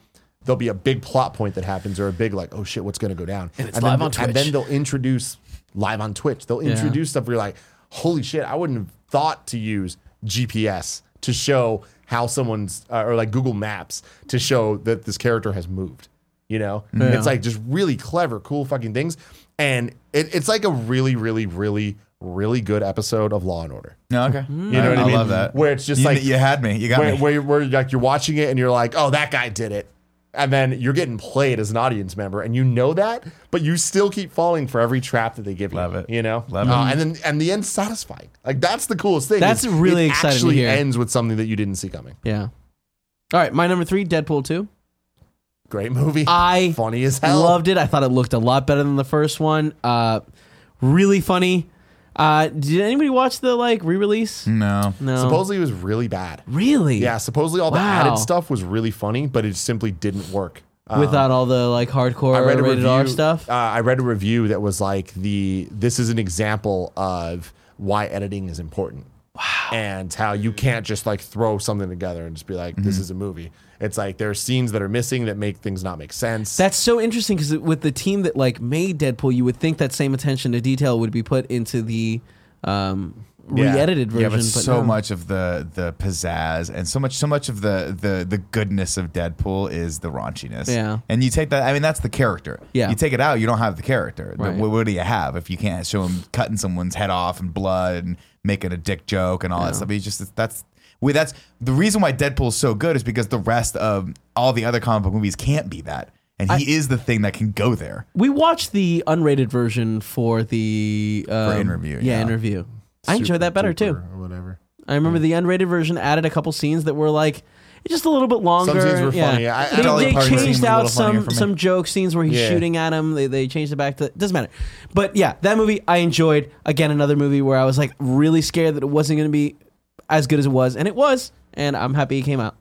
[SPEAKER 2] there'll be a big plot point that happens, or a big like, oh shit, what's gonna go down? And,
[SPEAKER 1] it's live
[SPEAKER 2] then,
[SPEAKER 1] on
[SPEAKER 2] and then
[SPEAKER 1] Twitch.
[SPEAKER 2] they'll introduce live on Twitch. They'll introduce stuff where you're like, holy shit, I wouldn't have thought to use GPS to show how someone's uh, or like Google Maps to show that this character has moved. You know, it's like just really clever, cool fucking things. And it, it's like a really, really, really, really good episode of Law and Order.
[SPEAKER 3] No, okay.
[SPEAKER 2] You know what I mean?
[SPEAKER 3] love that.
[SPEAKER 2] Where it's just
[SPEAKER 3] You-
[SPEAKER 2] like
[SPEAKER 3] you had me. You got
[SPEAKER 2] where,
[SPEAKER 3] me.
[SPEAKER 2] where, where like you're watching it and you're like, oh, that guy did it. And then you're getting played as an audience member, and you know that, but you still keep falling for every trap that they give
[SPEAKER 3] Love
[SPEAKER 2] you.
[SPEAKER 3] it.
[SPEAKER 2] You know,
[SPEAKER 3] Love
[SPEAKER 2] Uh, and then and the end's satisfying. Like that's the coolest thing.
[SPEAKER 1] That's
[SPEAKER 2] is
[SPEAKER 1] really
[SPEAKER 2] it
[SPEAKER 1] exciting to
[SPEAKER 2] Actually,
[SPEAKER 1] hear.
[SPEAKER 2] ends with something that you didn't see coming.
[SPEAKER 1] Yeah. All right, my number three, Deadpool two.
[SPEAKER 2] Great movie.
[SPEAKER 1] I
[SPEAKER 2] funny as hell.
[SPEAKER 1] Loved it. I thought it looked a lot better than the first one. Uh, really funny. Uh, did anybody watch the like re-release?
[SPEAKER 3] No.
[SPEAKER 1] No.
[SPEAKER 2] Mm. Supposedly it was really bad.
[SPEAKER 1] really?
[SPEAKER 2] Yeah, supposedly all the
[SPEAKER 1] Wow.
[SPEAKER 2] added stuff was really funny, but it simply didn't work. Um,
[SPEAKER 1] Without all the like hardcore
[SPEAKER 2] I read a
[SPEAKER 1] rated
[SPEAKER 2] review,
[SPEAKER 1] R stuff.
[SPEAKER 2] Uh, I read a review that was like the this is an example of why editing is important. Wow. And how you can't just like throw something together and just be like,
[SPEAKER 1] Mm-hmm.
[SPEAKER 2] this is a movie. It's like there are scenes that are missing that make things not make sense.
[SPEAKER 1] That's so interesting because with the team that like made Deadpool, you would think that same attention to detail would be put into the um,
[SPEAKER 2] Yeah.
[SPEAKER 1] re-edited version.
[SPEAKER 3] yeah, but, so
[SPEAKER 1] no.
[SPEAKER 3] much of the the pizzazz and so much so much of the the the goodness of Deadpool is the raunchiness.
[SPEAKER 1] Yeah.
[SPEAKER 3] and you take that. I mean, that's the character.
[SPEAKER 1] Yeah.
[SPEAKER 3] you take it out, you don't have the character.
[SPEAKER 1] Right.
[SPEAKER 3] What, what do you have if you can't show him cutting someone's head off and blood and making a dick joke and all that stuff? It's just that's. We, that's the reason why Deadpool's so good is because the rest of all the other comic book movies can't be that, and he is the thing that can go there.
[SPEAKER 1] We watched the unrated version for the um,
[SPEAKER 3] interview,
[SPEAKER 1] Yeah,
[SPEAKER 3] yeah.
[SPEAKER 1] interview. I enjoyed that better too.
[SPEAKER 2] Or whatever.
[SPEAKER 1] I remember the unrated version added a couple scenes that were like just a little bit longer.
[SPEAKER 2] scenes were
[SPEAKER 1] yeah.
[SPEAKER 2] funny. I- I-
[SPEAKER 1] they,
[SPEAKER 3] Dolly
[SPEAKER 1] they
[SPEAKER 3] Parton scene was
[SPEAKER 1] changed
[SPEAKER 3] a
[SPEAKER 1] out
[SPEAKER 3] little funnier
[SPEAKER 1] some
[SPEAKER 3] for me.
[SPEAKER 1] some joke scenes where he's
[SPEAKER 2] Yeah.
[SPEAKER 1] shooting at him. They, they changed it back to doesn't matter. But yeah, that movie I enjoyed. Again, another movie where I was like really scared that it wasn't going to be as good as it was, and it was. And I'm happy it came out.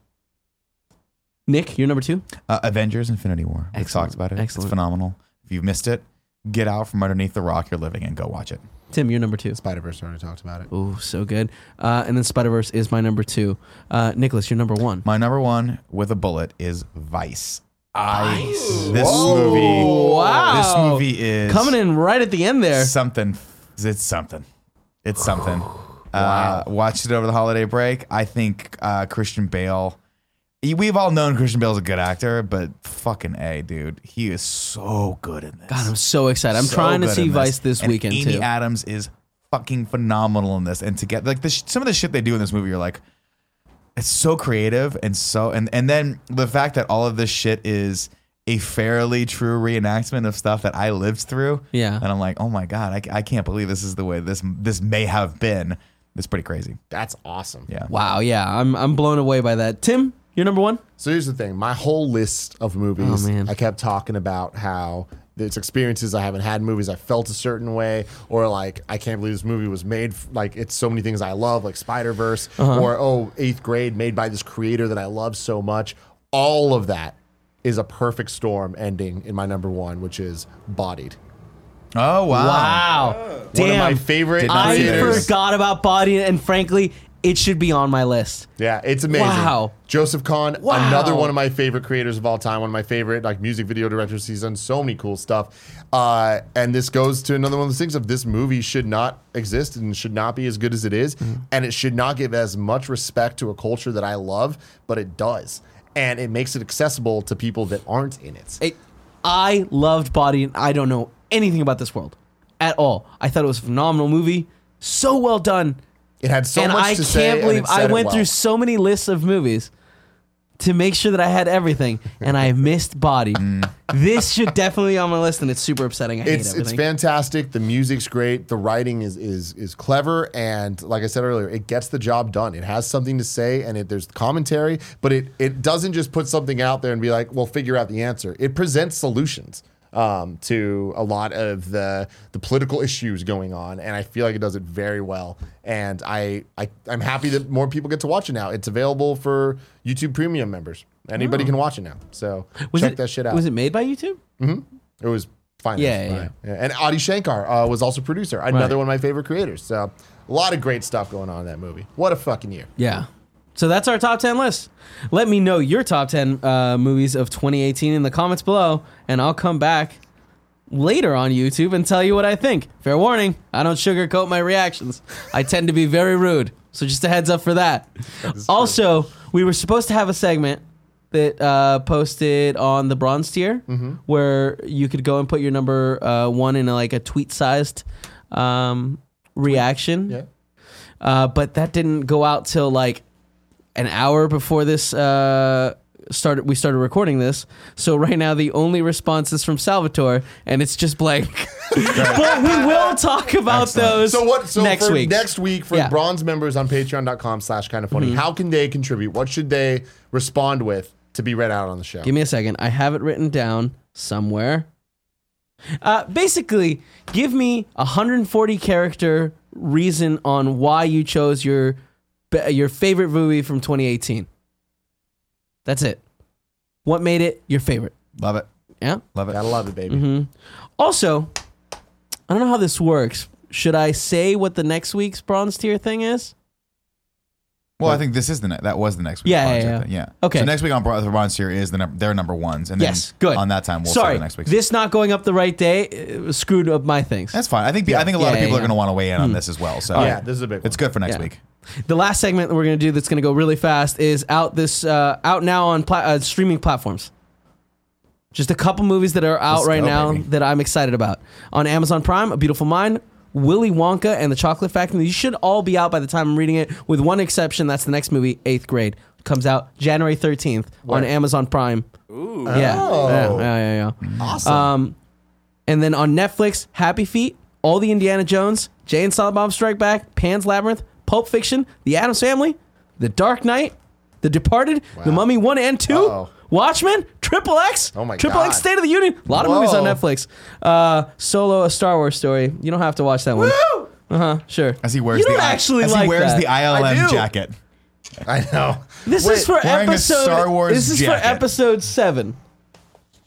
[SPEAKER 1] Nick, you're number two.
[SPEAKER 3] Uh, Avengers Infinity War. We've
[SPEAKER 1] Excellent.
[SPEAKER 3] talked about it.
[SPEAKER 1] Excellent.
[SPEAKER 3] It's phenomenal. If you missed it, get out from underneath the rock you're living in. Go watch it.
[SPEAKER 1] Tim, you're number two.
[SPEAKER 2] Spider Verse already talked about it.
[SPEAKER 1] Oh, so good. Uh, and then Spider Verse is my number two. Uh, Nicholas, you're number one.
[SPEAKER 3] My number one with a bullet is Vice. Vice. This movie.
[SPEAKER 1] Wow.
[SPEAKER 3] This movie is
[SPEAKER 1] Coming in right at the end there.
[SPEAKER 3] something. It's something. It's something. Uh, watched it over the holiday break. I think uh, Christian Bale. We've all known Christian Bale's a good actor, but fucking a dude, he is so good in this.
[SPEAKER 1] God, I'm so excited. I'm
[SPEAKER 3] so
[SPEAKER 1] trying to
[SPEAKER 3] good
[SPEAKER 1] see
[SPEAKER 3] in
[SPEAKER 1] Vice this
[SPEAKER 3] And
[SPEAKER 1] weekend
[SPEAKER 3] Amy
[SPEAKER 1] too.
[SPEAKER 3] Adams is fucking phenomenal in this, and together, like the sh- some of the shit they do in this movie, you're like, it's so creative and so, and and then the fact that all of this shit is a fairly true reenactment of stuff that I lived through.
[SPEAKER 1] Yeah.
[SPEAKER 3] and I'm like, oh my god, I, c- I can't believe this is the way this this may have been. It's pretty crazy.
[SPEAKER 2] That's awesome.
[SPEAKER 3] Yeah.
[SPEAKER 1] wow, yeah, I'm I'm blown away by that. Tim, you're number one.
[SPEAKER 2] So here's the thing. My whole list of movies,
[SPEAKER 1] Oh, man.
[SPEAKER 2] I kept talking about how there's experiences I haven't had in movies I felt a certain way, or like I can't believe this movie was made. f- Like it's so many things I love, like Spider Verse,
[SPEAKER 1] Uh-huh.
[SPEAKER 2] or oh Eighth Grade, made by this creator that I love so much. All of that is a perfect storm ending in my number one, which is Bodied.
[SPEAKER 3] Oh wow.
[SPEAKER 1] Wow, damn,
[SPEAKER 2] One of my favorite.
[SPEAKER 3] Did not
[SPEAKER 1] I
[SPEAKER 3] see this.
[SPEAKER 2] creators.
[SPEAKER 1] forgot about Body, and frankly, it should be on my list.
[SPEAKER 2] Yeah, it's amazing.
[SPEAKER 1] Wow.
[SPEAKER 2] Joseph Kahn,
[SPEAKER 1] Wow.
[SPEAKER 2] another one of my favorite creators of all time, one of my favorite like music video directors. He's done so many cool stuff. Uh, and this goes to another one of those things of this movie should not exist and should not be as good as it is,
[SPEAKER 1] Mm-hmm.
[SPEAKER 2] And it should not give as much respect to a culture that I love, but it does. And it makes it accessible to people that aren't in it.
[SPEAKER 1] It, I loved Body, and I don't know anything about this world at all. I thought it was a phenomenal movie, so well done.
[SPEAKER 2] It had so
[SPEAKER 1] and
[SPEAKER 2] much
[SPEAKER 1] I
[SPEAKER 2] to
[SPEAKER 1] can't
[SPEAKER 2] say. and it
[SPEAKER 1] believe I
[SPEAKER 2] said it
[SPEAKER 1] went
[SPEAKER 2] well.
[SPEAKER 1] through so many lists of movies to make sure that I had everything, and I missed Body. this should definitely be on my list, and it's super upsetting. I hate
[SPEAKER 2] Mm. it's it's
[SPEAKER 1] everything.
[SPEAKER 2] fantastic. The music's great. The writing is is is clever, and like I said earlier, it gets the job done. It has something to say, and it, there's commentary, but it it doesn't just put something out there and be like, "Well, figure out the answer." It presents solutions um, to a lot of the the political issues going on, and I feel like it does it very well. And I I I'm happy that more people get to watch it now. It's available for YouTube Premium members. Anybody can watch it now. So
[SPEAKER 1] Oh. Was
[SPEAKER 2] check
[SPEAKER 1] it-
[SPEAKER 2] that shit out.
[SPEAKER 1] Was it made by YouTube?
[SPEAKER 2] It was fine.
[SPEAKER 1] Yeah, yeah,
[SPEAKER 2] And Adi Shankar uh, was also producer, another one of my favorite creators. So a lot of great stuff going on in that movie. What a fucking year.
[SPEAKER 1] Yeah. So that's our top 10 list. Let me know your top 10 uh, movies of 2018 in the comments below, and I'll come back later on YouTube and tell you what I think. Fair warning, I don't sugarcoat my reactions. I tend to be very rude. So just a heads up for that. also, we were supposed to have a segment that uh, posted on the bronze tier where you could go and put your number uh, one in a, like a tweet sized um, reaction.
[SPEAKER 2] Yeah.
[SPEAKER 1] Uh, but that didn't go out till like an hour before this uh, started. We started recording this, so right now the only response is from Salvatore, and it's just blank. but we will talk about those.
[SPEAKER 2] So what? So
[SPEAKER 1] next
[SPEAKER 2] for
[SPEAKER 1] week?
[SPEAKER 2] next week for
[SPEAKER 1] Yeah. Mm-hmm.
[SPEAKER 2] bronze members on Patreon.com/slash Kind of Funny, how can they contribute? What should they respond with to be read out on the show?
[SPEAKER 1] Give me a second. I have it written down somewhere. Uh, basically, give me a 140 character reason on why you chose your be- your favorite movie from 2018. That's it. What made it your favorite?
[SPEAKER 3] Love it.
[SPEAKER 1] Yeah.
[SPEAKER 3] Love it.
[SPEAKER 2] Gotta love it, baby.
[SPEAKER 1] Mm-hmm. Also, I don't know how this works. Should I say what the next week's bronze tier thing is?
[SPEAKER 3] Well, I think this is the ne- that was the next week.
[SPEAKER 1] Yeah, yeah, yeah. Okay.
[SPEAKER 3] So next week on Bron- the Bronze Tier is the num- their number ones, and
[SPEAKER 1] yes.
[SPEAKER 3] then
[SPEAKER 1] Good.
[SPEAKER 3] on that time we'll
[SPEAKER 1] Sorry.
[SPEAKER 3] start the next week.
[SPEAKER 1] This not going up the right day uh, screwed up my things.
[SPEAKER 3] That's fine. I think I think a lot
[SPEAKER 1] Yeah, yeah,
[SPEAKER 3] of people are
[SPEAKER 1] yeah. Hmm.
[SPEAKER 3] going to want to weigh in on this as well. So
[SPEAKER 2] Oh, Yeah, this is a big.
[SPEAKER 3] it's good for next
[SPEAKER 1] Yeah.
[SPEAKER 3] week.
[SPEAKER 1] The last segment that we're going to do that's going to go really fast is out this uh, out now on pla- uh, streaming platforms. Just a couple movies that are out
[SPEAKER 3] Let's
[SPEAKER 1] right
[SPEAKER 3] go,
[SPEAKER 1] now
[SPEAKER 3] baby.
[SPEAKER 1] that I'm excited about on Amazon Prime: A Beautiful Mind, Willy Wonka, and The Chocolate Factory. These should all be out by the time I'm reading it, with one exception. That's the next movie, Eighth Grade, comes out January 13th on Amazon Prime. Ooh, yeah, yeah,
[SPEAKER 3] Oh.
[SPEAKER 1] yeah, yeah. yeah. Um,
[SPEAKER 2] one. awesome.
[SPEAKER 1] And then on Netflix, Happy Feet, all the Indiana Jones, Jay and Silent Bob Strike Back, Pan's Labyrinth, Pulp Fiction, The Addams Family, The Dark Knight, The Departed, The Mummy 1 and 2,
[SPEAKER 2] Uh-oh.
[SPEAKER 1] Watchmen, Triple X,
[SPEAKER 2] Oh my
[SPEAKER 1] Triple X
[SPEAKER 2] God.
[SPEAKER 1] State of the Union. A lot of movies on
[SPEAKER 2] Whoa.
[SPEAKER 1] Netflix. Uh, Solo, a Star Wars story. You don't have to watch that one. Uh huh, sure.
[SPEAKER 3] As he wears
[SPEAKER 1] you don't
[SPEAKER 3] the I-
[SPEAKER 1] actually
[SPEAKER 3] as
[SPEAKER 1] like
[SPEAKER 3] he wears
[SPEAKER 1] that.
[SPEAKER 3] the
[SPEAKER 2] I
[SPEAKER 3] ILM
[SPEAKER 2] do.
[SPEAKER 3] jacket.
[SPEAKER 2] I know.
[SPEAKER 1] This is for
[SPEAKER 3] wearing a
[SPEAKER 1] episode
[SPEAKER 3] Star Wars
[SPEAKER 1] This is
[SPEAKER 3] jacket.
[SPEAKER 1] for episode 7,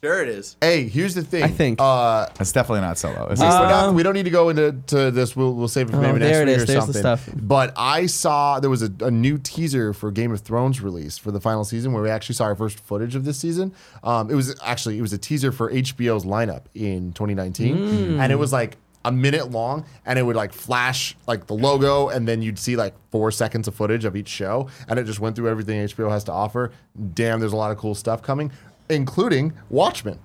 [SPEAKER 4] Sure it is.
[SPEAKER 2] Hey, here's the thing.
[SPEAKER 1] I think.
[SPEAKER 2] Uh,
[SPEAKER 3] That's definitely not solo. It's
[SPEAKER 2] we-
[SPEAKER 3] just-
[SPEAKER 2] we're not- we don't need to go into to this. We'll, we'll save it for maybe next
[SPEAKER 1] Um, Oh, there it
[SPEAKER 2] week
[SPEAKER 1] is.
[SPEAKER 2] or
[SPEAKER 1] There's the
[SPEAKER 2] something.
[SPEAKER 1] stuff.
[SPEAKER 2] But I saw there was a, a new teaser for Game of Thrones release for the final season, where we actually saw our first footage of this season. Um, it was actually it was a teaser for HBO's lineup in 2019,
[SPEAKER 1] Hmm.
[SPEAKER 2] and it was like a minute long, and it would like flash like the logo, and then you'd see like four seconds of footage of each show, and it just went through everything HBO has to offer. Damn, there's a lot of cool stuff coming, including Watchmen,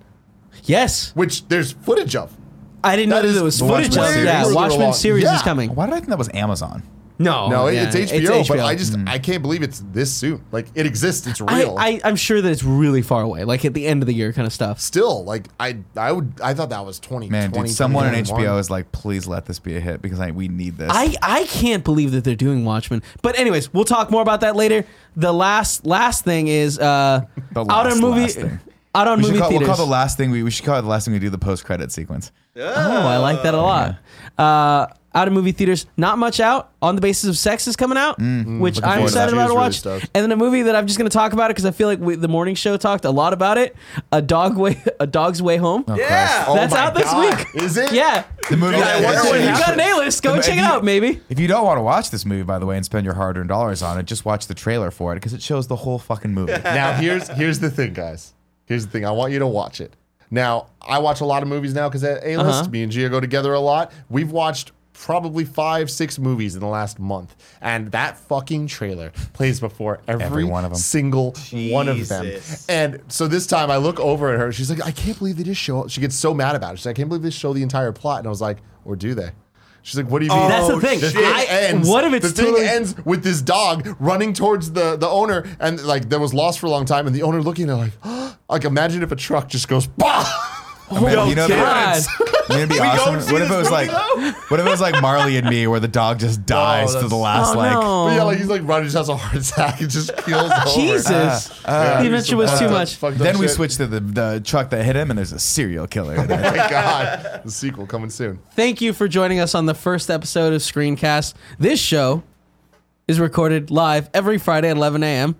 [SPEAKER 1] Yes.
[SPEAKER 2] which there's footage of.
[SPEAKER 1] I didn't
[SPEAKER 2] That
[SPEAKER 1] know
[SPEAKER 2] is
[SPEAKER 1] there was
[SPEAKER 3] the
[SPEAKER 1] footage
[SPEAKER 3] Watchmen
[SPEAKER 1] of
[SPEAKER 3] series.
[SPEAKER 1] Yeah,
[SPEAKER 2] We're
[SPEAKER 1] Watchmen
[SPEAKER 2] along-
[SPEAKER 1] series
[SPEAKER 2] Yeah.
[SPEAKER 1] is coming.
[SPEAKER 3] why did I think that was Amazon?
[SPEAKER 1] No,
[SPEAKER 3] Oh,
[SPEAKER 2] No, it-
[SPEAKER 1] yeah,
[SPEAKER 2] it's, HBO, but I just
[SPEAKER 3] Mm.
[SPEAKER 2] I can't believe it's this soon. Like it exists, it's
[SPEAKER 1] I,
[SPEAKER 2] real.
[SPEAKER 1] I, I'm sure that it's really far away, like at the end of the year kind of stuff.
[SPEAKER 2] Still, like I I would I thought that was 2020.
[SPEAKER 3] Man, dude, someone in
[SPEAKER 2] 2021.
[SPEAKER 3] HBO is like, please let this be a hit because I, we need this.
[SPEAKER 1] I, I can't believe that they're doing Watchmen. But anyways, we'll talk more about that later. The last last thing is uh,
[SPEAKER 3] The
[SPEAKER 1] out on
[SPEAKER 3] last,
[SPEAKER 1] movie
[SPEAKER 3] last thing.
[SPEAKER 1] out on
[SPEAKER 3] we
[SPEAKER 1] movie
[SPEAKER 3] should call, we'll
[SPEAKER 1] theaters.
[SPEAKER 3] call the last thing we, we should call it the last thing we do the post credit sequence.
[SPEAKER 1] oh, I like that a lot. Uh, out of movie theaters, not much out. On the basis of Sex is coming out,
[SPEAKER 3] Mm.
[SPEAKER 1] which I'm
[SPEAKER 3] forward to
[SPEAKER 1] excited about to
[SPEAKER 2] that. She was really
[SPEAKER 1] watch.
[SPEAKER 2] stoked.
[SPEAKER 1] and then a movie that I'm just going to talk about it because I feel like we, the morning show talked a lot about it. A dog way, a dog's way home.
[SPEAKER 4] Yeah.
[SPEAKER 2] Oh
[SPEAKER 1] That's
[SPEAKER 2] my
[SPEAKER 1] out this
[SPEAKER 2] God.
[SPEAKER 1] week.
[SPEAKER 2] Is it?
[SPEAKER 1] Yeah.
[SPEAKER 3] The movie.
[SPEAKER 2] Yeah,
[SPEAKER 3] that-
[SPEAKER 2] what's
[SPEAKER 1] So
[SPEAKER 2] it
[SPEAKER 1] if you
[SPEAKER 2] happened?
[SPEAKER 1] got an A-list, go
[SPEAKER 3] If
[SPEAKER 1] and check it
[SPEAKER 3] you-
[SPEAKER 1] out, maybe.
[SPEAKER 3] If you don't want to watch this movie, by the way, and spend your hard-earned dollars on it, just watch the trailer for it because it shows the whole fucking movie.
[SPEAKER 2] Now here's here's the thing, guys. Here's the thing. I want you to watch it. Now I watch a lot of movies now because at A list, me and Gia go together a lot. We've watched probably five, six movies in the last month, and that fucking trailer plays before every,
[SPEAKER 3] Every one of 'em.
[SPEAKER 2] single one of them.
[SPEAKER 4] Jesus.
[SPEAKER 2] And so this time I look over at her. She's like, I can't believe they just show. She gets so mad about it. She's like, I can't believe they show the entire plot. And I was like, or do they? She's like, what do you mean?
[SPEAKER 1] That's the thing.
[SPEAKER 2] Oh, The thing
[SPEAKER 1] I-
[SPEAKER 2] ends.
[SPEAKER 1] what if it's
[SPEAKER 2] the thing
[SPEAKER 1] totally-
[SPEAKER 2] ends with this dog running towards the the owner and like that was lost for a long time and the owner looking at it like like imagine if a truck just goes bah
[SPEAKER 3] I mean,
[SPEAKER 1] Yo,
[SPEAKER 3] you know,
[SPEAKER 1] Oh, God.
[SPEAKER 3] it'd be awesome. What if it was like, what if it was like Marley and Me, where the dog just dies to the last
[SPEAKER 1] Oh,
[SPEAKER 3] like.
[SPEAKER 1] no.
[SPEAKER 2] but yeah like he's like running just has a heart attack and just keels over
[SPEAKER 1] Jesus.
[SPEAKER 3] Ah.
[SPEAKER 2] Yeah,
[SPEAKER 1] the
[SPEAKER 2] he's
[SPEAKER 1] adventure
[SPEAKER 2] the
[SPEAKER 1] was
[SPEAKER 2] best.
[SPEAKER 1] too much.
[SPEAKER 2] Fucked up
[SPEAKER 3] Then we
[SPEAKER 2] shit.
[SPEAKER 3] switch to the, the truck that hit him, and there's a serial killer. in it.
[SPEAKER 2] oh my god the sequel coming soon
[SPEAKER 1] Thank you for joining us on the first episode of Screencast. This show is recorded live every Friday at 11 a.m.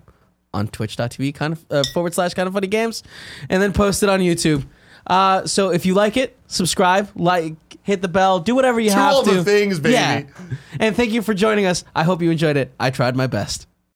[SPEAKER 1] on twitch.tv kind of, uh, forward slash kind of funny games and then posted on YouTube. Uh, so if you like it, subscribe, like, hit the bell, do whatever you
[SPEAKER 2] Do
[SPEAKER 1] have
[SPEAKER 2] all
[SPEAKER 1] to.
[SPEAKER 2] the things, baby.
[SPEAKER 1] Yeah. And thank you for joining us. I hope you enjoyed it. I tried my best.